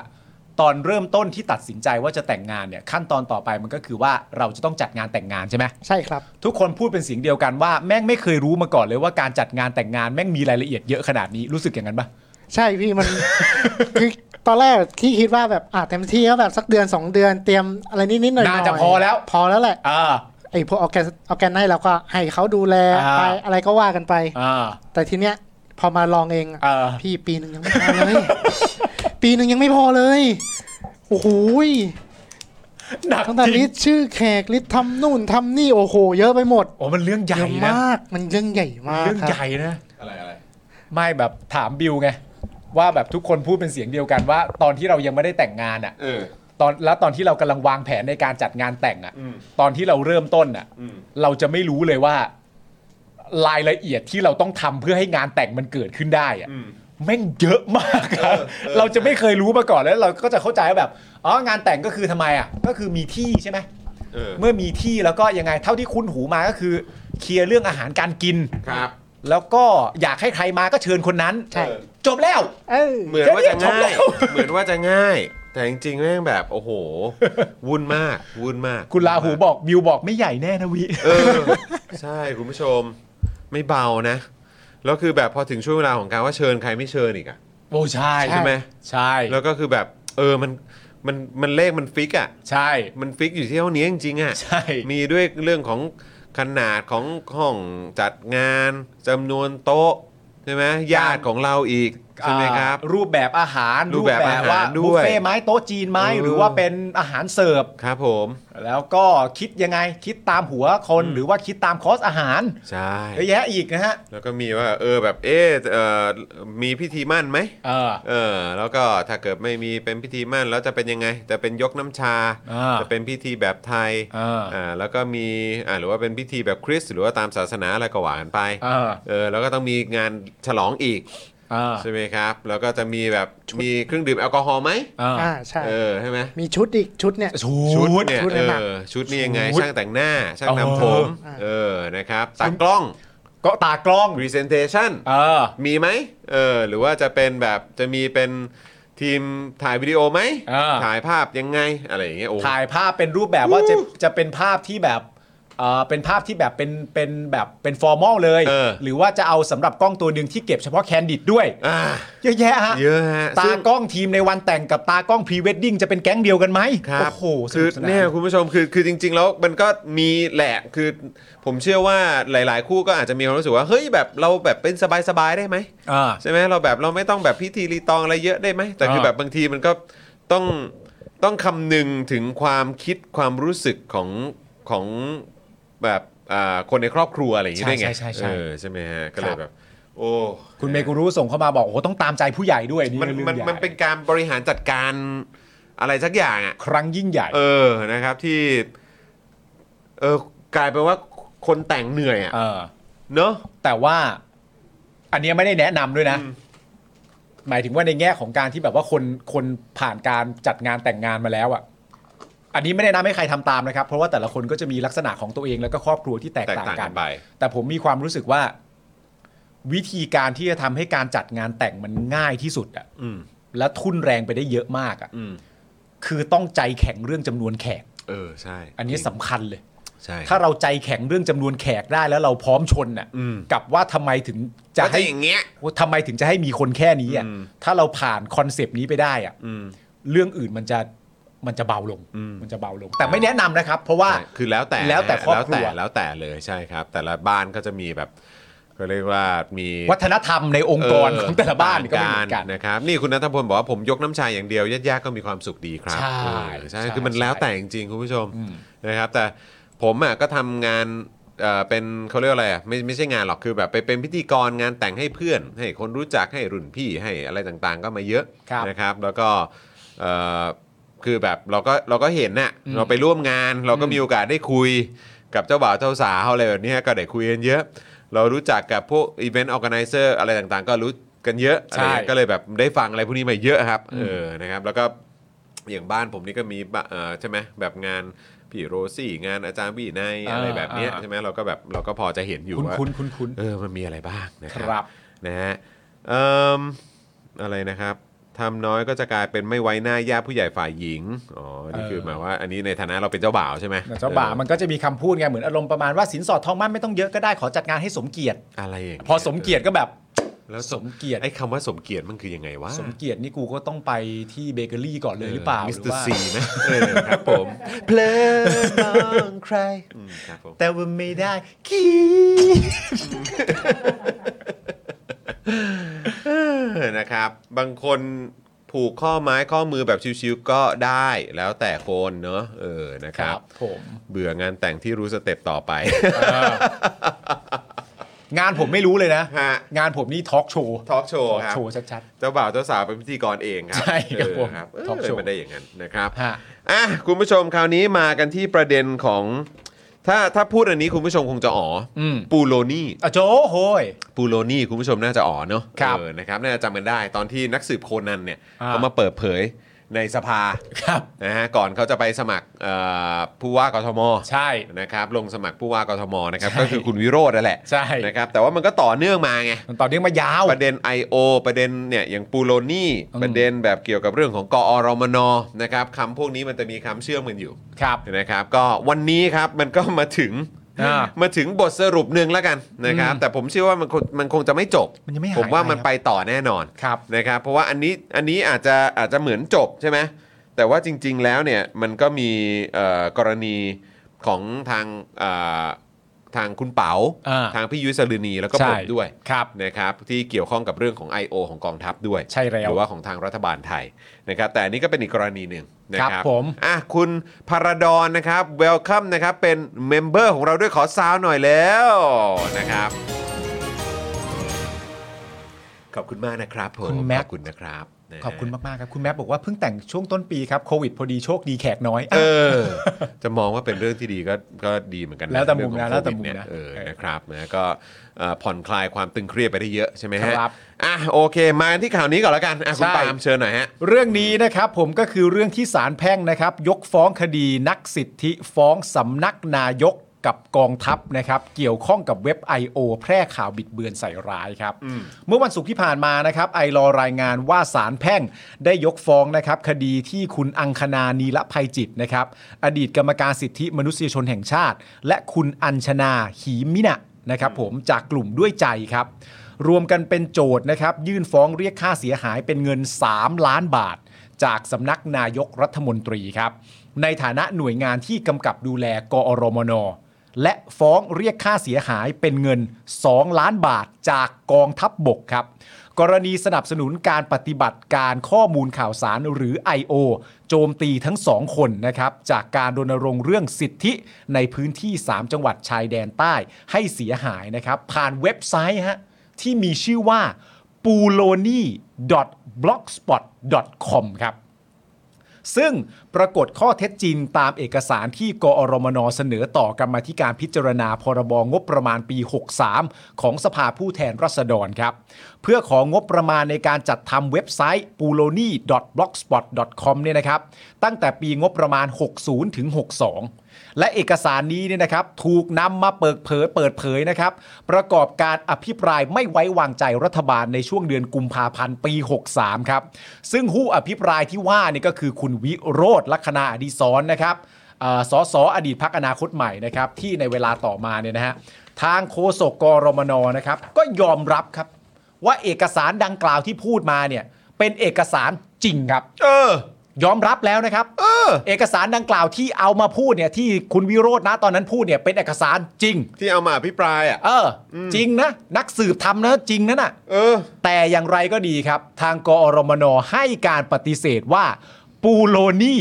ตอนเริ่มต้นที่ตัดสินใจว่าจะแต่งงานเนี่ยขั้นตอนต่อไปมันก็คือว่าเราจะต้องจัดงานแต่งงานใช่ไหม ใช่ครับ ทุกคนพูดเป็นเสียงเดียวกันว่าแม่งไม่เคยรู้มาก่อนเลยว่าการจัดงานแต่งงานแม่งมีรายละเอียดเยอะขนาดนี้รู้สึกอย่างนั้นปะ ใช่พี่มัน คือตอนแรกที่คิดว่าแบบอ่ะเต็มที่ก็แบบสักเดือน 2 เดือนเตรียมอะไรนิดๆหน่อยๆ น่าจะพอแล้ว พอแล้วแหละ อ่า ไอ้พวกออแกนออแกนให้เราก็ให้เขาดูแล อ่า ไปอะไรก็ว่ากันไป อ่า แต่ทีเนี้ยพอมาลองเองอะ อ่า พี่ปีหนึ่งยังไม่พอเลย ปีหนึ่งยังไม่พอเลยโอ้โหย หนัก ตั้งแต่ จริ ลิ ง สต์ชื่อแขกลิสต์ทำนู่นทำนี่โอ้โห เยอะไปหมด โอ้มันเรื่องใหญ่ เยอะ นะ มากมันเรื่องใหญ่มาก เรื่อง ครับ ใหญ่นะ อะไรอะไร ไม่แบบถามบิวไงว่าแบบทุกคนพูดเป็นเสียงเดียวกันว่า ตอนที่เรายังไม่ได้แต่งงานอ่ะ เออ ตอนแล้วตอนที่เรากำลังวางแผนในการจัดงานแต่งอะ่ะ อืม ตอนที่เราเริ่มต้นอะ่ะ อืม เราจะไม่รู้เลยว่า รายละเอียดที่เราต้องทำเพื่อให้งานแต่งมันเกิดขึ้นได้อะ่ะ อืม แม่งเยอะมากอะ เออเออ เราจะไม่เคยรู้มาก่อนแล้วเราก็จะเข้าใจว่าแบบอ๋องานแต่งก็คือทำไมอะ่ะก็คือมีที่ใช่ไหม เออ เมื่อมีที่แล้วก็ยังไงเท่าที่คุ้นหูมาก็คือ เคลียร์เรื่องอาหารการกิน ครับ แล้วก็อยากให้ใครมาก็เชิญคนนั้น ใช่ จบแล้ว เออ เหมือนว่าจะง่าย เหมือนว่าจะง่าย แต่จริงๆแม่งแบบโอ้โห วุ่นมาก วุ่นมาก คุณลาหูบอกบิวบอกไม่ใหญ่แน่นะวิ เออ ใช่คุณผู้ชม ไม่เบานะ แล้วคือแบบพอถึงช่วงเวลาของการว่าเชิญใครไม่เชิญอีกอะ โอ้ใช่ ใช่ไหม ใช่ แล้วก็คือแบบ เออมันมันมันเลขมันฟิกอะ ใช่ มันฟิกอยู่ที่เท่านี้จริงๆอ่ะ ใช่ มีด้วยเรื่องของขนาดของห้องจัดงานจำนวนโต๊ะใช่ไหมญาติของเราอีก ใช่ไหมครับ อ่ารูปแบบอาหาร รูปแบบอาหาร ว่า ด้วย บุฟเฟ่ต์ไหม้โต๊ะจีนไหม้ เออ หรือว่าเป็นอาหารเสิร์ฟ ครับผม แล้วก็คิดยังไงคิดตามหัวคนหรือว่าคิดตามคอร์สอาหาร ใช่ เยอะแยะอีกนะฮะ แล้วก็มีว่าเออแบบเออเออมีพิธีมั่นไหม เออ เออ แล้วก็ถ้าเกิดไม่มีเป็นพิธีมั่นแล้วจะเป็นยังไง จะเป็นยกน้ำชา อ่า จะเป็นพิธีแบบไทย อ่า แล้วก็มีอ่าหรือว่าเป็นพิธีแบบคริสต์หรือว่าตามศาสนาอะไรก็ว่ากันไป เออ เออแล้วก็ต้องมีงานฉลองอีก เออ ใช่ไหมครับ แล้วก็จะมีแบบมีเครื่องดื่มแอลกอฮอล์ไหม เออ อ่าใช่ เออใช่ไหม มีชุดอีกชุดเนี่ย ชุด เนี่ย ชุด เอ หนัก อชุดนี่ยังไง ชุด ช่างแต่งหน้าช่าง เออ ทำผมเออนะครับตากล้อง ก็ตากล้อง presentation เออ มีไหมเออหรือว่าจะเป็นแบบจะมีเป็นทีมถ่ายวิดีโอไหม เออ ถ่ายภาพยังไงอะไรอย่างเงี้ยโอ้ ถ่ายภาพเป็นรูปแบบว่าจะจะเป็นภาพที่แบบเอ่อเป็นภาพที่แบบเป็นเป็นแบบเป็นฟอร์มอลเลย เออ หรือว่าจะเอาสำหรับกล้องตัวหนึ่งที่เก็บเฉพาะแคนดิดด้วย อ่า เยอะแยะฮะ เยอะฮะ ตา ซึ่ง กล้องทีมในวันแต่งกับตากล้องพรีเวดดิ้งจะเป็นแก๊งเดียวกันไหม ครับ โอ้โหส คือ นุกสนา เนี่ย น คุณผู้ชมคือคือจริง ๆ แล้วมันก็มีแหละคือผมเชื่อว่าหลาย ๆ คู่ก็อาจจะมีความรู้สึกว่าเฮ้ยแบบเราแบบเป็นสบาย ๆ ได้ไหม อ่า ใช่ไหมเราแบบเราไม่ต้องแบบพิธีรีตองอะไรเยอะได้ไหมแต่คือ อ่า แบบบางทีมันก็ต้องต้องคำนึงถึงความคิดความรู้สึกของของแบบอ่าคนในครอบครัวอะไรอย่างงี้ด้วยไง ใช่ใช่ใช่ใช่ เออใช่ไหมฮะก็เลยแบบ โอ้ คุณเมกุรุส่งเข้ามาบอกโอ้โหต้องตามใจผู้ใหญ่ด้วยนี่ มัน เรื่อง มัน ใหญ่ มันเป็นการบริหารจัดการ อะไรสักอย่างอ่ะ ครั้งยิ่งใหญ่ เออ นะครับที่ เออกลายเป็นว่าคนแต่งเหนื่อยอ่ะ เออ เนอะ แต่ว่าอันเนี้ยไม่ได้แนะนำด้วยนะ หมายถึงว่าในแง่ของการที่แบบว่าคนคนผ่านการจัดงานแต่งงานมาแล้วอะ่ะ อันนี้ไม่ได้แนะนำให้ใครทำตามนะครับ เพราะว่าแต่ละคนก็จะมีลักษณะของตัวเองแล้วก็ครอบครัวที่แตก แตก ต่าง ต่างกักัน นไป แต่ผมมีความรู้สึกว่า วิธีการที่จะทำให้การจัดงานแต่งมันง่ายที่สุดอะ่ะ อืม และทุ่นแรงไปได้เยอะมากอะ่ะ อืม คือต้องใจแข็งเรื่องจำนวนแขก เออ ใช่ อันนี้สำคัญเลย ใช่ ถ้าเราใจแข็งเรื่องจำนวนแขกได้แล้วเราพร้อมชนน่ะกับว่าทำไมถึงจะ จะ ให้ ให้อย่างเงี้ย ทำไมถึงจะให้มีคนแค่นี้อ่ะ ถ้าเราผ่านคอนเซปต์นี้ไปได้อ่ะ อืม เรื่องอื่นมันจะมันจะเบาลง อืม มันจะเบาลง แต่ไม่แนะนำนะครับ เพราะว่า ใช่คือแล้วแต่ แล้วแต่ครอบครัว แล้วแต่แล้วแต่เลยใช่ครับ แต่ละบ้านก็จะมีแบบก็เรียกว่ามี วัฒนธรรมในองค์กร เ ของแต่ละบ้านก็ ต่ ไม่ ง เหมือนกัน นะครับ นี่คุณนัทพลบอกว่าผมยกน้ำชายอย่างเดียวญาติๆก็มีความสุขดีครับ ใช่ เออใช่ ใช่ คือมัน ใช่ แล้วแต่จริงๆคุณผู้ชม อืม นะครับ แต่ผมอ่ะก็ทำงานเอ่อเป็นเขาเรียกว่าอะไรอ่ะไม่ไม่ใช่งานหรอกคือแบบไปเป็นพิธีกรงานแต่งให้เพื่อน ให้คนรู้จักให้รุ่นพี่ให้อะไรต่างๆ ก็มาเยอะ ครับ นะครับแล้วก็เอ่อคือแบบเราก็เราก็เห็นน่ะเราไปร่วมงานเราก็มีโอกาสได้คุยกับเจ้าบ่าวเจ้าสาวอะไรแบบเนี้ยก็ได้คุยกันเยอะ เรารู้จักกับพวกอีเวนต์ออแกไนเซอร์อะไรต่างๆ ก็รู้กันเยอะอะไรเงี้ย ใช่ ก็เลยแบบได้ฟังอะไรพวกนี้มาเยอะครับ อืม เออนะครับแล้วก็อย่างบ้านผมนี่ก็มีบะเอ่อใช่ไหมแบบงานพี่โรซี่งานอาจารย์พี่นายอะไรแบบเนี้ยใช่ไหมเราก็แบบเราก็พอจะเห็นอยู่ คุ้น ว่า คุ้นคุ้นคุ้น เออมันมีอะไรบ้างนะค ครับ รับ นะฮะเอิ่มอะไรนะครับทำน้อยก็จะกลายเป็นไม่ไว้หน้าญาติผู้ใหญ่ฝ่ายหญิง อ๋อ นี่คือ เออ หมายว่า อันนี้ในฐานะเราเป็นเจ้าบ่าวใช่ไหม เจ้าบ่าวมันก็จะมีคำพูดไงเหมือนอารมณ์ประมาณว่าสินสอดทองมั่นไม่ต้องเยอะก็ได้ขอจัดงานให้สมเกียรติ อะไรอย่างเงี้ย พอสมเกียรติก็แบบ แล้ว สมเกียรติ ไอ้คำว่าสมเกียรติมันคือยังไงวะ สมเกียรตินี่กูก็ต้องไปที่เบเกอรี่ก่อนเลยหรือเปล่า มิ ห ส รื เตอร์อว่า ซีไหมเออครับผม เพลินมองใคร อืมครับผม แต่ว่าไม่ได้ขี้ เออนะครับ บางคนผูกข้อไม้ข้อมือแบบชิวๆก็ได้แล้วแต่คนเนอะเออนะค ค รั รับ บผม เบื่องานแต่งที่รู้สเต็ปต่อไป งานผมไม่รู้เลยนะ ฮะ งานผมนี่ทอล์กโชว์ ทอล์กโชว์ครับ โชว์ชัด เจ้าบ่าวเจ้าสาวเป็นพิธีกรเองครับ ใช่ครับผม เออครับ ท็อป เออ โชว์ มันได้อย่างนั้นนะครับ ๆฮะ อ่ะคุณผู้ชมคราวนี้มากันที่ประเด็นของ ถ้าถ้าพูดอันนี้คุณผู้ชมคงจะอ๋ออ อืม ปูโลนี่ อ่ะโจโหย ปูโลนี่คุณผู้ชมน่าจะอ๋อเนอะ ครับ เออนะครับน่าจะจำกันได้ตอนที่นักสืบโคนันเนี่ย อ่า เขามาเปิดเผยในสภา ครับ นะฮะก่อนเขาจะไปสมัครเอ่อผู้ว่ากทม ใช่ นะครับลงสมัครผู้ว่ากทมนะครับ ใช่ ก็คือคุณวิโรจน์นั่นแหละ ใช่ นะครับแต่ว่ามันก็ต่อเนื่องมาไง มันต่อเนื่องมายาว ประเด็น I.O. ประเด็นเนี่ยอย่างปูโรนี่ อืม ประเด็นแบบเกี่ยวกับเรื่องของกอรมนนะครับคำพวกนี้มันจะมีคำเชื่อมกันอยู่ ครับ นะครับ ก็วันนี้ครับมันก็มาถึง อ่า มาถึงบทสรุปหนึ่งแล้วกันนะครับ อืม แต่ผมเชื่อว่ามันคงมันคงจะไม่จบ มันยังไม่หาย ผมว่ามัน ไปครับ ไปต่อแน่นอน ครับ นะครับ เพราะว่าอันนี้อันนี้อาจจะอาจจะเหมือนจบใช่ไหมแต่ว่าจริง ๆ แล้วเนี่ยมันก็มีเอ่อกรณีของทางเอ่อทางคุณเปา อ่า ทางพี่ยุ้ยสลือนีแล้วก็ ใช่ ผมด้วย ครับ นะครับที่เกี่ยวข้องกับเรื่องของ I.O. ของกองทัพด้วย ใช่แล้ว หรือว่าของทางรัฐบาลไทยนะครับแต่อันนี้ก็เป็นอีกกรณีหนึ่งนะค ครั รับบ ผม อ่ะคุณพารดอนนะครับเวลคัมนะครับเป็นเมมเบอร์ของเราด้วยขอซาวหน่อยแล้วนะครับ ขอบคุณมากนะครับผม คุณแม็ก ขอบคุณนะครับนะฮะ ขอบคุณมากๆครับ คุณแม่บอกว่าเพิ่งแต่งช่วงต้นปีครับโควิดพอดีโชคดีแขกน้อย เออ จะมองว่าเป็นเรื่องที่ดีก็ก็ดีเหมือนกันนะ แล้วแต่มุมนะ เรื่องของ แล้วแต่ โคด มุมนะ เยเออนะครับนะก็เอ่อผ่อนคลายความตึงเครียดไปได้เยอะใช่ไหมฮะ ครับ อ่ะโอเค มาที่ข่าวนี้ก่อนแล้วกันอ่ะคุณ ใช่ ปาล์มเชิญหน่อยฮะ เรื่องนี้นะครับผมก็คือเรื่องที่ศาลแพ่งนะครับ ยกฟ้องคดีนักสิทธิฟ้องสำนักนายกกับกองทัพนะครับ เกี่ยวข้องกับเว็บ I.O. แพร่ข่าวบิดเบือนใส่ร้ายครับ เมื่อวันศุกร์ที่ผ่านมานะครับไอรอรายงานว่าศาลแพ่งได้ยกฟ้องนะครับคดีที่คุณอังคณานีละภัยจิตนะครับ อดีตกรรมการสิทธิมนุษยชนแห่งชาติ และคุณอัญชนาหีมินะนะครับผมจากกลุ่มด้วยใจครับ รวมกันเป็นโจทย์นะครับ ยื่นฟ้องเรียกค่าเสียหายเป็นเงิน 3 ล้านบาท จากสำนักนายกรัฐมนตรีครับ ในฐานะหน่วยงานที่กำกับดูแลกอรมน และฟ้องเรียกค่าเสียหายเป็นเงิน 2 ล้านบาทจากกองทัพบบกครับ กรณีสนับสนุนการปฏิบัติการข้อมูลข่าวสารหรือ I.O. โจมตีทั้งสองคนนะครับ จากการรณรงค์เรื่องสิทธิในพื้นที่ 3 จังหวัดชายแดนใต้ให้เสียหายนะครับ ผ่านเว็บไซต์ฮะ ที่มีชื่อว่า p u l o n i blogspot com ครับ ซึ่งปรากฏข้อเท็จจริงตามเอกสารที่กอรมนเสนอต่อกรรมาธิการพิจารณาพรบงบประมาณปี 63 ของสภาผู้แทนราษฎรครับ เพื่อของงบประมาณในการจัดทำเว็บไซต์ p u l o n i blogspot com เนี่ยนะครับ ตั้งแต่ปีงบประมาณ 60 ถึง 62 และเอกสารนี้เนี่ยนะครับ ถูกนำมาเปิดเผยเปิดเผยนะครับ ประกอบการอภิปรายไม่ไว้วางใจรัฐบาลในช่วงเดือนกุมภาพันธ์ปี 63 ครับ ซึ่งผู้อภิปรายที่ว่าเนี่ยก็คือคุณวิโรธลัคนาอดีศรนะครับเอ่อสสอดีตพักอนาคตใหม่นะครับ ที่ในเวลาต่อมาเนี่ยนะฮะทางโฆษกกรมนนะครับ ก็ยอมรับครับ ว่าเอกสารดังกล่าวที่พูดมาเนี่ย เป็นเอกสารจริงครับ เออ ยอมรับแล้วนะครับ เออ เอกสารดังกล่าวที่เอามาพูดเนี่ยที่คุณวิโรจน์นะตอนนั้นพูดเนี่ยเป็นเอกสารจริง ที่เอามาอภิปรายอ่ะ เอออจริงนะนักสืบทำนะจริงนะน่ะ เออ แต่อย่างไรก็ดีครับ ทางกอรมนให้การปฏิเสธว่า p u l o n i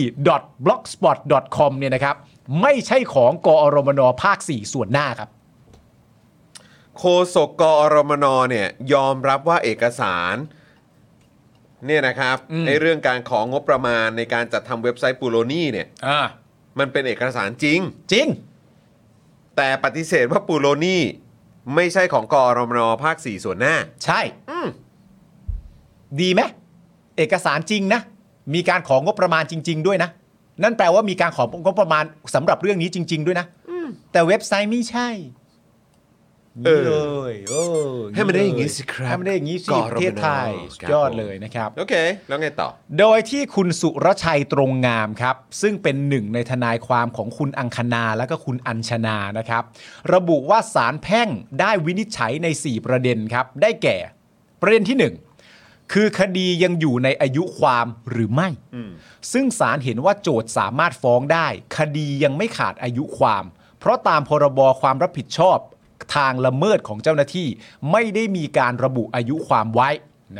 blogspot com เนี่ยนะครับ ไม่ใช่ของกอรมนภาค 4 ส่วนหน้าครับ โคศกกอรมนเนี่ยยอมรับว่าเอกสารเนี่ยนะครับในเรื่องการของงบประมาณในการจัดทำเว็บไซต์ปูโรนี่เนี่ย อ่า มันเป็นเอกสารจริง จริง แต่ปฏิเสธว่าปูโรนี่ไม่ใช่ของกอรมนภาค 4 ส่วนหน้า ใช่ดีไหมเอกสารจริงนะ มีการของงบประมาณจริง ๆ ด้วยนะ นั่นแปลว่ามีการของงบประมาณสำหรับเรื่องนี้จริง ๆ ด้วยนะแต่เว็บไซต์ไม่ใช่ เออ นี่เลยเออ ให้มันได้อย่างนี้สิครับ ให้มันได้อย่างนี้สิ กอรมน ประเทศไทย ครับ ยอดเลยนะครับ โอเค แล้วไงต่อ โดยที่คุณสุรชัยตรงงามครับ ซึ่งเป็นหนึ่งในทนายความของคุณอังคณาและก็คุณอัญชนานะครับ ระบุว่าสารแพ่งได้วินิจฉัยใน 4 ประเด็นครับ ได้แก่ ประเด็นที่ 1 คือคดียังอยู่ในอายุความหรือไม่ ซึ่งสารเห็นว่าโจทย์สามารถฟ้องได้ คดียังไม่ขาดอายุความ เพราะตามพรบความรับผิดชอบ ทางละเมิดของเจ้าหน้าที่ ไม่ได้มีการระบุอายุความไว้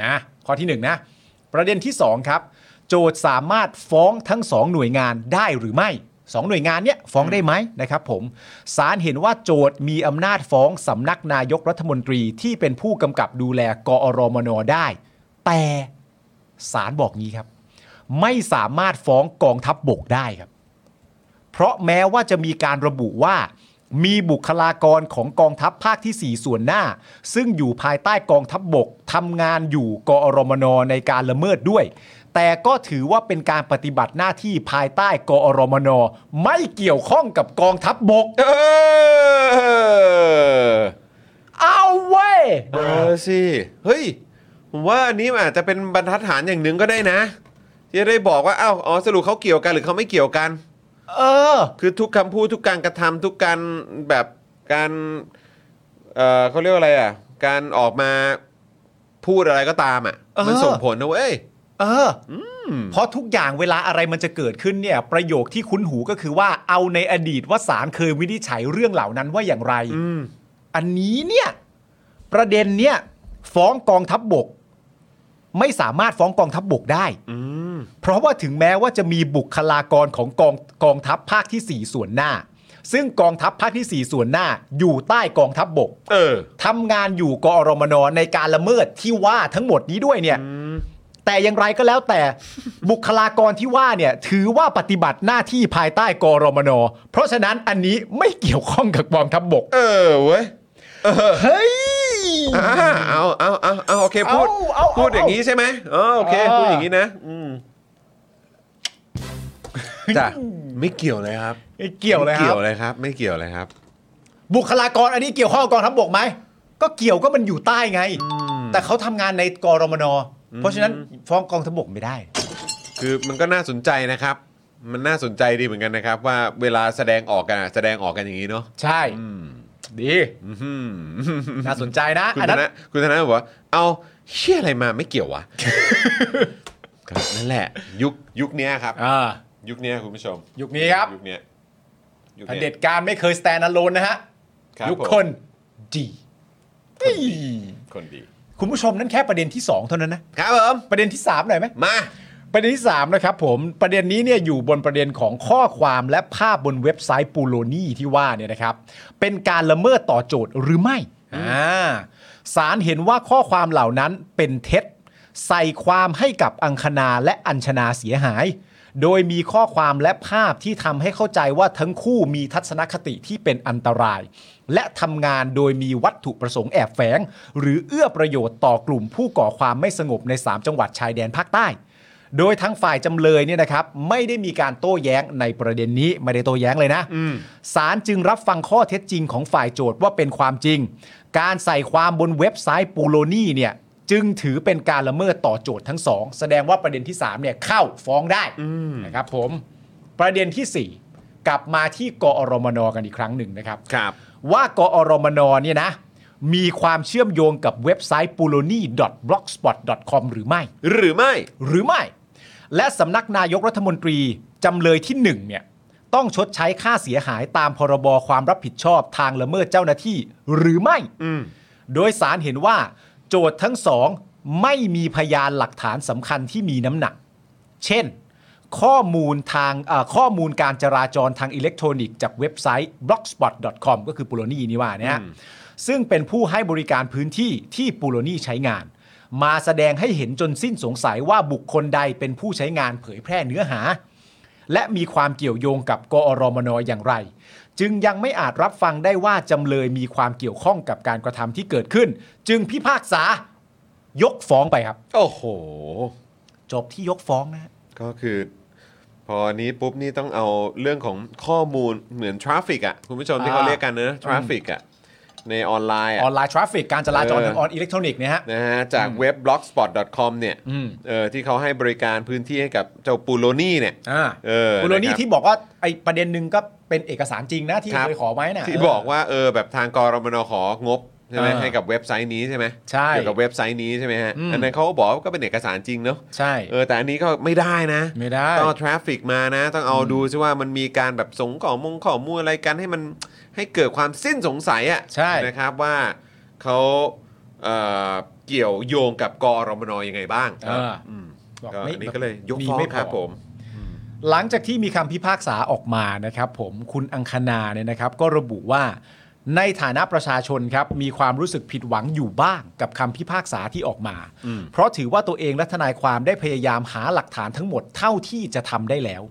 นะข้อที่หนึ่งนะ ประเด็นที่ 2 ครับ โจทย์สามารถฟ้องทั้ง 2 หน่วยงานได้หรือไม่สองหน่วยงานเนี้ยฟ้องได้ไหมนะครับผมศาลเห็นว่าโจทย์มีอำนาจฟ้องสำนักนายกรัฐมนตรีที่เป็นผู้กำกับดูแลกอรมนได้ แต่ศาลบอกงี้ครับ ไม่สามารถฟ้องกองทัพบบกได้ครับ เพราะแม้ว่าจะมีการระบุว่า มีบุคลากรของกองทัพภาคที่ 4 ส่วนหน้า ซึ่งอยู่ภายใต้กองทัพบบกทำงานอยู่กอรมนในการละเมิดด้วย แต่ก็ถือว่าเป็นการปฏิบัติหน้าที่ภายใต้กอรมนไม่เกี่ยวข้องกับกองทัพบบก เออ เอาเว้ย เออสิเฮ้ยผมว่าอันนี้มันอาจจะเป็นบรรทัดฐานอย่างหนึ่งก็ได้นะ ที่จะได้บอกว่าอ้าวอ๋อสรุปเขาเกี่ยวกันหรือเขาไม่เกี่ยวกัน เออ คือทุกคำพูดทุกการกระทำทุกการแบบการเอ่อเขาเรียกว่าอะไรอ่ะ การออกมาพูดอะไรก็ตามอ่ะ เออ มันส่งผลนะเว้ย เอออเพราะทุกอย่างเวลาอะไรมันจะเกิดขึ้นเนี่ย ประโยคที่คุ้นหูก็คือว่าเอาในอดีตว่าศาลเคยวินิจฉัยเรื่องเหล่านั้นว่าอย่างไร อันนี้เนี่ย ประเด็นเนี่ย ฟ้องกองทัพบบก ไม่สามารถฟ้องกองทัพบบกได้ เพราะว่าถึงแม้ว่าจะมีบุคลากรของกองกองทัพภาคที่ 4 ส่วนหน้า ซึ่งกองทัพภาคที่ 4 ส่วนหน้า อยู่ใต้กองทัพบบก เออ ทำงานอยู่กอรมนในการละเมิดที่ว่าทั้งหมดนี้ด้วยเนี่ย แต่อย่างไรก็แล้วแต่ บุคลากรที่ว่าเนี่ย ถือว่าปฏิบัติหน้าที่ภายใต้กอรมนเพราะฉะนั้นอันนี้ไม่เกี่ยวข้องกับกองทัพบบก เออเว้ย เฮ้ย อ่าเอาเอาเอาเอาโอเคพูด เอาเอาเอา พูดอย่างนี้ใช่ไหมอ๋อโอเค เออ พูดอย่างนี้นะอืมจ้ะไม่เกี่ยวเลยครับ ไม่เกี่ยวเลย ไม่ ค เกี่ยรับ วเลยครับ ไม่เกี่ยวเลยครับ บุคลากรอันนี้เกี่ยวข้องกับกองทัพบบกไหม ก็เกี่ยวก็มันอยู่ใต้ไง แต่เขาทำงานในกอรมนเพราะฉะนั้นฟ้องกองทัพบบกไม่ได้ คือมันก็น่าสนใจนะครับ มันน่าสนใจดีเหมือนกันนะครับ ว่าเวลาแสดงออกกันอะแสดงออกกันอย่างนี้เนาะ ใช่ดีน่าสนใจนะ คุณ อัน ธ นั้น นาคุณธนาบอกว่า เอาเชี่ยอะไรมาไม่เกี่ยววะ ครับนั่นแหละ ยุคยุคเนี้ยครับ อ่า ยุคเนี้ยคุณผู้ชม ยุคนี้ครับ ยุคเนี้ยยุค เผ นี้ย ด็จการไม่เคย stand alone นะฮะ ครับ ยุค ผม คนดีเอ้ย คนดี คุณผู้ชมนั่นแค่ประเด็นที่ 2 เท่านั้นนะ ครับผม ประเด็นที่ 3 หน่อยไหม มา ประเด็นที่ 3 นะครับผมประเด็นนี้เนี่ยอยู่บนประเด็นของข้อความและภาพบนเว็บไซต์ปูโลนีที่ว่าเนี่ยนะครับ เป็นการละเมิดต่อโจทย์หรือไม่อ่าศาลเห็นว่าข้อความเหล่านั้นเป็นเท็จ ใส่ความให้กับอังคณาและอัญชนาเสียหาย โดยมีข้อความและภาพที่ทำให้เข้าใจว่าทั้งคู่มีทัศนคติที่เป็นอันตราย และทำงานโดยมีวัตถุประสงค์แอบแฝง หรือเอื้อประโยชน์ต่อกลุ่มผู้ก่อความไม่สงบใน 3 จังหวัดชายแดนภาคใต้ โดยทั้งฝ่ายจำเลยเนี่ยนะครับ ไม่ได้มีการโต้แย้งในประเด็นนี้ไม่ได้โต้แย้งเลยนะศาลจึงรับฟังข้อเท็จจริงของฝ่ายโจทย์ว่าเป็นความจริง การใส่ความบนเว็บไซต์ปูโลนี่เนี่ยจึงถือเป็นการละเมิดต่อโจทย์ทั้งสองแสดงว่าประเด็นที่3เนี่ยเข้าฟ้องได้นะครับผมประเด็นทีสี่ 4 กลับมาที่กอรมนกันอีกครั้งหนึ่งนะครับ ครับ ว่ากอรมนเนี่ยนะมีความเชื่อมโยงกับเว็บไซต์ p u l o n i b l o g s p o t c o m หรือไม่ หรือไม่ หรือไม่ และสำนักนายกรัฐมนตรีจำเลยที่1เนี่ยต้องชดใช้ค่าเสียหายตามพรบความรับผิดชอบทางละเมิดเจ้าหน้าที่หรือไม่ โดยสารเห็นว่า โจทย์ทั้งสองไม่มีพยานหลักฐานสำคัญที่มีน้ำหนัก เช่น ข้อมูลทางเอ่อข้อมูลการจราจรทางอิเล็กทรอนิกส์จากเว็บไซต์ blogspot.com ก็คือปูโรนี่นี่ว่าเนี่ยฮะซึ่งเป็นผู้ให้บริการพื้นที่ที่ปูโรนี่ใช้งาน มาแสดงให้เห็นจนสิ้นสงสัยว่าบุคคลใดเป็นผู้ใช้งานเผยแพร่เนื้อหา และมีความเกี่ยวโยงกับกอรมนอย่างไร จึงยังไม่อาจรับฟังได้ว่าจำเลยมีความเกี่ยวข้องกับการกระทำที่เกิดขึ้น จึงพิพากษายกฟ้องไปครับ โอ้โห จบที่ยกฟ้องนะฮะ ก็คือ พอนี้ปุ๊บนี่ต้องเอาเรื่องของข้อมูลเหมือนทราฟิกอ่ะ คุณผู้ชมที่ อ่า เขาเรียกกันเนอะทราฟิกอ่ะ ในออนไลน์อ่ะ ออนไลน์ทราฟิกการจราจร เออ ทางออนอิเล็กทรอนิกส์เนี่ยฮะ นะฮะจากเว็บ blogspot.com เนี่ย อืม เออที่เขาให้บริการพื้นที่ให้กับเจ้าปูโลนี่เนี่ย อ่า เออ คุณโร นะ นี่ ครับ ที่บอกว่าไอประเด็นหนึ่งก็เป็นเอกสารจริงนะที่ ครับ เคยขอไว้นะ ที่บอกว่าเออแบบทางกรมนของบใช่ไหม เออ ให้กับเว็บไซต์นี้ใช่ไหม ใช่ เกี่ยวกับเว็บไซต์นี้ใช่ไหมฮะ อืม อันนั้นเขาก็บอกว่าก็เป็นเอกสารจริงเนอะ ใช่ เออแต่อันนี้ก็ไม่ได้นะ ไม่ได้ ต้องเอาทราฟิกมานะ ต้องเอาดูซิว่ามันมีการแบบสงข้อมงข้อมูลอะไรกันให้มันให้เกิดความสิ้นสงสัยอะ ใช่ นะครับว่าเขาเอ่อเกี่ยวโยงกับกอรมนยังไงบ้าง เอออ ม บอก ก็ ไม่ อันนี้ก็เลยยก มี ฟ้อง ไม่ ครับ พอ ผม หลังจากที่มีคำพิพากษาออกมานะครับผมคุณอังคณาเนี่ยนะครับ ก็ระบุว่าในฐานะประชาชนครับมีความรู้สึกผิดหวังอยู่บ้างกับคำพิพากษาที่ออกมา เพราะถือว่าตัวเองและทนายความได้พยายามหาหลักฐานทั้งหมดเท่าที่จะทำได้แล้ว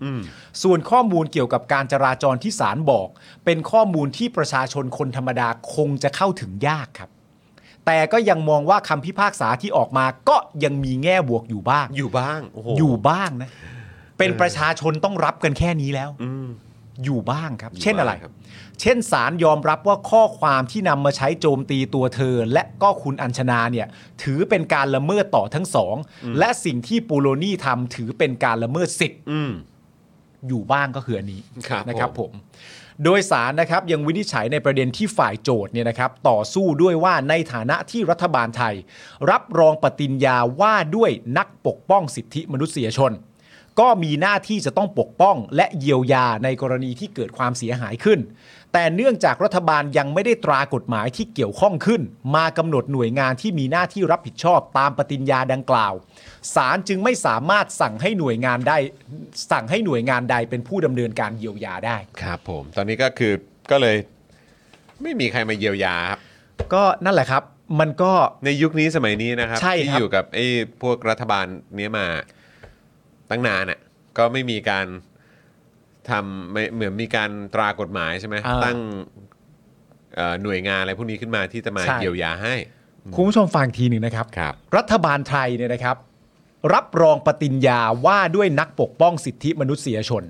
ส่วนข้อมูลเกี่ยวกับการจราจรที่ศาลบอก เป็นข้อมูลที่ประชาชนคนธรรมดาคงจะเข้าถึงยากครับ แต่ก็ยังมองว่าคำพิพากษาที่ออกมาก็ยังมีแง่บวกอยู่บ้าง อยู่บ้างโอ้โห อยู่บ้างนะ เป็นประชาชนต้องรับกันแค่นี้แล้ว อืม อยู่บ้างครับ อยู่ เช่นอะไร บ้างครับ เช่นสารยอมรับว่าข้อความที่นำมาใช้โจมตีตัวเธอ และก็คุณอัญชนาเนี่ยถือเป็นการละเมิดต่อทั้งสอง และสิ่งที่ปูโรนี่ทำถือเป็นการละเมิดสิทธิ อืม อยู่บ้างก็คืออันนี้ ครับ นะครับผม โดยสารนะครับยังวินิจฉัยในประเด็นที่ฝ่ายโจทย์เนี่ยนะครับต่อสู้ด้วยว่าในฐานะที่รัฐบาลไทย รับรองปฏิญญาว่าด้วยนักปกป้องสิทธิมนุษยชน ก็มีหน้าที่จะต้องปกป้องและเยียวยาในกรณีที่เกิดความเสียหายขึ้น แต่เนื่องจากรัฐบาลยังไม่ได้ตรากฎหมายที่เกี่ยวข้องขึ้น มากำหนดหน่วยงานที่มีหน้าที่รับผิดชอบตามปฏิญญาดังกล่าว ศาลจึงไม่สามารถสั่งให้หน่วยงานได้ สั่งให้หน่วยงานใดเป็นผู้ดำเนินการเยียวยาได้ ครับผมตอนนี้ก็คือก็เลย ไม่มีใครมาเยียวยาครับ ก็นั่นแหละครับ มันก็ ในยุคนี้สมัยนี้นะครับ ใช่ ที่ ครับ อยู่กับไอ้พวกรัฐบาลเนี้ยมาตั้งนานอ่ะก็ไม่มีการทำไม่เหมือนมีการตรากฎหมายใช่ไหม อ่า ตั้งเอ่อหน่วยงานอะไรพวกนี้ขึ้นมาที่จะมา ใช่ เยียวยาให้ คุณผู้ชมฟังอีกทีหนึ่งนะครับ ครับ รัฐบาลไทยเนี่ยนะครับ รับรองปฏิญญาว่าด้วยนักปกป้องสิทธิมนุษยชน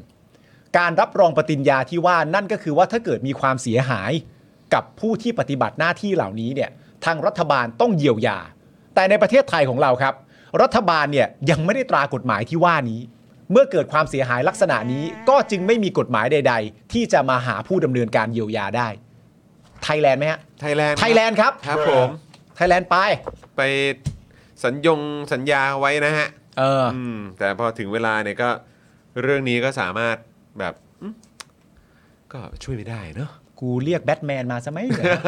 การรับรองปฏิญญาที่ว่านั่นก็คือว่าถ้าเกิดมีความเสียหายกับผู้ที่ปฏิบัติหน้าที่เหล่านี้เนี่ยทางรัฐบาลต้องเยียวยา แต่ในประเทศไทยของเราครับ รัฐบาลเนี่ยยังไม่ได้ตรากฎหมายที่ว่านี้ เมื่อเกิดความเสียหายลักษณะนี้ก็จึงไม่มีกฎหมายใด ๆ ที่จะมาหาผู้ดำเนินการเยียวยาได้ ไทยแลนด์ไหมฮะ ไทยแลนด์ ไทยแลนด์ครับ ครับผม ไทยแลนด์ไป ไปสัญญงสัญญาไว้นะฮะ เออ อืมแต่พอถึงเวลาเนี่ยก็เรื่องนี้ก็สามารถแบบอืมก็ช่วยไม่ได้เนอะ กูเรียกแบทแมนมาซะ ไหมเนี่ย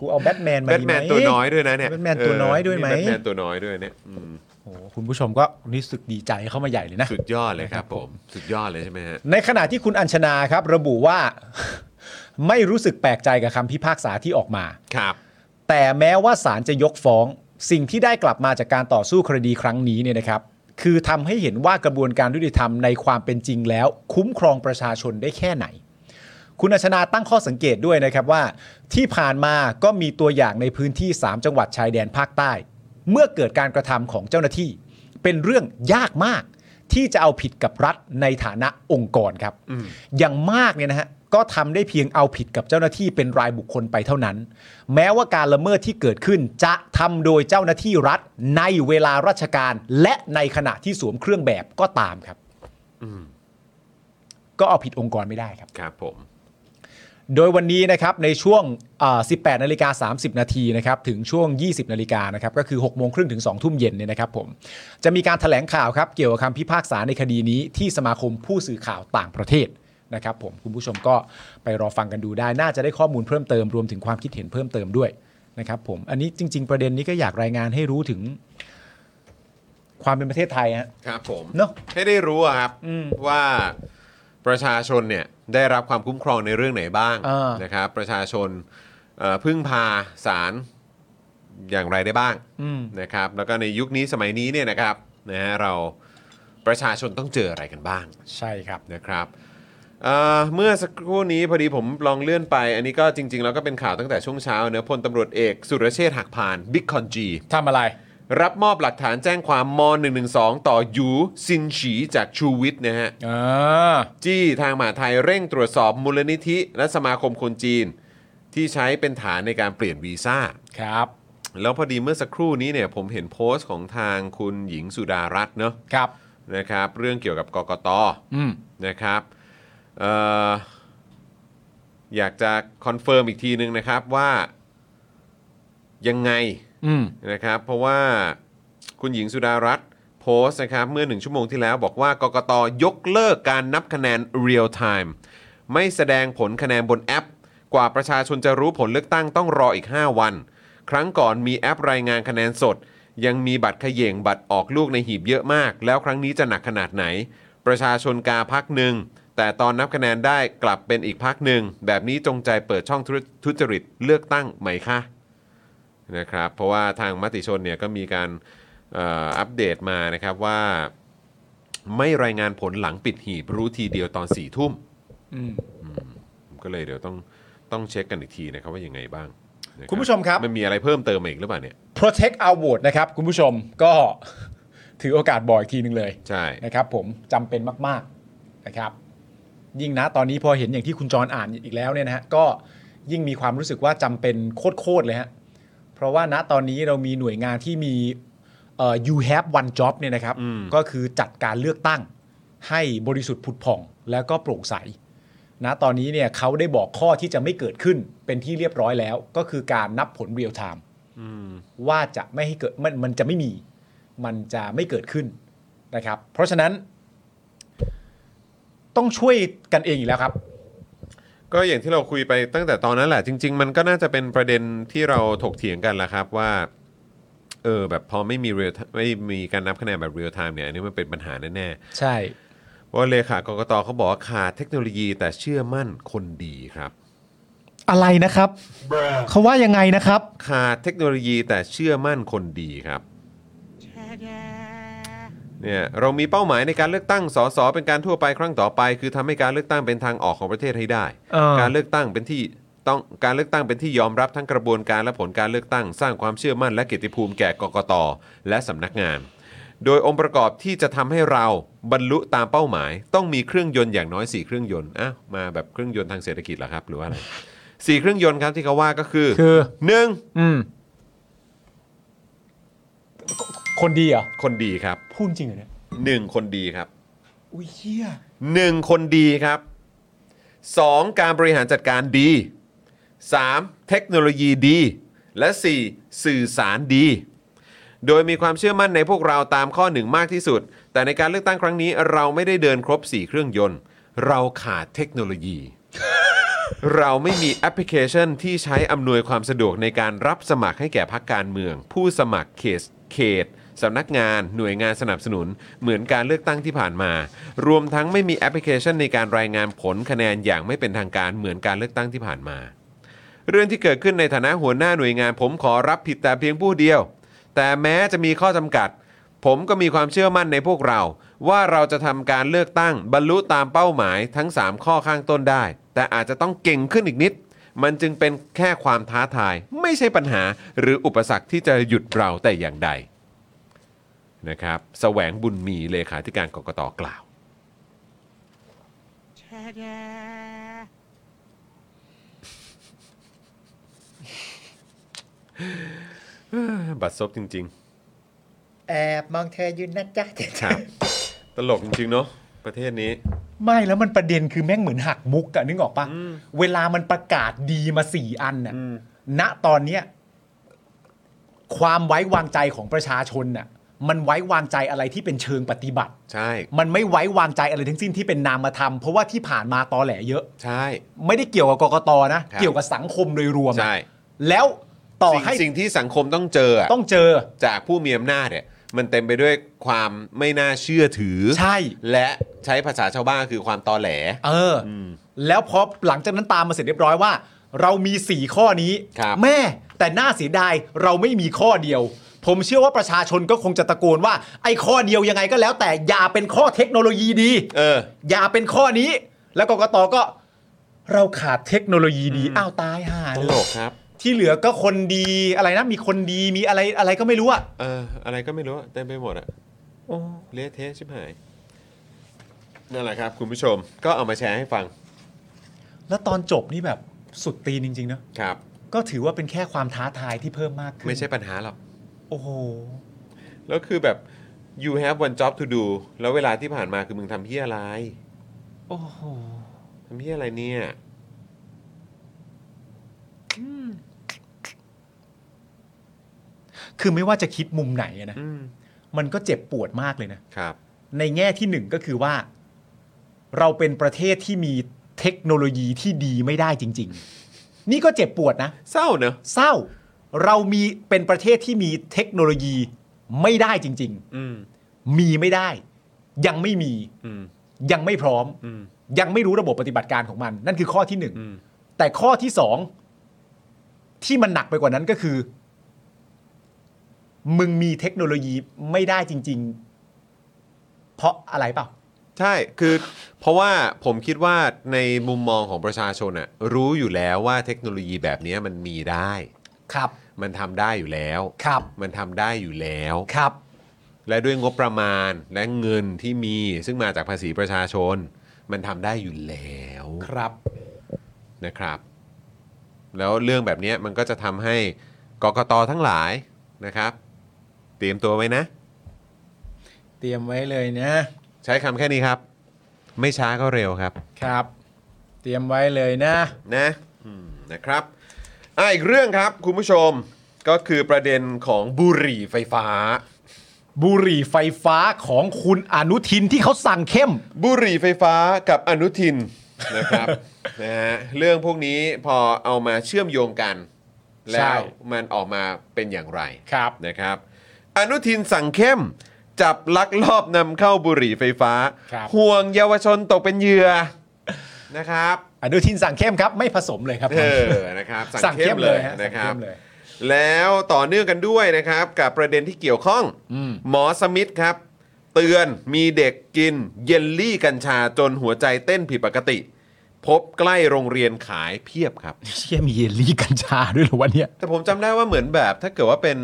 กูเอาแบทแมนมา แบท ดีไห แม ม นตัวน้อยด้วยนะเนี่ย แบทแมนตัวน้อยด้วยไหม เแบทแมนตัวน้อยด้วยเนี่ยอืม โอ้โหคุณผู้ชมก็รู้สึกดีใจเข้ามาใหญ่เลยนะ สุดยอดเลยครับผม สุดยอดเลยใช่ไหมฮะ ในขณะที่คุณอัญชนาครับ ระบุว่า ไม่รู้สึกแปลกใจกับคำพิพากษาที่ออกมา ครับ แต่แม้ว่าศาลจะยกฟ้อง สิ่งที่ได้กลับมาจากการต่อสู้คดีครั้งนี้เนี่ยนะครับ คือทำให้เห็นว่ากระบวนการยุติธรรมในความเป็นจริงแล้ว คุ้มครองประชาชนได้แค่ไหน คุณอัชนาตั้งข้อสังเกตด้วยนะครับว่า ที่ผ่านมาก็มีตัวอย่างในพื้นที่ 3 จังหวัดชายแดนภาคใต้ เมื่อเกิดการกระทำของเจ้าหน้าที่ เป็นเรื่องยากมาก ที่จะเอาผิดกับรัฐในฐานะองค์กรครับ อย่างมากเนี่ยนะฮะก็ทำได้เพียงเอาผิดกับเจ้าหน้าที่เป็นรายบุคคลไปเท่านั้น แม้ว่าการละเมิดที่เกิดขึ้นจะทำโดยเจ้าหน้าที่รัฐ ในเวลาราชการ และในขณะที่สวมเครื่องแบบก็ตามครับก็เอาผิดองค์กรไม่ได้ครับ ครับผม โดยวันนี้นะครับในช่วงเอ่อ18นาฬิกา30 นาทีนะครับถึงช่วง 20 นาฬิกานะครับก็คือ 6 โมงครึ่งถึง 2 ทุ่มเย็นเนี่ยนะครับผมจะมีการถแถลงข่าวครับเกี่ยวกับคำพิพากษาในคดีนี้ที่สมาคมผู้สื่อข่าวต่างประเทศนะครับผมคุณผู้ชมก็ไปรอฟังกันดูได้ น่าจะได้ข้อมูลเพิ่มเติมรวมถึงความคิดเห็นเพิ่มเติมด้วยนะครับผมอันนี้จริง ๆ ประเด็นนี้ก็อยากรายงานให้รู้ถึงความเป็นประเทศไทยฮะ ครับผม เนอะ ให้ได้รู้อะครับว่าประชาชนเนี่ยได้รับความคุ้มครองในเรื่องไหนบ้าง เออ นะครับ ประชาชนเอ่อพึ่งพาสารอย่างไรได้บ้าง อืม นะครับ แล้วก็ในยุคนี้สมัยนี้เนี่ยนะครับนะฮะเราประชาชนต้องเจออะไรกันบ้าง ใช่ครับ นะครับเอ่อเมื่อสักครู่นี้พอดีผมลองเลื่อนไป อันนี้ก็จริง ๆ แล้วก็เป็นข่าวตั้งแต่ช่วงเช้าเนอะพลตำรวจเอกสุรเชษฐ์หักพานบิ๊กคอนจี ทำอะไร รับมอบหลักฐานแจ้งความม .112 ต่อหยูซินฉีจากชูวิทย์นะฮะ อ่า จี้ทางมหาดไทยเร่งตรวจสอบมูลนิธิและสมาคมคนจีน ที่ใช้เป็นฐานในการเปลี่ยนวีซ่า ครับ แล้วพอดีเมื่อสักครู่นี้เนี่ยผมเห็นโพสต์ของทางคุณหญิงสุดารัตน์เนาะ ครับ นะครับ เรื่องเกี่ยวกับกกต อืม นะครับเอ่ออยากจะคอนเฟิร์มอีกทีนึงนะครับว่ายังไง อืม นะครับเพราะว่าคุณหญิงสุดารัตน์โพสต์นะครับเมื่อหนึ่งชั่วโมงที่แล้วบอกว่ากกตยกเลิกการนับคะแนนเรียลไทม์ไม่แสดงผลคะแนนบนแอป กว่าประชาชนจะรู้ผลเลือกตั้งต้องรออีก 5 วัน ครั้งก่อนมีแอปรายงานคะแนนสด ยังมีบัตรเขย่งบัตรออกลูกในหีบเยอะมาก แล้วครั้งนี้จะหนักขนาดไหน ประชาชนกาพักหนึ่ง แต่ตอนนับคะแนนได้กลับเป็นอีกพักหนึ่ง แบบนี้จงใจเปิดช่องทุทุจริตเลือกตั้งไหมคะ นะครับเพราะว่าทางมติชนเนี่ยก็มีการเอ่ออัปเดตมานะครับว่าไม่รายงานผลหลังปิดหีบรู้ทีเดียวตอน4ี่ทุ่ม อืม ผมก็เลยเดี๋ยวต้องต้องเช็คกันอีกทีนะครับว่ายังไงบ้างนะรับ คุณผู้ชมครับ มันมีอะไรเพิ่มเติมมาอีกหรือเปล่าเนี่ย protect our vote นะครับ คุณผู้ชมก็ ถือโอกาสบอกอีกทีหนึ่งเลย ใช่ นะครับผมจำเป็นมาก ๆนะครับ ยิ่งนะตอนนี้พอเห็นอย่างที่คุณจรอ่านอีกแล้วเนี่ยนะฮะก็ยิ่งมีความรู้สึกว่าจำเป็นโคตร ๆ เลยฮะ เพราะว่าณตอนนี้เรามีหน่วยงานที่มีเอ่อ you have one job เนี่ยนะครับ อืม ก็คือจัดการเลือกตั้งให้บริสุทธิ์ผุดผ่อง แล้วก็โปร่งใส ณตอนนี้เนี่ยเขาได้บอกข้อที่จะไม่เกิดขึ้นเป็นที่เรียบร้อยแล้ว ก็คือการนับผลเรียลไทม์ ว่าจะไม่ให้เกิดมันมันจะไม่มี มันจะไม่เกิดขึ้นนะครับ เพราะฉะนั้น ต้องช่วยกันเองอีกแล้วครับ ก็อย่างที่เราคุยไปตั้งแต่ตอนนั้นแหละ จริง ๆ มันก็น่าจะเป็นประเด็นที่เราถกเถียงกันแหละครับว่าเออแบบพอไม่มี real time ไม่มีการนับคะแนนแบบเรียลไทม์เนี่ยอันนี้มันเป็นปัญหาแน่ๆ ใช่ ว่าเลขากกตเขาบอกว่าขาดเทคโนโลยีแต่เชื่อมั่นคนดีครับ อะไรนะครับ เขาว่ายังไงนะครับ ขาดเทคโนโลยีแต่เชื่อมั่นคนดีครับเนี่ยเรามีเป้าหมายในการเลือกตั้งสสเป็นการทั่วไปครั้งต่อไป คือทำให้การเลือกตั้งเป็นทางออกของประเทศให้ได้ เออ การเลือกตั้งเป็นที่ต้องการเลือกตั้งเป็นที่ยอมรับทั้งกระบวนการและผลการเลือกตั้ง สร้างความเชื่อมั่นและเกียรติภูมิแก่กกตและสำนักงาน โดยองค์ประกอบที่จะทำให้เราบรรลุตามเป้าหมาย ต้องมีเครื่องยนต์อย่างน้อยสี่เครื่องยนต์อ่ะมาแบบเครื่องยนต์ทางเศรษฐกิจเหรอครับหรือว่าอะไรสี่เครื่องยนต์ครับที่เขาว่าก็คือ คือ หนึ่ง อืม คนดีเหรอ คนดีครับ พูดจริงเหรอเนี่ย หนึ่งคนดีครับ อุ้ยเฮีย หนึ่งคนดีครับสองการบริหารจัดการดีสามเทคโนโลยีดี และสี่สื่อสารดี โดยมีความเชื่อมั่นในพวกเราตามข้อหนึ่งมากที่สุด แต่ในการเลือกตั้งครั้งนี้เราไม่ได้เดินครบ 4 เครื่องยนต์ เราขาดเทคโนโลยี เราไม่มีแอปพลิเคชันที่ใช้อำนวยความสะดวกในการรับสมัครให้แก่พรรคการเมือง ผู้สมัครเขตเขตสำนักงาน หน่วยงานสนับสนุน เหมือนการเลือกตั้งที่ผ่านมา รวมทั้งไม่มีแอปพลิเคชันในการรายงานผลคะแนนอย่างไม่เป็นทางการเหมือนการเลือกตั้งที่ผ่านมา เรื่องที่เกิดขึ้นในฐานะหัวหน้าหน่วยงานผมขอรับผิดแต่เพียงผู้เดียว แต่แม้จะมีข้อจำกัด ผมก็มีความเชื่อมั่นในพวกเรา ว่าเราจะทำการเลือกตั้งบรรลุตามเป้าหมายทั้ง 3 ข้อข้างต้นได้ แต่อาจจะต้องเก่งขึ้นอีกนิด มันจึงเป็นแค่ความท้าทาย ไม่ใช่ปัญหาหรืออุปสรรคที่จะหยุดเราแต่อย่างใดนะครับแสวงบุญมีเลขาธิการกกตกล่าว บัตรซบจริง แอบมองเธออยู่นะจ๊ะ ๆ ครับ ตลกจริง ๆ เนาะประเทศนี้ ไม่แล้วมันประเด็นคือแม่งเหมือนหักมุกอะนึกออกปะเวลามันประกาศดีมาสี่อันน่ะณตอนเนี้ยความไว้วางใจของประชาชนน่ะ มันไว้วางใจอะไรที่เป็นเชิงปฏิบัติ ใช่ มันไม่ไว้วางใจอะไรทั้งสิ้นที่เป็นนามธรรมเพราะว่าที่ผ่านมาตอแหลเยอะ ใช่ ไม่ได้เกี่ยวกับกกตนะ ครับ เกี่ยวกับสังคมโดยรวมอะ ใช่ แล้วต่อ สิ่ง ให้ สิ่งที่สังคมต้องเจออะ ต้องเจอ จากผู้มีอำนาจเนี่ยมันเต็มไปด้วยความไม่น่าเชื่อถือ ใช่ และใช้ภาษาชาวบ้านคือความตอแหล เอออแล้วพอหลังจากนั้นตามมาเสร็จเรียบร้อยว่า เรามี 4 ข้อนี้ ครับ แม่ แต่น่าเสียดายเราไม่มีข้อเดียว ผมเชื่อว่าประชาชนก็คงจะตะโกนว่า ไอ้ข้อเดียวยังไงก็แล้ว แต่อย่าเป็นข้อเทคโนโลยีดี เออ อย่าเป็นข้อนี้ แล้วกกตก็ เราขาดเทคโนโลยีดีอ้าวตายห่า ต เล ล ย กครับ ที่เหลือก็คนดีอะไรนะมีคนดีมีอะไรอะไรก็ไม่รู้อะ เออ อะไรก็ไม่รู้อะเต็มไปหมดอะโอ้เละเทะชิบหาย นั่นแหละครับ คุณผู้ชมก็เอามาแชร์ให้ฟัง แล้วตอนจบนี่แบบสุดตีนจริงๆเนอะ ครับ ก็ถือว่าเป็นแค่ความท้าทายที่เพิ่มมากขึ้น ไม่ใช่ปัญหาหรอก โอ้โห แล้วคือแบบ you have one job to do แล้วเวลาที่ผ่านมาคือมึงทำเพี้ยอะไร โอ้โห ทำเพี้ยอะไรเนี่ย คือไม่ว่าจะคิดมุมไหนอะนะ อืม มันก็เจ็บปวดมากเลยนะ ครับ ในแง่ที่หนึ่งก็คือว่า เราเป็นประเทศที่มีเทคโนโลยีที่ดีไม่ได้จริง ๆ นี่ก็เจ็บปวดนะ เศร้าเนอะ เศร้า เรามีเป็นประเทศที่มีเทคโนโลยีไม่ได้จริง อืม ๆ มีไม่ได้ ยังไม่มี อืม ยังไม่พร้อม อืม ยังไม่รู้ระบบปฏิบัติการของมัน นั่นคือข้อที่หนึ่ง อืม แต่ข้อที่สองที่มันหนักไปกว่านั้นก็คือ มึงมีเทคโนโลยีไม่ได้จริง ๆ เพราะอะไรเปล่า ใช่ คือเพราะว่าผมคิดว่าในมุมมองของประชาชนอะรู้อยู่แล้วว่าเทคโนโลยีแบบเนี้ยมันมีได้ ครับ มันทำได้อยู่แล้ว ครับ มันทำได้อยู่แล้ว ครับ และด้วยงบประมาณและเงินที่มี ซึ่งมาจากภาษีประชาชน มันทำได้อยู่แล้ว ครับ นะครับ แล้วเรื่องแบบเนี้ยมันก็จะทำให้กกตทั้งหลายนะครับ เตรียมตัวไว้นะ เตรียมไว้เลยนะ ใช้คำแค่นี้ครับ ไม่ช้าก็เร็วครับ ครับ เตรียมไว้เลยนะ นะอืมนะครับอ่ะอีกเรื่องครับคุณผู้ชมก็คือประเด็นของบุหรี่ไฟฟ้า บุหรี่ไฟฟ้าของคุณอนุทินที่เขาสั่งเข้ม บุหรี่ไฟฟ้ากับอนุทินนะครับ นะฮะเรื่องพวกนี้พอเอามาเชื่อมโยงกัน ใช่ แล้วมันออกมาเป็นอย่างไร ครับ นะครับ อนุทินสั่งเข้ม จับลักลอบนำเข้าบุหรี่ไฟฟ้า ครับ ห่วงเยาวชนตกเป็นเหยื่อนะครับ อนุทินสั่งเข้มครับ ไม่ผสมเลยครับ เออนะครับ สั่งเข้มเลยฮ นะค สั่ง รับ เข้มเลย แล้วต่อเนื่องกันด้วยนะครับกับประเด็นที่เกี่ยวข้อง อืม หมอสมิธครับ เตือนมีเด็กกินเยลลี่กัญชาจนหัวใจเต้นผิดปกติ พบใกล้โรงเรียนขายเพียบครับ เชี่ยมีเยลลี่กัญชาด้วยเหรอวะเนี่ย แต่ผมจำได้ว่าเหมือนแบบถ้าเกิดว่าเป็น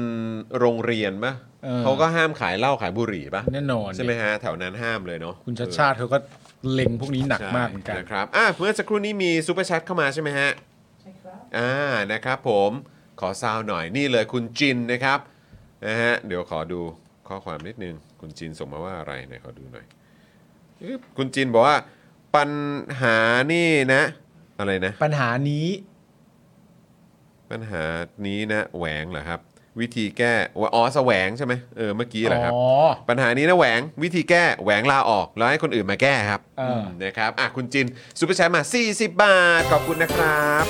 โรงเรียนปะ เออ เขาก็ห้ามขายเหล้าขายบุหรี่ปะ แน่นอน ใช่ไหมฮะ แถวนั้นห้ามเลยเนาะ คุณชาติชาติเขาก็เล็งพวกนี้หนัก ใช่ มากเหมือนกัน นะครับอ่ะเมื่อสักครู่นี้มีซูเปอร์แชทเข้ามาใช่ไหมฮะ อ่า นะครับผมขอซาวหน่อยนี่เลยคุณจินนะครับนะฮะเดี๋ยวขอดูข้อความนิดนึง คุณจินส่งมาว่าอะไรไหนขอดูหน่อยอึ๊บคุณจินบอกว่าปัญหานี่นะ อะไรนะ ปัญหานี้ ปัญหานี้นะแหวงเหรอครับ วิธีแก้ว่าอ๋อแสวงใช่ไหมเออเมื่อกี้เหรอครับ อ๋อ ปัญหานี้นะแหวงวิธีแก้แหวงลาออก แล้วให้คนอื่นมาแก้ครับ เอออื มนะครับอ่ะคุณจินซูเปอร์แชทมา 40 บาท ขอบคุณนะครับ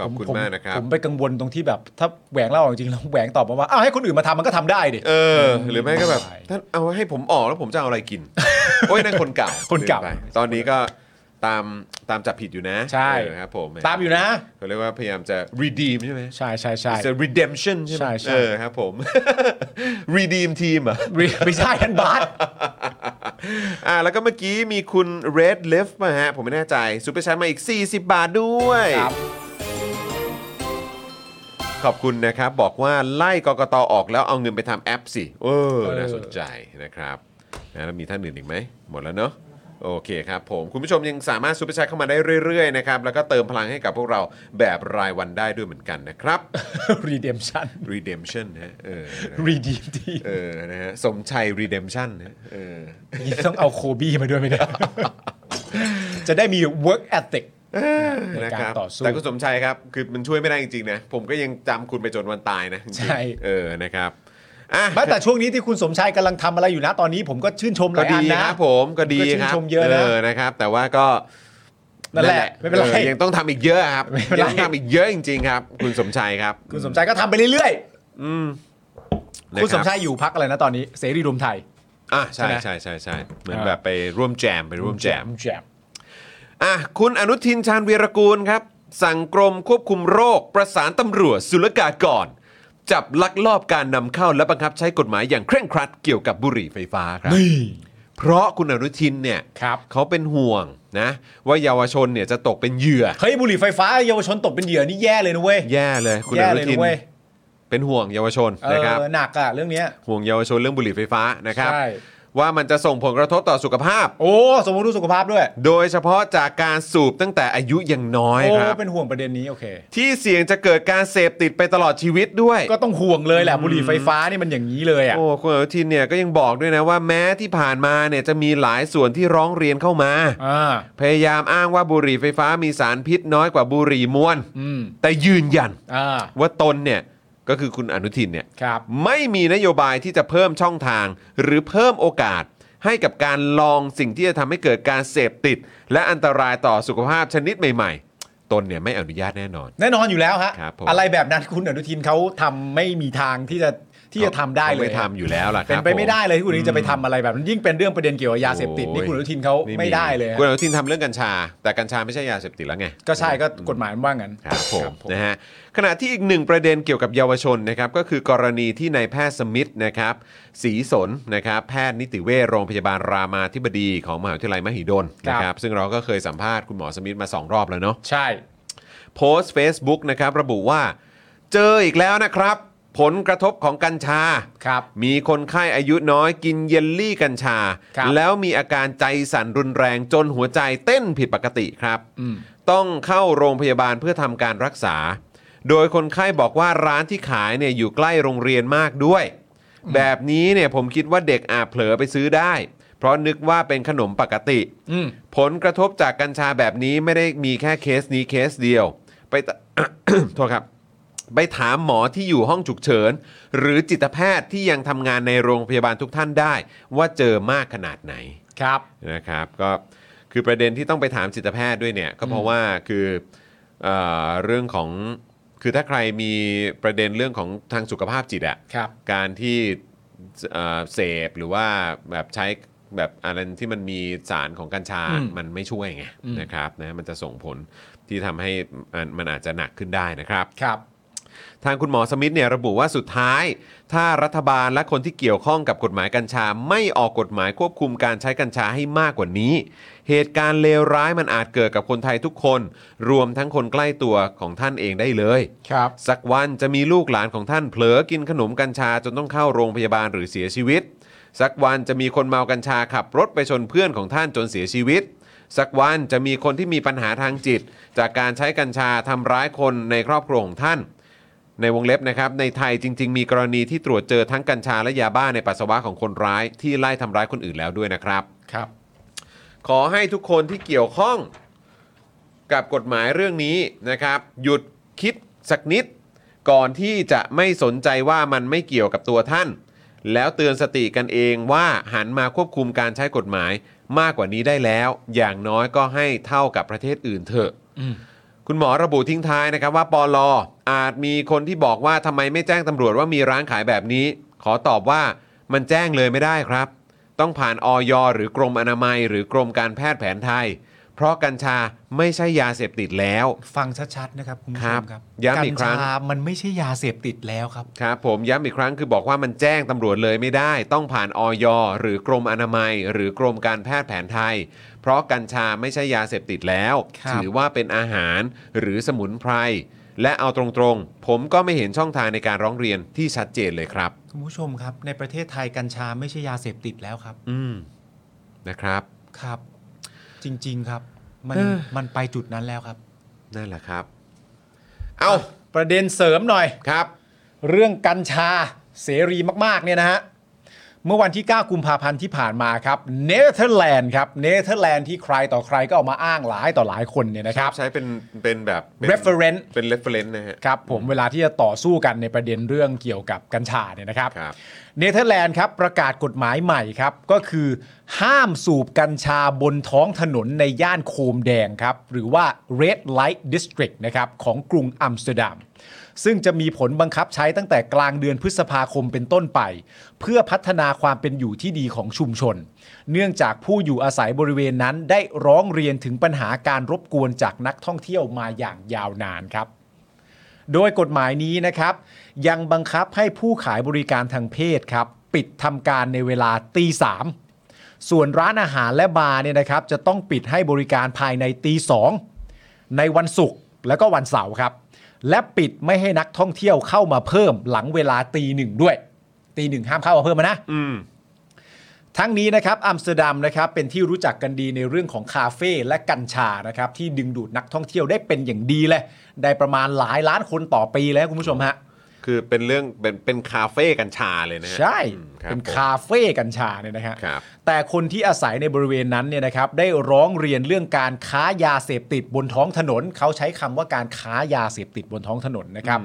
ขอบคุณ ผม มากนะครับ ผมไปกังวลตรงที่แบบ ถ้าแหวงเล่าออกจริงๆแล้วแหวงตอบมาว่าอ้าวให้คนอื่นมาทำมันก็ทำได้ดิ เออ หรือไม่ก็แบบ ใช่ ท่านเอาให้ผมออกแล้วผมจะเอาอะไรกิน โอ้ยนั่นคนเก่า คนเก่า ลืมไปตอนนี้ก็ ตามตามจับผิดอยู่นะ ใช่ เออครับผม ตามอยู่นะ เขาเรียกว่าพยายามจะ redeem ใช่ไหม ใช่ใช่ใช่ It's a redemption ใช่ไหม ใช่ใช่ เออครับผม redeem ทีมเหรอ ไม่ไม่ใช่กันบาส อ่าแล้วก็เมื่อกี้มีคุณ Red Lift มาฮะ ผมไม่แน่ใจซูเปอร์ชาร์มาอีก 40 บาทด้วย ครับ ขอบคุณนะครับ บอกว่าไล่กกตอออกแล้วเอาเงินไปทำแอปสิ เออ น่าสนใจนะครับนะแล้วมีท่านอื่นอีกไหม หมดแล้วเนาะโอเคครับผม คุณผู้ชมยังสามารถซูเปอร์แชทเข้ามาได้เรื่อยๆนะครับ แล้วก็เติมพลังให้กับพวกเราแบบรายวันได้ด้วยเหมือนกันนะครับ redemption redemption นะเออ redeem ที เออนะฮะสมชัย redemption นะเออ ต้องเอาโคบี้มาด้วยไหม เนี่ยจะได้มี work ethic ใน นะ กา ค ร รับ ต่อสู้ แต่คุณสมชัยครับคือมันช่วยไม่ได้จริงๆนะผมก็ยังจำคุณไปจนวันตายนะจริงๆ ใช่ เออนะครับอ่ะ แม้แต่ช่วงนี้ที่คุณสมชายกำลังทำอะไรอยู่นะตอนนี้ผมก็ชื่นชมห ก็ ลายอั ดี น ค นะ รับผมก็ดี ก็ชื่น ครับ ชมเยอะนะ นะครับ แต่ว่าก็ นั่นแหละไม่เป็นไร ออยังต้องทำอีกเยอะครับ ไม่เป็นไร ยังทำอีกเยอะจริงๆครับ คุณสมชัยครับ คุณสมชายก็ทำไปเรื่อย นะ ๆ คุณสม รับ ชายอยู่พักอะไรนะตอนนี้ เสรีรวมไทย อ่ะใช่ ใช่ไหม ใช่ใช่ใช่เหมือนแบบไปร่วมแจมไปร่วมแจม แจม อ่ะคุณอนุทินชาญวีรกูลครับ สั่งกรมควบคุมโรค ประสานตำรวจศุลกากร จับลักลอบการนำเข้าและบังคับใช้กฎหมายอย่างเคร่งครัดเกี่ยวกับบุหรี่ไฟฟ้าครับ เพราะคุณอนุทินเนี่ย ครับ เขาเป็นห่วงนะว่าเยาวชนเนี่ยจะตกเป็นเหยื่อ เฮ้ยบุหรี่ไฟฟ้าเยาวชนตกเป็นเหยื่อนี่แย่เลยนะเว้ย แย่เลยคุณ แย่ อ เล นุ ย ทินนะเว้ย เป็นห่วงเยาวชน เอ นะครับ อหนักอะเรื่องเนี้ย ห่วงเยาวชนเรื่องบุหรี่ไฟฟ้านะครับ ใช่ ว่ามันจะส่งผลกระทบต่อสุขภาพ โอ้สมมติดูสุขภาพด้วย โดยเฉพาะจากการสูบตั้งแต่อายุยังน้อย โอ้ ครับ เป็นห่วงประเด็นนี้โอเค ที่เสี่ยงจะเกิดการเสพติดไปตลอดชีวิตด้วย ก็ต้องห่วงเลยแหละบุหรี่ไฟฟ้านี่มันอย่างนี้เลยอ่ะ โอ้คุณอนุทินเนี่ยก็ยังบอกด้วยนะว่าแม้ที่ผ่านมาเนี่ยจะมีหลายส่วนที่ร้องเรียนเข้ามา อ่า พยายามอ้างว่าบุหรี่ไฟฟ้ามีสารพิษน้อยกว่าบุหรี่มวน อืม แต่ยืนยัน อ่า ว่าตนเนี่ยก็คือคุณอนุทินเนี่ย ครับ ไม่มีนโยบายที่จะเพิ่มช่องทาง หรือเพิ่มโอกาส ให้กับการลองสิ่งที่จะทำให้เกิดการเสพติด และอันตรายต่อสุขภาพชนิดใหม่ ๆ ตนเนี่ยไม่อนุญาตแน่นอน แน่นอนอยู่แล้วฮะ ครับผม อะไรแบบนั้นคุณอนุทินเขาทำไม่มีทางที่จะที่จะทำได้เลย ไม่ทำอยู่แล้วล่ะครับ เป็นไปผไม่ม ได้เลยที่คุณอนุทินจะไปทำอะไรแบบนั้นยิ่งเป็นเรื่องประเด็นเกี่ยวกับยาเสพติดนี่ โอ้ย คุณอนุทินเขาไม่ได้เลยฮะ คุณอนุทินทำเรื่องกัญชา แต่กัญชาไม่ใช่ยาเสพติดแล้วไง ก็ใช่ก็กฎหมายมันว่างั้น ครับผมนะฮะขณะที่อีกหนึ่งประเด็นเกี่ยวกับเยาวชนนะครับก็คือกรณีที่นายแพทย์สมิธนะครับศรีสนนะครับแพทย์นิติเวชโรงพยาบาลรามาธิบดีของมหาวิทยาลัยมหิดลนะครับซึ่งเราก็เคยสัมภาษณ์คุณหมอสมิธมาสองรอบแล้วเนาะ ใช่ โพสต์ Facebook นะครับ ระบุว่า เจออีกแล้วนะครับ ผลกระทบของกัญชา ครับ มีคนไข้อายุน้อยกินเยลลี่กัญชา ครับ แล้วมีอาการใจสั่นรุนแรงจนหัวใจเต้นผิดปกติครับ ต้องเข้าโรงพยาบาลเพื่อทำการรักษา โดยคนไข้บอกว่าร้านที่ขายเนี่ยอยู่ใกล้โรงเรียนมากด้วย แบบนี้เนี่ยผมคิดว่าเด็กอาจเผลอไปซื้อได้ เพราะนึกว่าเป็นขนมปกติ อืม ผลกระทบจากกัญชาแบบนี้ไม่ได้มีแค่เคสนี้เคสเดียว ไปต โทษครับ ไปถามหมอที่อยู่ห้องฉุกเฉิน หรือจิตแพทย์ที่ยังทำงานในโรงพยาบาลทุกท่านได้ ว่าเจอมากขนาดไหน ครับ นะครับก็คือประเด็นที่ต้องไปถามจิตแพทย์ด้วยเนี่ย ก็เพราะว่าคือเออเรื่องของคือถ้าใครมีประเด็นเรื่องของทางสุขภาพจิตอะ ครับ การที่เอ่อเสพหรือว่าแบบใช้แบบอะไรที่มันมีสารของกัญชา อืม มันไม่ช่วยไง อืม นะครับนะมันจะส่งผลที่ทำให้มันมันอาจจะหนักขึ้นได้นะครับ ครับ ทางคุณหมอสมิธเนี่ยระบุว่าสุดท้าย ถ้ารัฐบาลและคนที่เกี่ยวข้องกับกฎหมายกัญชา ไม่ออกกฎหมายควบคุมการใช้กัญชาให้มากกว่านี้ เหตุการณ์เลวร้ายมันอาจเกิดกับคนไทยทุกคน รวมทั้งคนใกล้ตัวของท่านเองได้เลย ครับ สักวันจะมีลูกหลานของท่านเผลอกินขนมกัญชาจนต้องเข้าโรงพยาบาลหรือเสียชีวิต สักวันจะมีคนเมากัญชาขับรถไปชนเพื่อนของท่านจนเสียชีวิต สักวันจะมีคนที่มีปัญหาทางจิต จากการใช้กัญชาทำร้ายคนในครอบครัวของท่าน ในวงเล็บนะครับ ในไทยจริง ๆ มีกรณีที่ตรวจเจอทั้งกัญชาและยาบ้าในปัสสาวะของคนร้ายที่ไล่ทำร้ายคนอื่นแล้วด้วยนะครับ ครับ ขอให้ทุกคนที่เกี่ยวข้องกับกฎหมายเรื่องนี้นะครับ หยุดคิดสักนิด ก่อนที่จะไม่สนใจว่ามันไม่เกี่ยวกับตัวท่าน แล้วเตือนสติกันเองว่าหันมาควบคุมการใช้กฎหมายมากกว่านี้ได้แล้ว อย่างน้อยก็ให้เท่ากับประเทศอื่นเถอะ คุณหมอระบุทิ้งท้ายนะครับว่าปอลออาจมีคนที่บอกว่าทำไมไม่แจ้งตำรวจว่ามีร้านขายแบบนี้ ขอตอบว่ามันแจ้งเลยไม่ได้ครับ ต้องผ่านอยหรือกรมอนามัย หรือกรมการแพทย์แผนไทย เพราะกัญชาไม่ใช่ยาเสพติดแล้ว ฟังชัดๆนะครับคุณผู้ชม ค ค รั รั บบ ย้ำอีกครั้ง ญชามันไม่ใช่ยาเสพติดแล้วครับ ครับผมย้ำอีกครั้งคือบอกว่ามันแจ้งตำรวจเลยไม่ได้ ต้องผ่านออยหรือกรมอนามัย หรือกรมการแพทย์แผนไทย เพราะกัญชาไม่ใช่ยาเสพติดแล้ว ครับ ถือว่าเป็นอาหารหรือสมุนไพรและเอาตรงๆ ผมก็ไม่เห็นช่องทางในการร้องเรียนที่ชัดเจนเลยครับ คุณผู้ชมครับ ในประเทศไทยกัญชาไม่ใช่ยาเสพติดแล้วครับ อืมนะครับ ครับ จริง ๆครับ มันมันไปจุดนั้นแล้วครับ นั่นแหละครับ เอา ประเด็นเสริมหน่อย ครับ เรื่องกัญชาเสรีมาก ๆ เนี่ยนะฮะ เมื่อวันที่ 9 กุมภาพันธ์ที่ผ่านมาครับเนเธอร์แลนด์ครับเนเธอร์แลนด์ที่ใครต่อใครก็เออกมาอ้างหลายต่อหลายคนเนี่ยนะครับ ใช้เป็นเป็นแบบป็น Reference เป็น reference นะฮะ ครับผมเวลาที่จะต่อสู้กันในประเด็นเรื่องเกี่ยวกับกัญชาเนี่ยนะครับ ครับ เนเธอร์แลนด์ครับประกาศกฎหมายใหม่ครับ ก็คือห้ามสูบกัญชาบนท้องถนนในย่านโคมแดงครับ หรือว่า Red Light District นะครับของกรุงอัมสเตอร์ดัม ซึ่งจะมีผลบังคับใช้ตั้งแต่กลางเดือนพฤษภาคมเป็นต้นไป เพื่อพัฒนาความเป็นอยู่ที่ดีของชุมชน เนื่องจากผู้อยู่อาศัยบริเวณนั้นได้ร้องเรียนถึงปัญหาการรบกวนจากนักท่องเที่ยวมาอย่างยาวนานครับ โดยกฎหมายนี้นะครับ ยังบังคับให้ผู้ขายบริการทางเพศครับ ปิดทำการในเวลาตีสามส่วนร้านอาหารและบาร์เนี่ยนะครับ จะต้องปิดให้บริการภายในตีสองในวันศุกร์และก็วันเสาร์ครับ และปิดไม่ให้นักท่องเที่ยวเข้ามาเพิ่มหลังเวลาตีหนึ่งด้วย ตีหนึ่งห้ามเข้ามาเพิ่มนะ อืม ทั้งนี้นะครับอัมสเตอร์ดัมนะครับเป็นที่รู้จักกันดีในเรื่องของคาเฟ่และกัญชานะครับที่ดึงดูดนักท่องเที่ยวได้เป็นอย่างดีเลย ได้ประมาณหลายล้านคนต่อปีแล้วคุณผู้ชมฮะ คือเป็นเรื่องเป็นเป็นคาเฟ่กัญชาเลยนะฮะ ใช่ อืมครับ เป็น ผม คาเฟ่กัญชาเนี่ยนะฮะ ครับ แต่คนที่อาศัยในบริเวณนั้นเนี่ยนะครับได้ร้องเรียนเรื่องการค้ายาเสพติดบนท้องถนน เขาใช้คำว่าการค้ายาเสพติดบนท้องถนนนะครับ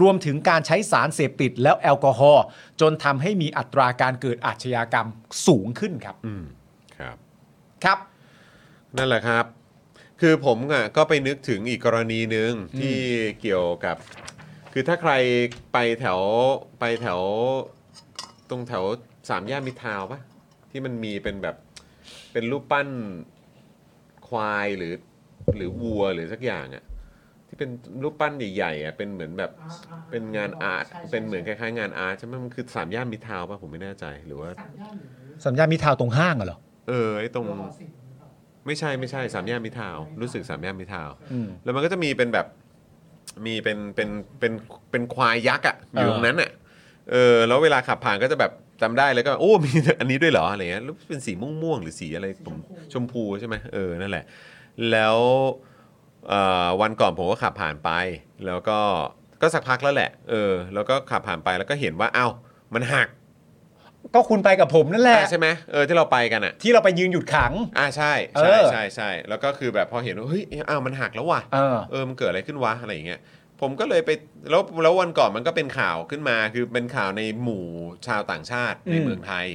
รวมถึงการใช้สารเสพติดแล้วแอลกอฮอล์จนทำให้มีอัตราการเกิดอาชญากรรมสูงขึ้นครับ อืมครับ ครับ นั่นแหละครับ คือผมอ่ะก็ไปนึกถึงอีกกรณีหนึ่งที่เกี่ยวกับ คือถ้าใครไปแถวไปแถว ตรงแถวสามย่านมิตรทาวน์ปะที่มันมีเป็นแบบเป็นรูปปั้นควายหรือหรือวัวหรือสักอย่างอ่ะที่เป็นรูปปั้นใหญ่ๆอ่ะเป็นเหมือนแบบเป็นงานอาร์ตเป็นเหมือนคล้ายๆงานอาร์ตใช่ไหมมันคือสามย่านมิตรทาวน์ปะผมไม่แน่ใจหรือว่า สัญญาณมิตรทาวน์ตรงห้างอะเหรอ เออไอ้ตรง ไม่ใช่ไม่ใช่สามแยกมิตรทาวน์รู้สึกสามแยกมิตรทาวน์ อืม แล้วมันก็จะมีเป็นแบบมีเป็นเป็นเป็นเป็นควายยักษ์อ่ะอยู่ เออ ตรงนั้นอ่ะเออแล้วเวลาขับผ่านก็จะแบบจำได้แล้วก็โอ้มี อันนี้ด้วยเหรออะไรเงี้ยแล้วเป็นสีม่วงๆหรือสีอะไรผมชมพูใช่ไหมเออนั่นแหละ แล้วเอ่อวันก่อนผมก็ขับผ่านไป แล้วก็ก็สักพักแล้วแหละ เออ แล้วก็ขับผ่านไปแล้วก็เห็นว่าเอ้ามันหัก ก็คุณไปกับผมนั่นแหละ อ่ะใช่ไหมเออที่เราไปกันอ่ะ ที่เราไปยืนหยุดขัง อ่าใช่ เอ ใช่ อ ใช่ใช่แล้วก็คือแบบพอเห็นว่าเฮ้ยอ้าวมันหักแล้วว่ะ เออ เออมันเกิดอะไรขึ้นวะอะไรอย่างเงี้ยผมก็เลยไปแล้วแล้ววันก่อนมันก็เป็นข่าวขึ้นมาคือเป็นข่าวในหมู่ชาวต่างชาติใน อืม เมืองไทย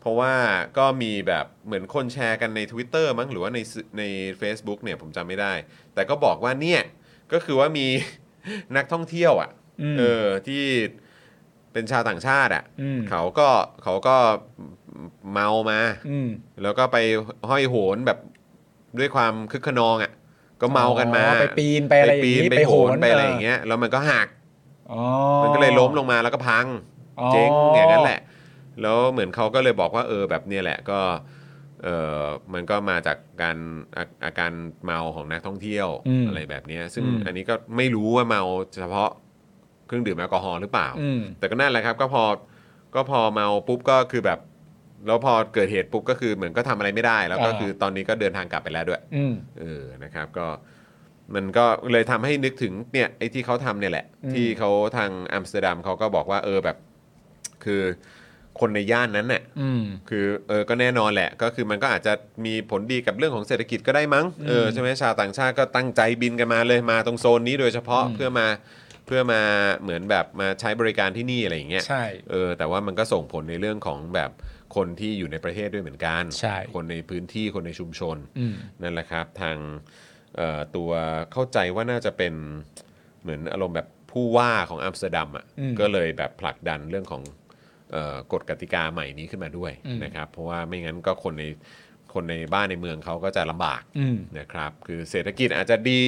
เพราะว่าก็มีแบบเหมือนคนแชร์กันใน Twitter มั้งหรือว่าในสื่อใน Facebook เนี่ยผมจำไม่ได้ แต่ก็บอกว่าเนี่ยก็คือว่ามี นักท่องเที่ยวอ่ะ อืม เออที่เป็นชาวต่างชาติอ่ะ อืม เขาก็เขาก็เมามา อืม แล้วก็ไปห้อยโหนแบบด้วยความคึกขนองอ่ะ ก็เมากันมา อ๋อไปปีนไปอะไรอย่างปปีงี้นไป ไป โห โห น น ไปอะไร เออ อ อ ย่างเงี้ยแล้วมันก็หัก อ๋อ มันก็เลยล้มลงมาแล้วก็พัง อ๋อ เจ๊งอย่างนั้นแหละ แล้วเหมือนเขาก็เลยบอกว่าเออแบบเนี้ยแหละก็เออมันก็มาจากการอาอาการเมาของนักท่องเที่ยว อืม ไรแบบเนี้ยซึ่ง อืม อันนี้ก็ไม่รู้ว่าเมาเฉพาะเครื่องดื่มแอลกอฮอล์หรือเปล่า อืม แต่ก็นั่นแหละครับก็พอก็พอเมาปุ๊บก็คือแบบ แล้วพอเกิดเหตุปุ๊บก็คือเหมือนก็ทำอะไรไม่ได้ แล้วก็ อ่า คือตอนนี้ก็เดินทางกลับไปแล้วด้วย อืม เออนะครับก็มันก็เลยทำให้นึกถึงเนี่ยไอ้ที่เขาทำเนี่ยแหละ อืม ที่เขาทางอัมสเตอร์ดัมเขาก็บอกว่าเออแบบ คือคนในย่านนั้นเนี่ย อืม คือเออก็แน่นอนแหละ ก็คือมันก็อาจจะมีผลดีกับเรื่องของเศรษฐกิจก็ได้มั้งเออใช่ไหมชาวต่างชาติก็ตั้งใจบินกันมาเลยมาตรงโซนนี้โดยเฉพาะเพื่อมาเพื่อมาเหมือนแบบมาใช้บริการที่นี่อะไรอย่างเงี้ย ใช่ เออแต่ว่ามันก็ส่งผลในเรื่องของแบบคนที่อยู่ในประเทศด้วยเหมือนกัน ใช่ คนในพื้นที่คนในชุมชน อืม นั่นแหละครับทางเอ่อตัวเข้าใจว่าน่าจะเป็นเหมือนอารมณ์แบบผู้ว่าของอัมสเตอร์ดัมอ่ะ อืม ก็เลยแบบผลักดันเรื่องของเอ่อกฎกติกาใหม่นี้ขึ้นมาด้วย อืม นะครับเพราะว่าไม่งั้นก็คนใน คนในบ้านในเมืองเขาก็จะลำบาก อืม นะครับคือเศรษฐกิจอาจจะดี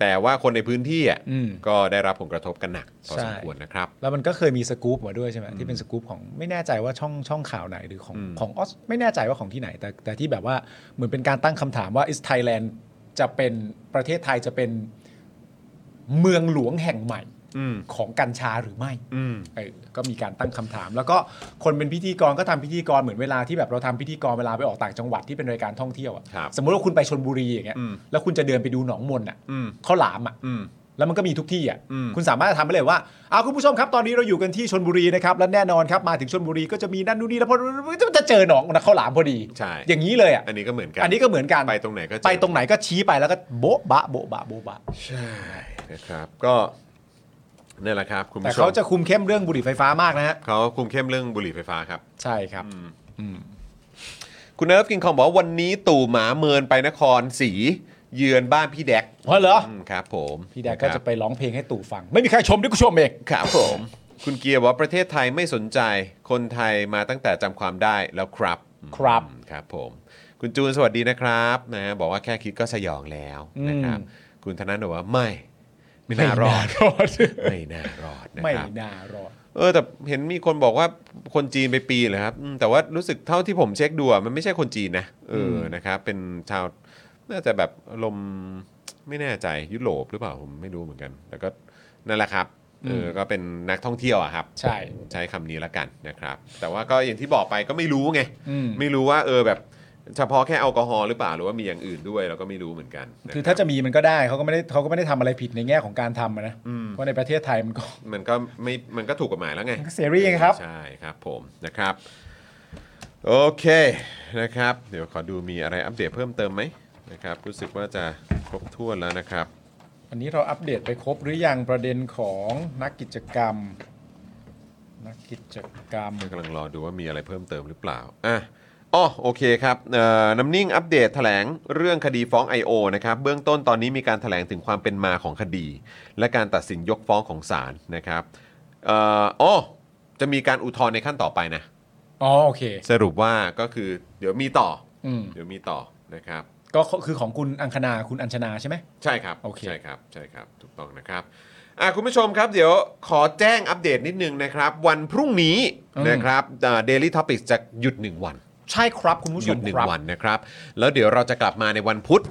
แต่ว่าคนในพื้นที่อ่ะ อืม ก็ได้รับผลกระทบกันหนักพอ ใช่ สมควรนะครับ แล้วมันก็เคยมีสกู๊ปมาด้วยใช่ไหมที่เป็นสกู๊ปของไม่แน่ใจว่าช่องช่องข่าวไหนหรือของ อืม ของออสไม่แน่ใจว่าของที่ไหน แต่แต่ที่แบบว่าเหมือนเป็นการตั้งคำถามว่า is Thailand จะเป็นประเทศไทยจะเป็นเมืองหลวงแห่งใหม่ อืม ของกัญชาหรือไม่ อืม เออก็มีการตั้งคำถาม แล้วก็คนเป็นพิธีกรก็ทำพิธีกรเหมือนเวลาที่แบบเราทำพิธีกรเวลาไปออกต่างจังหวัดที่เป็นรายการท่องเที่ยวอะ ครับ สมมติว่าคุณไปชนบุรีอย่างเงี้ย อืม แล้วคุณจะเดินไปดูหนองมนต์อ่ะ อืม ข้าวหลามอ่ะ อืม แล้วมันก็มีทุกที่อ่ะ อืม คุณสามารถทำไปเลยว่าเอาคุณผู้ชมครับตอนนี้เราอยู่กันที่ชนบุรีนะครับและแน่นอนครับมาถึงชนบุรีก็จะมีนั่นนู่นนี่แล้วพอจะเจอหนองนะข้าวหลามพอดี ใช่ อย่างนี้เลยอ่ะ อันนี้ก็เหมือนกัน อันนี้ก็เหมือนกัน ไปตรงไหนก็เจอ ไปตรงไหนก็ชี้ไปแล้วก็โบ๊ะบะโบ๊ะบะโบ๊ะบะ ใช่นะครับก็นี่นแหละครับคุณ แต่ ผู้ชม เขาจะคุมเข้มเรื่องบุหรี่ไฟฟ้ามากนะฮะ เขาคุมเข้มเรื่องบุหรี่ไฟฟ้าครับ ใช่ครับ คุณเนิร์ฟกินคองบอกว่าวันนี้ตู่หมาเมินไปนครศรีเยือนบ้านพี่แดก อ๋อเหรออื มครับผม พี่แดกก็จะไปร้องเพลงให้ตู่ฟัง ไม่มีใครชมด้วยกูชมเอง ครับผม คุณเกียร์บอกว่าประเทศไทยไม่สนใจ คนไทยมาตั้งแต่จำความได้แล้วครับ ครับ อืมครับผม คุณจูนสวัสดีนะครับนะฮะบอกว่าแค่คิดก็สยองแล้วนะครับ คุณธนาโนบอกว่าไม่ ไม่น่ารอด รอด ไม่น่ารอดนะ ไม่ ครับ น่ารอด เออแต่เห็นมีคนบอกว่าคนจีนไปปีนเหรอครับอืมแต่ว่ารู้สึกเท่าที่ผมเช็คดูอะมันไม่ใช่คนจีนนะเอออนะครับเป็นชาวน่าจะแบบอารมณ์ไม่แน่ใจยุโรปหรือเปล่าผมไม่รู้เหมือนกัน แต่ก็นั่นแหละครับเอออก็เป็นนักท่องเที่ยวอะครับ ใช่ ใช้คำนี้ละกันนะครับ แต่ว่าก็อย่างที่บอกไปก็ไม่รู้ไง อืม ไม่รู้ว่าเออแบบเฉพาะแค่แอลกอฮอล์หรือเปล่าหรือว่ามีอย่างอื่นด้วยเราก็ไม่รู้เหมือนกันนรับ คือถ้าจะมีมันก็ได้เขาก็ไม่ได้เขาก็ไม่ได้ทำอะไรผิดในแง่ของการทำอะนะเพราะในประเทศไทยมันก็ มันก็ไม่มันก็ถูกกฎหมายแล้วไง เสรีไงครับ ใช่ครับผมนะครับ โอเคนะครับ เดี๋ยวขอดูมีอะไรอัปเดตเพิ่มเติมไหมนะครับ รู้สึกว่าจะครบถ้วนแล้วนะครับ อันนี้เราอัปเดตไปครบหรือยังประเด็นของนักกิจกรรม นักกิจกรรม กำลังรอดูว่ามีอะไรเพิ่มเติมหรือเปล่าอ่ะอ๋อโอเคครับเอ่อน้ำนิ่งอัปเดตแถลงเรื่องคดีฟ้อง I.O. นะครับ เบื้องต้นตอนนี้มีการแถลงถึงความเป็นมาของคดี และการตัดสินยกฟ้องของศาลนะครับเอ่ออ๋อจะมีการอุทธรณ์ในขั้นต่อไปนะ อ๋อโอเค สรุปว่าก็คือเดี๋ยวมีต่ออ ม เดี๋ยวมีต่อนะครับ ก็คือของคุณอังคณาคุณอัญชนาใช่ไหม ใช่ครับ โอเค ใช่ครับ ใช่ครับ ถูกต้องนะครับอ่ะคุณผู้ชมครับเดี๋ยวขอแจ้งอัปเดตนิดนึงนะครับ วันพรุ่งนี้นะครับเดลิทอพิกจะหยุด 1 วัน ใช่ครับคุณผู้ช หยุ ม ดหนึ่ ค ง รับ วันนะครับ แล้วเดี๋ยวเราจะกลับมาในวันพุธ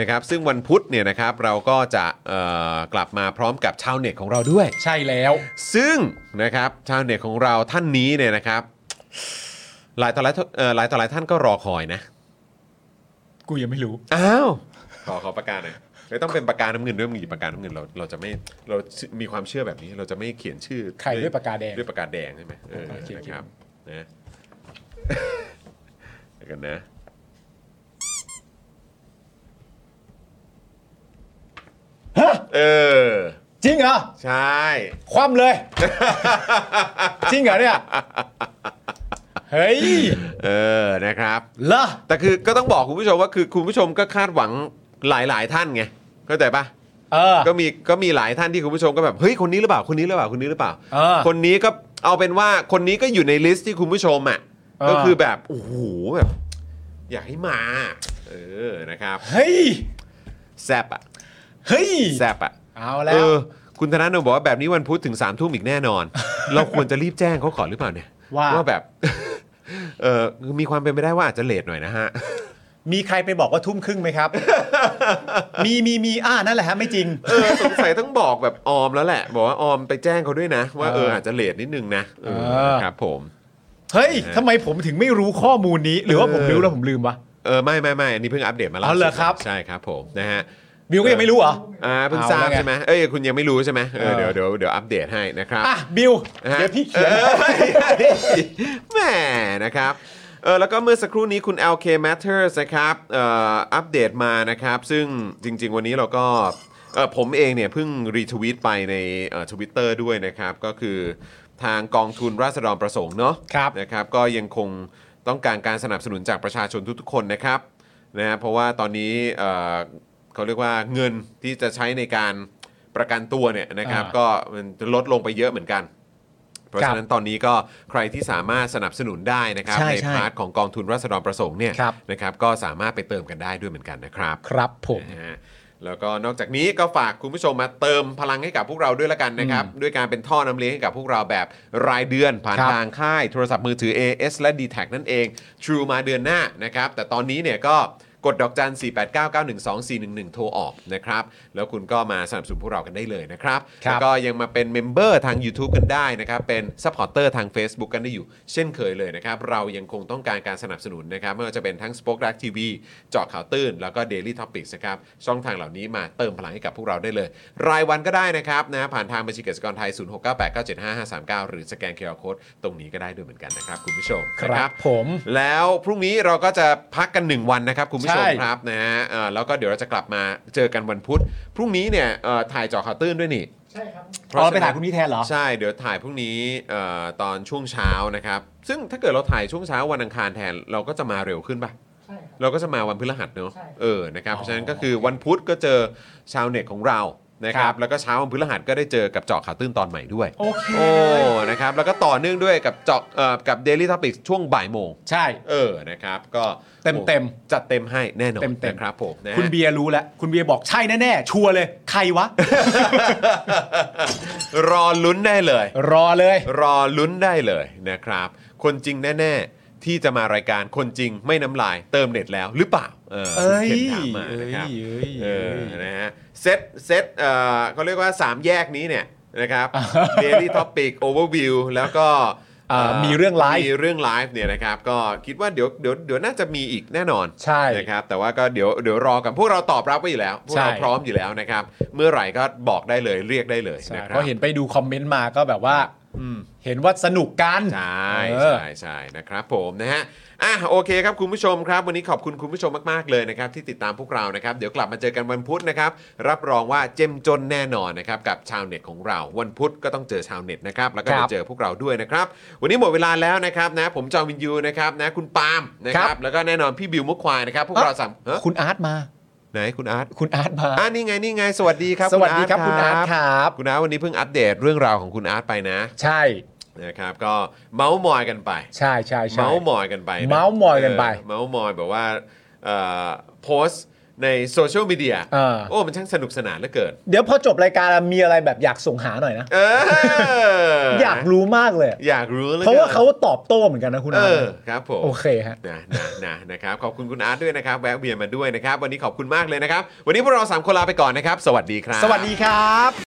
นะครับ ซึ่งวันพุธเนี่ยนะครับเราก็จะเอ่อกลับมาพร้อมกับชาวเน็ตของเราด้วย ใช่แล้ว ซึ่งนะครับชาวเน็ตของเราท่านนี้เนี่ยนะครับ หลายต่อหลายเอ่อหลายต่อหลายท่านก็รอคอยนะ กูยังไม่รู้ อ้าว ขอขอประกาศหน่อยไม่ต้องเป็นประกาศน้ำเงินด้วยมึงหยิบประกาศน้ำเงินเราเราจะไม่เรามีความเชื่อแบบนี้ เราจะไม่เขียนชื่อ ใครด้วยปากกาแดง ด้วยปากกาแดงใช่ไหมเออ โอเค นะครับนะ เดี๋ยวกันนะ เออ จริงเหรอ ใช่ คว่ำ เลย จริงเหรอเนี่ยเฮ้ย เออนะครับ เหรอ แต่คือก็ต้องบอกคุณผู้ชมว่าคือคุณผู้ชมก็คาดหวังหลาย ๆ ท่านไงเข้าใจปะ เออ ก็มีก็มีหลายท่านที่คุณผู้ชมก็แบบเฮ้ยคนนี้หรือเปล่าคนนี้หรือเปล่าคนนี้หรือเปล่า เออ คนนี้ก็เอาเป็นว่าคนนี้ก็อยู่ในลิสต์ที่คุณผู้ชมอ่ะ เออ ก็คือแบบโอ้โหแบบอยากให้มา เออนะครับ เฮ้ย แซบอ่ะ เฮ้ย แซบอ่ะ เอา เอ แล้ว อคุณธนาโนบอกว่าแบบนี้วันพุธถึง3ามทุ่มอีกแน่นอน เราควรจะรีบแจ้งเขาก่อนหรือเปล่าเนี่ย ว่า แบบ เออมีความเป็นไปได้ว่าอาจจะเลทหน่อยนะฮะ มีใครไปบอกว่าทุ่มครึ่งไหม ครับ มีมีมีอ่านั่นแหละฮะไม่จริง เออสงสัยต้องบอกแบบออมแล้วแหละ บอกว่าออมไปแจ้งเขาด้วยนะ ว่าเออ เอออ อาจจะเลทนิดนึงนะเออ เออ ครับผม เฮ้ยทำไมผมถึงไม่รู้ข้อมูลนี้ หรือว่าผมรู้แล้วผมลืมวะ เออไม่ไม่ไม่อันนี้เพิ่งอัปเดตมาล่า เอาเหรอ สุด ครับ ใช่ครับผมนะฮะ บิวก็ยังไม่รู้เหรอ อ่าเพิ่งทราบ เอาแล้วไง ใช่ไหมเอ้ยคุณยังไม่รู้ใช่ไหมเออ เออ เดี๋ยวเดี๋ยวเดี๋ยวอัปเดตให้นะครับ อ่ะบิว นะฮะ เดี๋ยวพี่เขียน อ อแหมนะครับเออแล้วก็เมื่อสักครู่นี้คุณ LK Matters นะครับเอ่ออัปเดตมานะครับ ซึ่งจริง ๆ วันนี้เราก็เออผมเองเนี่ยเพิ่งรีทวิตไปในทวิตเตอร์ด้วยนะครับ ก็คือทางกองทุนราษฎรประสงค์เนาะ ครับ นะครับก็ยังคงต้องการการสนับสนุนจากประชาชนทุกๆคนนะครับนะฮะเพราะว่าตอนนี้เอ่อเขาเรียกว่าเงินที่จะใช้ในการประกันตัวเนี่ยนะครับ อ่า ก็มันลดลงไปเยอะเหมือนกัน เพราะ ครับ ฉะนั้นตอนนี้ก็ใครที่สามารถสนับสนุนได้นะครับ ใช่ ใน ใช่ พาร์ทของกองทุนรัษฎรประสงค์เนี่ย ครับ นะครับก็สามารถไปเติมกันได้ด้วยเหมือนกันนะครับ ครับผม นะฮะแล้วก็นอกจากนี้ก็ฝากคุณผู้ชมมาเติมพลังให้กับพวกเราด้วยละกันนะครับ ด้วยการเป็นท่อน้ำเลี้ยงให้กับพวกเราแบบรายเดือนผ่าน ครับ ทางค่ายโทรศัพท์มือถือ AS และ d t แทนั่นเอง True มาเดือนหน้านะครับ แต่ตอนนี้เนี่ยก็กดดอกจัน 4 8 9 9 1 2 4 1 1 โทรออกนะครับ แล้วคุณก็มาสนับสนุนพวกเรากันได้เลยนะครับ ครับ แล้วก็ยังมาเป็นเมมเบอร์ทาง YouTube กันได้นะครับ เป็นซัพพอร์เตอร์ทาง Facebook กันได้อยู่ เช่นเคยเลยนะครับ เรายังคงต้องการการสนับสนุนนะครับ ไม่ว่าจะเป็นทั้ง Spoke Dark TV เจาะข่าวตื้น แล้วก็ Daily Topics นะครับ ช่องทางเหล่านี้มาเติมพลังให้กับพวกเราได้เลย รายวันก็ได้นะครับนะผ่านทางบัญชีกสิกรไทย 0698975539 หรือสแกนเคอร์โคดตรงนี้ก็ได้ด้วยเหมือนกันนะครับคุณผู้ชม ค นะ รับผม แล้วพรุ่งนี้เราก็จะพักกัน 1 วันนะครับ คุณผู้ชม ใช่ ครับนะฮะเอ่อแล้วก็เดี๋ยวเราจะกลับมาเจอกันวันพุธ พรุ่งนี้เนี่ยเอ่อถ่ายเจอข่าวตื้นด้วยนี่ ใช่ครับ เพะฉะ อ๋อไปถ่ายพรุ่งนี้แทนเหรอ ใช่เดี๋ยวถ่ายพรุ่งนี้เอ่อตอนช่วงเช้านะครับ ซึ่งถ้าเกิดเราถ่ายช่วงเช้าวันอังคารแทนเราก็จะมาเร็วขึ้นปะ ใช่ครับ เราก็จะมาวันพฤหัสเนอะ ใช่ เออนะครับเพราะฉะนั้นก็คือวันพุธก็เจอชาวเน็ตของเรานะค ค รั รั บบ แล้วก็เช้าวันพฤหัสก็ได้เจอกับเจาะข่าวตื้นตอนใหม่ด้วย โอเค โอ้นะครับแล้วก็ต่อเนื่องด้วยกับเจาะเอ่อกับ Daily Topics ช่วงบ่ายโมง ใช่ เออ นะครับ ก็ เต็มเต็ม จัดเต็มให้แน่นอน เต็มเต็ม นะครับผมนะฮะ คุณเบียร์รู้แล้ว คุณเบียร์บอกใช่แน่ๆชัวร์เลย ใครวะ รอลุ้นได้เลย รอเลย รอลุ้นได้เลยนะครับ คนจริงแน่ ๆ ที่จะมารายการคนจริงไม่น้ำลายเติมเน็ตแล้วหรือเปล่า เออ เอ้ย คุณเคนถามมานะครับ เอ้ย เอ เอ้ย อนะฮะเซตเซตเอ่อเขาเรียกว่า 3 แยกนี้เนี่ย นะครับ Daily Topic Overview แล้วก็ เอ่อมีเรื่องไลฟ์ มีเรื่องไลฟ์เนี่ยนะครับก็คิดว่าเดี๋ยวเดี๋ยวเดี๋ยวน่าจะมีอีกแน่นอน ใช่ นะครับแต่ว่าก็เดี๋ยวเดี๋ยวรอกันพวกเราตอบรับไว้อยู่แล้วพวกเรา ใช่ พร้อมอยู่แล้วนะครับเมื่อไหร่ก็บอกได้เลยเรียกได้เลย ใช่ นะครับ เพราะเห็นไปดูคอมเมนต์มาก็แบบว่าเห็นว่าสนุกกัน ใช่ เออ ใช่ใช่นะครับผมนะฮะอ่ะโอเคครับคุณผู้ชมครับ วันนี้ขอบคุณคุณผู้ชมมากๆเลยนะครับที่ติดตามพวกเรานะครับเดี๋ยวกลับมาเจอกันวันพุธนะครับรับรองว่าเจ้มจนแน่นอนนะครับกับชาวเน็ตของเรา วันพุธก็ต้องเจอชาวเน็ตนะครับแล้วก็ ครั จะ บ เจอพวกเราด้วยนะครับวันนี้หมดเวลาแล้วนะครับนะผมจอมวินยูนะครับนะคุณปาล์มนะค ค รั รั บบ แล้วก็แน่นอนพี่บิวมุกควายนะครับพวกเราสามฮะ คุณอาร์ตมา ไหนคุณอาร์ต คุณอาร์ตมา อ่านี่ไงนี่ไงสวัสดีครับ สวัสดีครับคุณอาร์ต ค ครับ รับ คุณอาร์ตวันนี้เพิ่งอัปเดตเรื่องราวของคุณอาร์ตไปนะ ใช่ นะครับก็เมาส์มอยกันไป ใช่ใช่ใช่ เมาส์มอยกันไปนะ เมาส์มอยกันไป เเมาส์มอยแบบว่าเอ่อโพสต์ในโซเชียลมีเดีย เออ โอ้ มันช่างสนุกสนานเหลือเกิน เดี๋ยวพอจบรายการมีอะไรแบบอยากส่งหาหน่อยนะ เออ อยากรู้มากเลยอะ อยากรู้หลือกิน เพราะว่าเขาตอบโต้เหมือนกันนะคุณ เอ อาร์ อ ต ครับผม โอเคฮะ นะนะนะนะครับ ขอบคุณคุณอาร์ตด้วยนะครับ แวะเวียนมาด้วยนะครับ วันนี้ขอบคุณมากเลยนะครับ วันนี้พวกเราสามคนลาไปก่อนนะครับ สวัสดีครับ สวัสดีครับ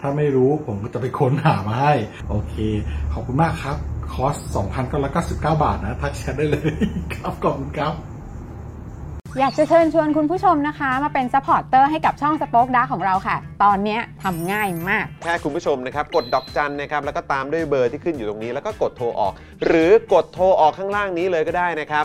ถ้าไม่รู้ผมก็จะไปค้นหามาให้ โอเค ขอบคุณมากครับ คอร์ส 2,999 บาทนะ ทักแชทได้เลย ครับ ขอบคุณครับ อยากจะเชิญชวนคุณผู้ชมนะคะ มาเป็นซัพพอร์ตเตอร์ให้กับช่องสป็อคดาของเราค่ะ ตอนเนี้ยทำง่ายมาก แค่คุณผู้ชมนะครับ กดดอกจันนะครับ แล้วก็ตามด้วยเบอร์ที่ขึ้นอยู่ตรงนี้ แล้วก็กดโทรออก หรือกดโทรออกข้างล่างนี้เลยก็ได้นะครับ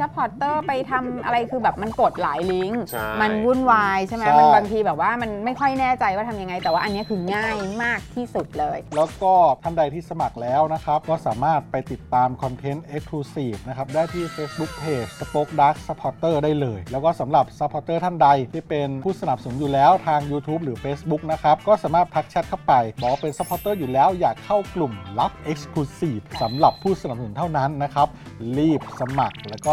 ซัพพอร์ตเตอร์ไปทำอะไรคือแบบมันกดหลายลิงก์ ใช่ มันวุ่นวายใช่ไหม ใช่ มันบางทีแบบว่ามันไม่ค่อยแน่ใจว่าทำยังไง แต่ว่าอันเนี้ยคือง่ายมากที่สุดเลย แล้วก็ท่านใดที่สมัครแล้วนะครับ ก็สามารถไปติดตามคอนเทนต์ Exclusive นะครับ ได้ที่ Facebook Page Spoke Dark Supporter ได้เลย แล้วก็สำหรับ Supporter ท่านใดที่เป็นผู้สนับสนุนอยู่แล้วทาง YouTube หรือ Facebook นะครับ ก็สามารถทักแชทเข้าไป บอกเป็น Supporter อยู่แล้วอยากเข้ากลุ่มลับ Exclusive สำหรับผู้สนับสนุนเท่านั้นนะครับ รีบสมัคร แล้วก็